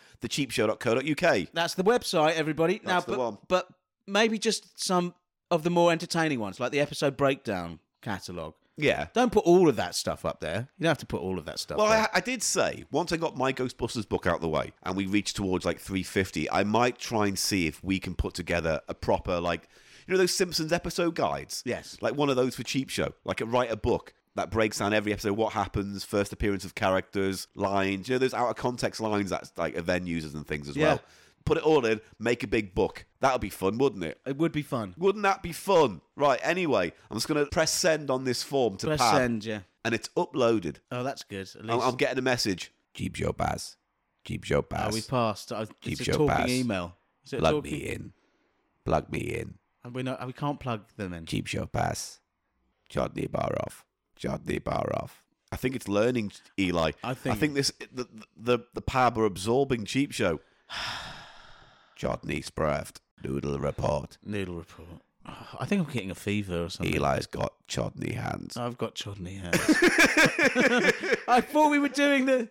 Speaker 2: thecheapshow.co.uk.
Speaker 1: That's the website, everybody. now,
Speaker 2: That's the
Speaker 1: but,
Speaker 2: one.
Speaker 1: but maybe just some of the more entertaining ones, like the episode breakdown catalogue.
Speaker 2: Yeah.
Speaker 1: Don't put all of that stuff up there. You don't have to put all of that stuff
Speaker 2: Well,
Speaker 1: there.
Speaker 2: I, I did say once I got my Ghostbusters book out of the way and we reached towards like 350, I might try and see if we can put together a proper, like, you know, those Simpsons episode guides?
Speaker 1: Yes.
Speaker 2: Like one of those for Cheap Show. Like, a, write a book that breaks down every episode what happens, first appearance of characters, lines, you know, those out of context lines that like event users and things as
Speaker 1: Yeah.
Speaker 2: well. put it all in, make a big book. That would be fun, wouldn't it?
Speaker 1: It would be fun.
Speaker 2: Wouldn't that be fun? Right, anyway, I'm just going to press send on this form to
Speaker 1: Press
Speaker 2: Pam.
Speaker 1: send, yeah.
Speaker 2: And it's uploaded.
Speaker 1: Oh, that's good. At
Speaker 2: I'm,
Speaker 1: least
Speaker 2: I'm getting a message.
Speaker 3: Keep your pass. Keep your
Speaker 1: oh,
Speaker 3: pass.
Speaker 1: we passed. Oh,
Speaker 3: Keep
Speaker 1: it's a
Speaker 3: your
Speaker 1: talking
Speaker 3: pass.
Speaker 1: email. Is it a
Speaker 3: Plug
Speaker 1: talking-
Speaker 3: me in. Plug me in.
Speaker 1: And we not, we can't plug them in.
Speaker 3: Keep your pass. Chutney bar off. Chutney bar off.
Speaker 2: I think it's learning, Eli.
Speaker 1: I think-
Speaker 2: I think this the the the pub are absorbing cheap show.
Speaker 3: Chutney spraft. Noodle report.
Speaker 1: Noodle report. Oh, I think I'm getting a fever or something.
Speaker 3: Eli's got chutney hands.
Speaker 1: I've got Chodney hands. I thought we were doing the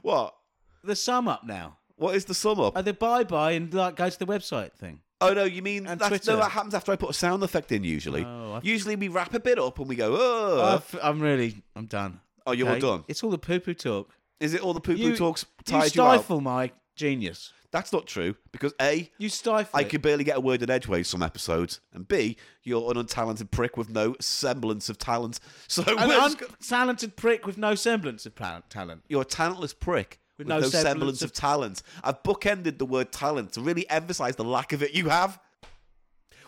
Speaker 2: What?
Speaker 1: the sum up now.
Speaker 2: What is the sum up?
Speaker 1: Oh, the bye bye and like go to the website thing.
Speaker 2: Oh no, you mean
Speaker 1: And
Speaker 2: that's, no?
Speaker 1: Twitter.
Speaker 2: That happens after I put a sound effect in. Usually,
Speaker 1: Oh, I've-
Speaker 2: usually we wrap a bit up and we go, oh,
Speaker 1: I f- I'm really, I'm done.
Speaker 2: oh, you're
Speaker 1: Okay?
Speaker 2: done.
Speaker 1: It's all the poo poo talk.
Speaker 2: Is it all the poo poo
Speaker 1: You-
Speaker 2: talks
Speaker 1: You
Speaker 2: tied you, out?
Speaker 1: stifle my genius.
Speaker 2: That's not true because a,
Speaker 1: You stifle.
Speaker 2: I
Speaker 1: it.
Speaker 2: could barely get a word in edgeways some episodes, and b, you're an untalented prick with no semblance of talent. So
Speaker 1: An
Speaker 2: we're just go-
Speaker 1: untalented prick with no semblance of pla- talent.
Speaker 2: You're a talentless prick with, no, semblance, of, talent. I've bookended the word talent to really emphasise the lack of it you have.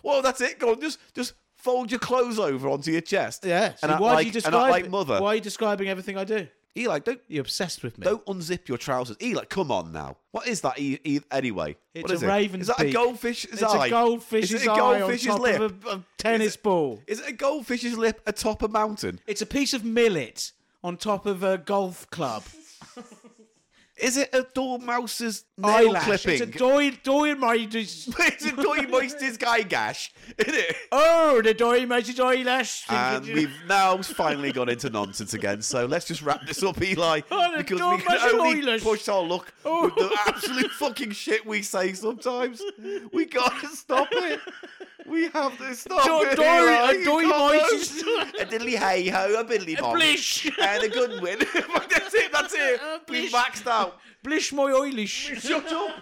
Speaker 2: Well, that's it. Go on, just just fold your clothes over onto your chest.
Speaker 1: Yes.
Speaker 2: and act
Speaker 1: why
Speaker 2: like,
Speaker 1: do you
Speaker 2: and
Speaker 1: describe
Speaker 2: act like
Speaker 1: it?
Speaker 2: mother.
Speaker 1: Why are you describing everything I do?
Speaker 2: Eli, don't
Speaker 1: You're obsessed with me.
Speaker 2: don't unzip your trousers. Eli, come on now. What is that? E- e- anyway,
Speaker 1: It's
Speaker 2: what is
Speaker 1: a
Speaker 2: it?
Speaker 1: raven's
Speaker 2: Is that a
Speaker 1: beak.
Speaker 2: goldfish's
Speaker 1: it's
Speaker 2: eye?
Speaker 1: a goldfish's
Speaker 2: is it a
Speaker 1: eye
Speaker 2: goldfish's
Speaker 1: on top
Speaker 2: lip?
Speaker 1: of a, a tennis ball.
Speaker 2: Is it a goldfish's lip atop a mountain?
Speaker 1: It's a piece of millet on top of a golf club.
Speaker 2: Is it a dormouse's nail
Speaker 1: Eyelash. It's
Speaker 2: clipping?
Speaker 1: a doy doy major's.
Speaker 2: it's a doy moist's guy gash, isn't it?
Speaker 1: Oh, the doy major's eyelash.
Speaker 2: And we've now finally gone into nonsense again. So let's just wrap this up, Eli,
Speaker 1: Oh, the
Speaker 2: because we
Speaker 1: dumb
Speaker 2: can
Speaker 1: as
Speaker 2: only
Speaker 1: Eilish.
Speaker 2: push our luck
Speaker 1: Oh.
Speaker 2: with the absolute fucking shit we say sometimes. We gotta stop it. We have to stop
Speaker 1: Do-
Speaker 2: it.
Speaker 1: do-
Speaker 2: Eli.
Speaker 1: uh,
Speaker 2: You
Speaker 1: do-
Speaker 2: can't
Speaker 1: voices.
Speaker 2: go- A diddly hey ho, a biddly bong,
Speaker 1: blish.
Speaker 2: and a good win. that's it. That's it.
Speaker 1: A
Speaker 2: We've
Speaker 1: blish.
Speaker 2: maxed out.
Speaker 1: Blish my eyelash.
Speaker 2: Shut up.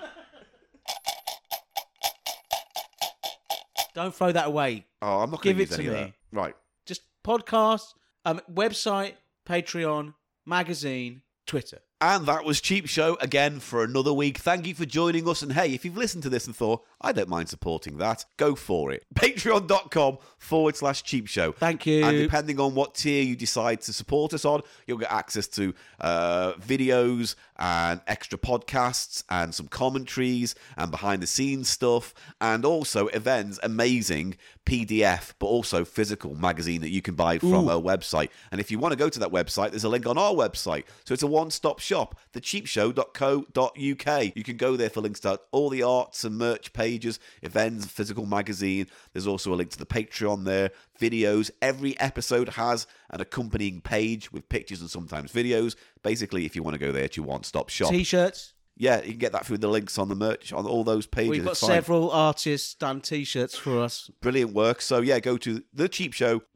Speaker 1: Don't throw that away.
Speaker 2: Oh, I'm not going
Speaker 1: Give
Speaker 2: to
Speaker 1: it
Speaker 2: use
Speaker 1: to
Speaker 2: any of that.
Speaker 1: me.
Speaker 2: Right.
Speaker 1: Just podcast, um, website, Patreon, magazine, Twitter.
Speaker 2: And that was Cheap Show again for another week. Thank you for joining us. And hey, if you've listened to this and thought, I don't mind supporting that, go for it. Patreon.com forward slash Cheap Show.
Speaker 1: Thank you.
Speaker 2: And depending on what tier you decide to support us on, you'll get access to uh, videos and extra podcasts and some commentaries and behind the scenes stuff and also events amazing PDF, but also physical magazine that you can buy from our website. And if you want to go to that website, there's a link on our website. So it's a one stop shop, thecheapshow.co.uk. You can go there for links to all the arts and merch pages, events, physical magazine. There's also a link to the Patreon there, videos. Every episode has an accompanying page with pictures and sometimes videos. Basically, if you want to go there, it's your one stop shop.
Speaker 1: T-shirts.
Speaker 2: yeah, you can get that through the links on the merch, on all those pages.
Speaker 1: We've got
Speaker 2: It's fine
Speaker 1: several artists done T-shirts for us.
Speaker 2: brilliant work. So yeah, go to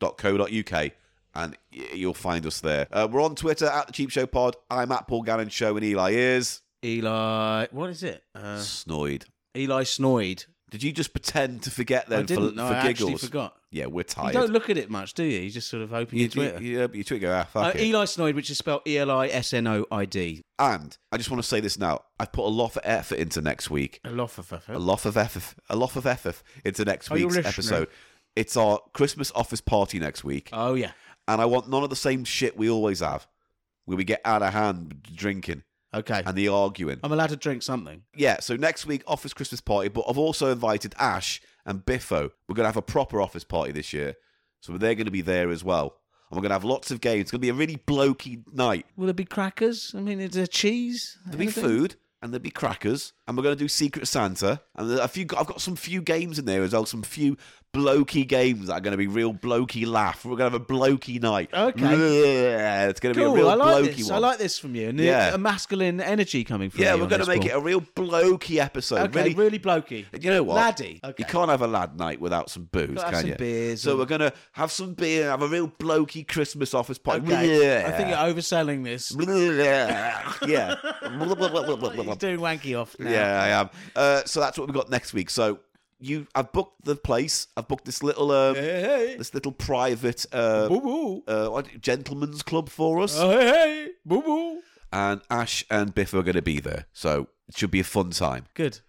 Speaker 2: thecheapshow.co.uk and y- you'll find us there. Uh, we're on Twitter at the Cheap Show Pod. I'm at Paul Gannon Show, and Eli is
Speaker 1: Eli, what is it? Uh,
Speaker 2: Snoid.
Speaker 1: Eli Snoid.
Speaker 2: Did you just pretend to forget
Speaker 1: I
Speaker 2: then for,
Speaker 1: didn't. know.
Speaker 2: for
Speaker 1: I actually
Speaker 2: giggles?
Speaker 1: forgot.
Speaker 2: Yeah, we're
Speaker 1: You
Speaker 2: tired.
Speaker 1: don't look at it much, do you? You just sort of open your
Speaker 2: You- you-
Speaker 1: Twitter.
Speaker 2: yeah, but you Twitter. Ah, fuck
Speaker 1: Uh,
Speaker 2: it.
Speaker 1: Eli Snoid, which is spelled E L I S N O I D.
Speaker 2: and I just want to say this now. I've put a lot of effort into next week.
Speaker 1: A lot of
Speaker 2: A lot of effort. A lot of effort into next
Speaker 1: Are you
Speaker 2: week's
Speaker 1: listening?
Speaker 2: episode. It's our Christmas office party next week.
Speaker 1: Oh yeah.
Speaker 2: and I want none of the same shit we always have, where we get out of hand drinking
Speaker 1: Okay.
Speaker 2: and the arguing.
Speaker 1: I'm allowed to drink something.
Speaker 2: Yeah, so next week, office Christmas party, but I've also invited Ash and Biffo. We're going to have a proper office party this year, so they're going to be there as well. And we're going to have lots of games. It's going to be a really blokey night.
Speaker 1: Will there be crackers? I mean, is there cheese?
Speaker 2: There'll be food. And there'll be crackers, and we're going to do Secret Santa, and there- a few. I've got some few games in there as well, some few blokey games that are going to be real blokey laugh. We're going to have a blokey night.
Speaker 1: Okay.
Speaker 2: Yeah, it's going to
Speaker 1: Cool.
Speaker 2: be a real
Speaker 1: I like
Speaker 2: blokey
Speaker 1: this.
Speaker 2: one.
Speaker 1: I like this from you. And
Speaker 2: Yeah.
Speaker 1: yeah. A masculine energy coming from
Speaker 2: Yeah,
Speaker 1: you
Speaker 2: we're
Speaker 1: on
Speaker 2: going to
Speaker 1: this,
Speaker 2: make it
Speaker 1: Paul.
Speaker 2: a real blokey episode.
Speaker 1: Okay,
Speaker 2: really,
Speaker 1: really, blokey.
Speaker 2: you know what?
Speaker 1: Laddie. Okay.
Speaker 2: You can't have a lad night without some booze,
Speaker 1: Gotta
Speaker 2: can
Speaker 1: have some
Speaker 2: you?
Speaker 1: beers
Speaker 2: so
Speaker 1: and-
Speaker 2: we're going to have some beer and have a real blokey Christmas office party.
Speaker 1: Okay.
Speaker 2: Yeah.
Speaker 1: I think you're overselling this.
Speaker 2: yeah.
Speaker 1: You're doing wanky off now.
Speaker 2: yeah, I am. Uh, so that's what we've got next week. So you, I've booked the place. I've booked this little, um,
Speaker 1: Hey, hey.
Speaker 2: this little private uh,
Speaker 1: Boo boo.
Speaker 2: uh, what- gentleman's club for us.
Speaker 1: Oh, hey, hey. Boo boo.
Speaker 2: And Ash and Biff are going to be there. So it should be a fun time.
Speaker 1: Good.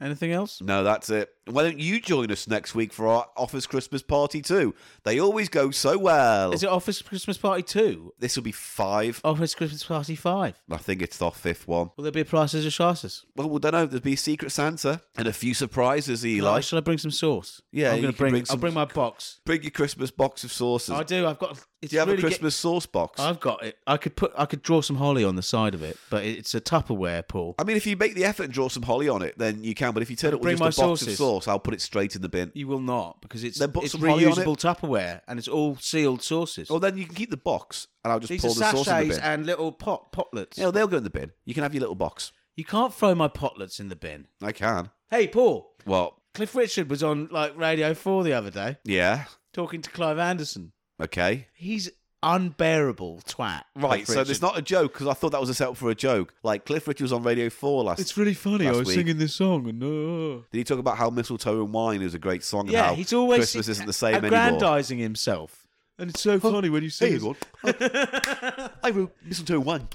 Speaker 1: Anything else?
Speaker 2: No, that's it. Why don't you join us next week for our office Christmas party too? They always go so well.
Speaker 1: Is it Office Christmas Party 2?
Speaker 2: this will be five.
Speaker 1: Office Christmas Party 5?
Speaker 2: I think it's our fifth one.
Speaker 1: Will there be prices or charters?
Speaker 2: Well, we don't know. There'll be a Secret Santa and a few surprises, Eli.
Speaker 1: Like, shall I bring some sauce?
Speaker 2: Yeah,
Speaker 1: I'm
Speaker 2: you
Speaker 1: gonna
Speaker 2: can
Speaker 1: bring.
Speaker 2: bring
Speaker 1: I'll
Speaker 2: some-
Speaker 1: bring my box.
Speaker 2: Bring your Christmas box of sauces.
Speaker 1: I do. I've got. It's
Speaker 2: Do you have
Speaker 1: really
Speaker 2: a
Speaker 1: get-
Speaker 2: Christmas sauce box?
Speaker 1: I've got it. I could put. I could draw some holly on the side of it, but it's a Tupperware, Paul.
Speaker 2: I mean, if you make the effort and draw some holly on it, then you can. But if you turn it with
Speaker 1: Bring
Speaker 2: just a
Speaker 1: my
Speaker 2: box of
Speaker 1: sauces.
Speaker 2: sauce, I'll put it straight in the bin.
Speaker 1: You will not because it's
Speaker 2: Then put
Speaker 1: it's
Speaker 2: some holly on it.
Speaker 1: reusable Tupperware and it's all sealed sauces.
Speaker 2: Or then you can keep the box, and I'll just
Speaker 1: These
Speaker 2: pour
Speaker 1: are
Speaker 2: the sauce in the
Speaker 1: sachets
Speaker 2: bin.
Speaker 1: and little pot potlets.
Speaker 2: You know, they'll go in the bin. You can have your little box.
Speaker 1: You can't throw my potlets in the bin.
Speaker 2: I can.
Speaker 1: Hey, Paul.
Speaker 2: Well,
Speaker 1: Cliff Richard was on like Radio Four the other day
Speaker 2: yeah.
Speaker 1: talking to Clive Anderson.
Speaker 2: Okay.
Speaker 1: He's unbearable twat.
Speaker 2: Right,
Speaker 1: Cliff
Speaker 2: so
Speaker 1: Richard.
Speaker 2: there's not a joke because I thought that was a setup for a joke. Like Cliff Richard was on Radio Four last.
Speaker 1: It's really funny.
Speaker 2: Last
Speaker 1: I was
Speaker 2: week.
Speaker 1: singing this song and. Uh,
Speaker 2: Did he talk about how mistletoe and wine is a great song? and
Speaker 1: Yeah,
Speaker 2: how
Speaker 1: he's always
Speaker 2: Christmas isn't the same anymore.
Speaker 1: aggrandizing himself. And it's so funny when you see
Speaker 2: Hey,
Speaker 1: it.
Speaker 2: everyone, I- I wrote mistletoe and wine.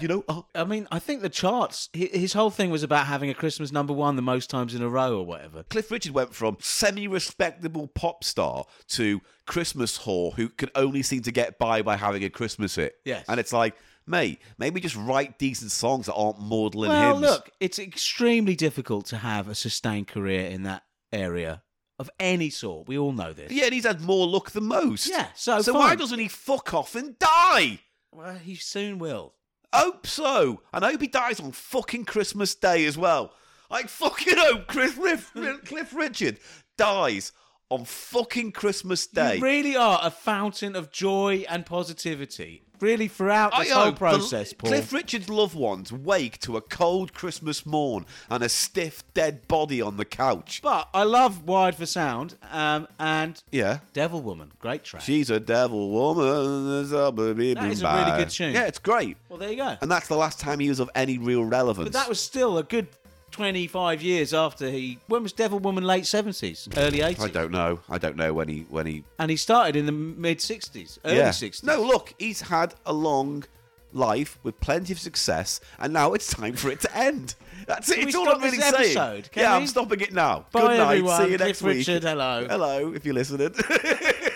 Speaker 2: You know, uh,
Speaker 1: I mean, I think the charts, hi- his whole thing was about having a Christmas number one the most times in a row or whatever.
Speaker 2: Cliff Richard went from semi-respectable pop star to Christmas whore who can only seem to get by by having a Christmas hit.
Speaker 1: Yes.
Speaker 2: and it's like, mate, maybe just write decent songs that aren't maudlin
Speaker 1: Well,
Speaker 2: hymns.
Speaker 1: look, it's extremely difficult to have a sustained career in that area of any sort. We all know this.
Speaker 2: Yeah, and he's had more luck than most.
Speaker 1: Yeah, so
Speaker 2: so
Speaker 1: fine.
Speaker 2: why doesn't he fuck off and die?
Speaker 1: Well, he soon will.
Speaker 2: Hope so. And I hope he dies on fucking Christmas Day as well. I fucking hope Chris Cliff, Cliff Richard dies on fucking Christmas Day.
Speaker 1: You really are a fountain of joy and positivity. Really, throughout
Speaker 2: I
Speaker 1: this whole
Speaker 2: hope the-
Speaker 1: process, Paul.
Speaker 2: Cliff Richard's loved ones wake to a cold Christmas morn and a stiff dead body on the couch.
Speaker 1: But I love Wired for Sound um, and
Speaker 2: Yeah.
Speaker 1: Devil Woman. Great track.
Speaker 2: She's a devil woman. That
Speaker 1: That is a really good tune.
Speaker 2: Yeah, it's great.
Speaker 1: well, there you go.
Speaker 2: And that's the last time he was of any real relevance.
Speaker 1: But that was still a good 25 years after he. When was Devil Woman? Late 70s, early 80s.
Speaker 2: I don't know. I don't know when he when he
Speaker 1: And he started in the mid 60s, early 60s.
Speaker 2: No, look, he's had a long life with plenty of success, and now it's time for it to end. That's it.
Speaker 1: Can
Speaker 2: it's
Speaker 1: we
Speaker 2: all
Speaker 1: stop
Speaker 2: I'm really
Speaker 1: this
Speaker 2: saying.
Speaker 1: episode? Can
Speaker 2: yeah,
Speaker 1: we?
Speaker 2: I'm stopping it now.
Speaker 1: Bye,
Speaker 2: Good night.
Speaker 1: everyone.
Speaker 2: See you
Speaker 1: Cliff
Speaker 2: next week.
Speaker 1: Richard, hello.
Speaker 2: Hello, if you're listening.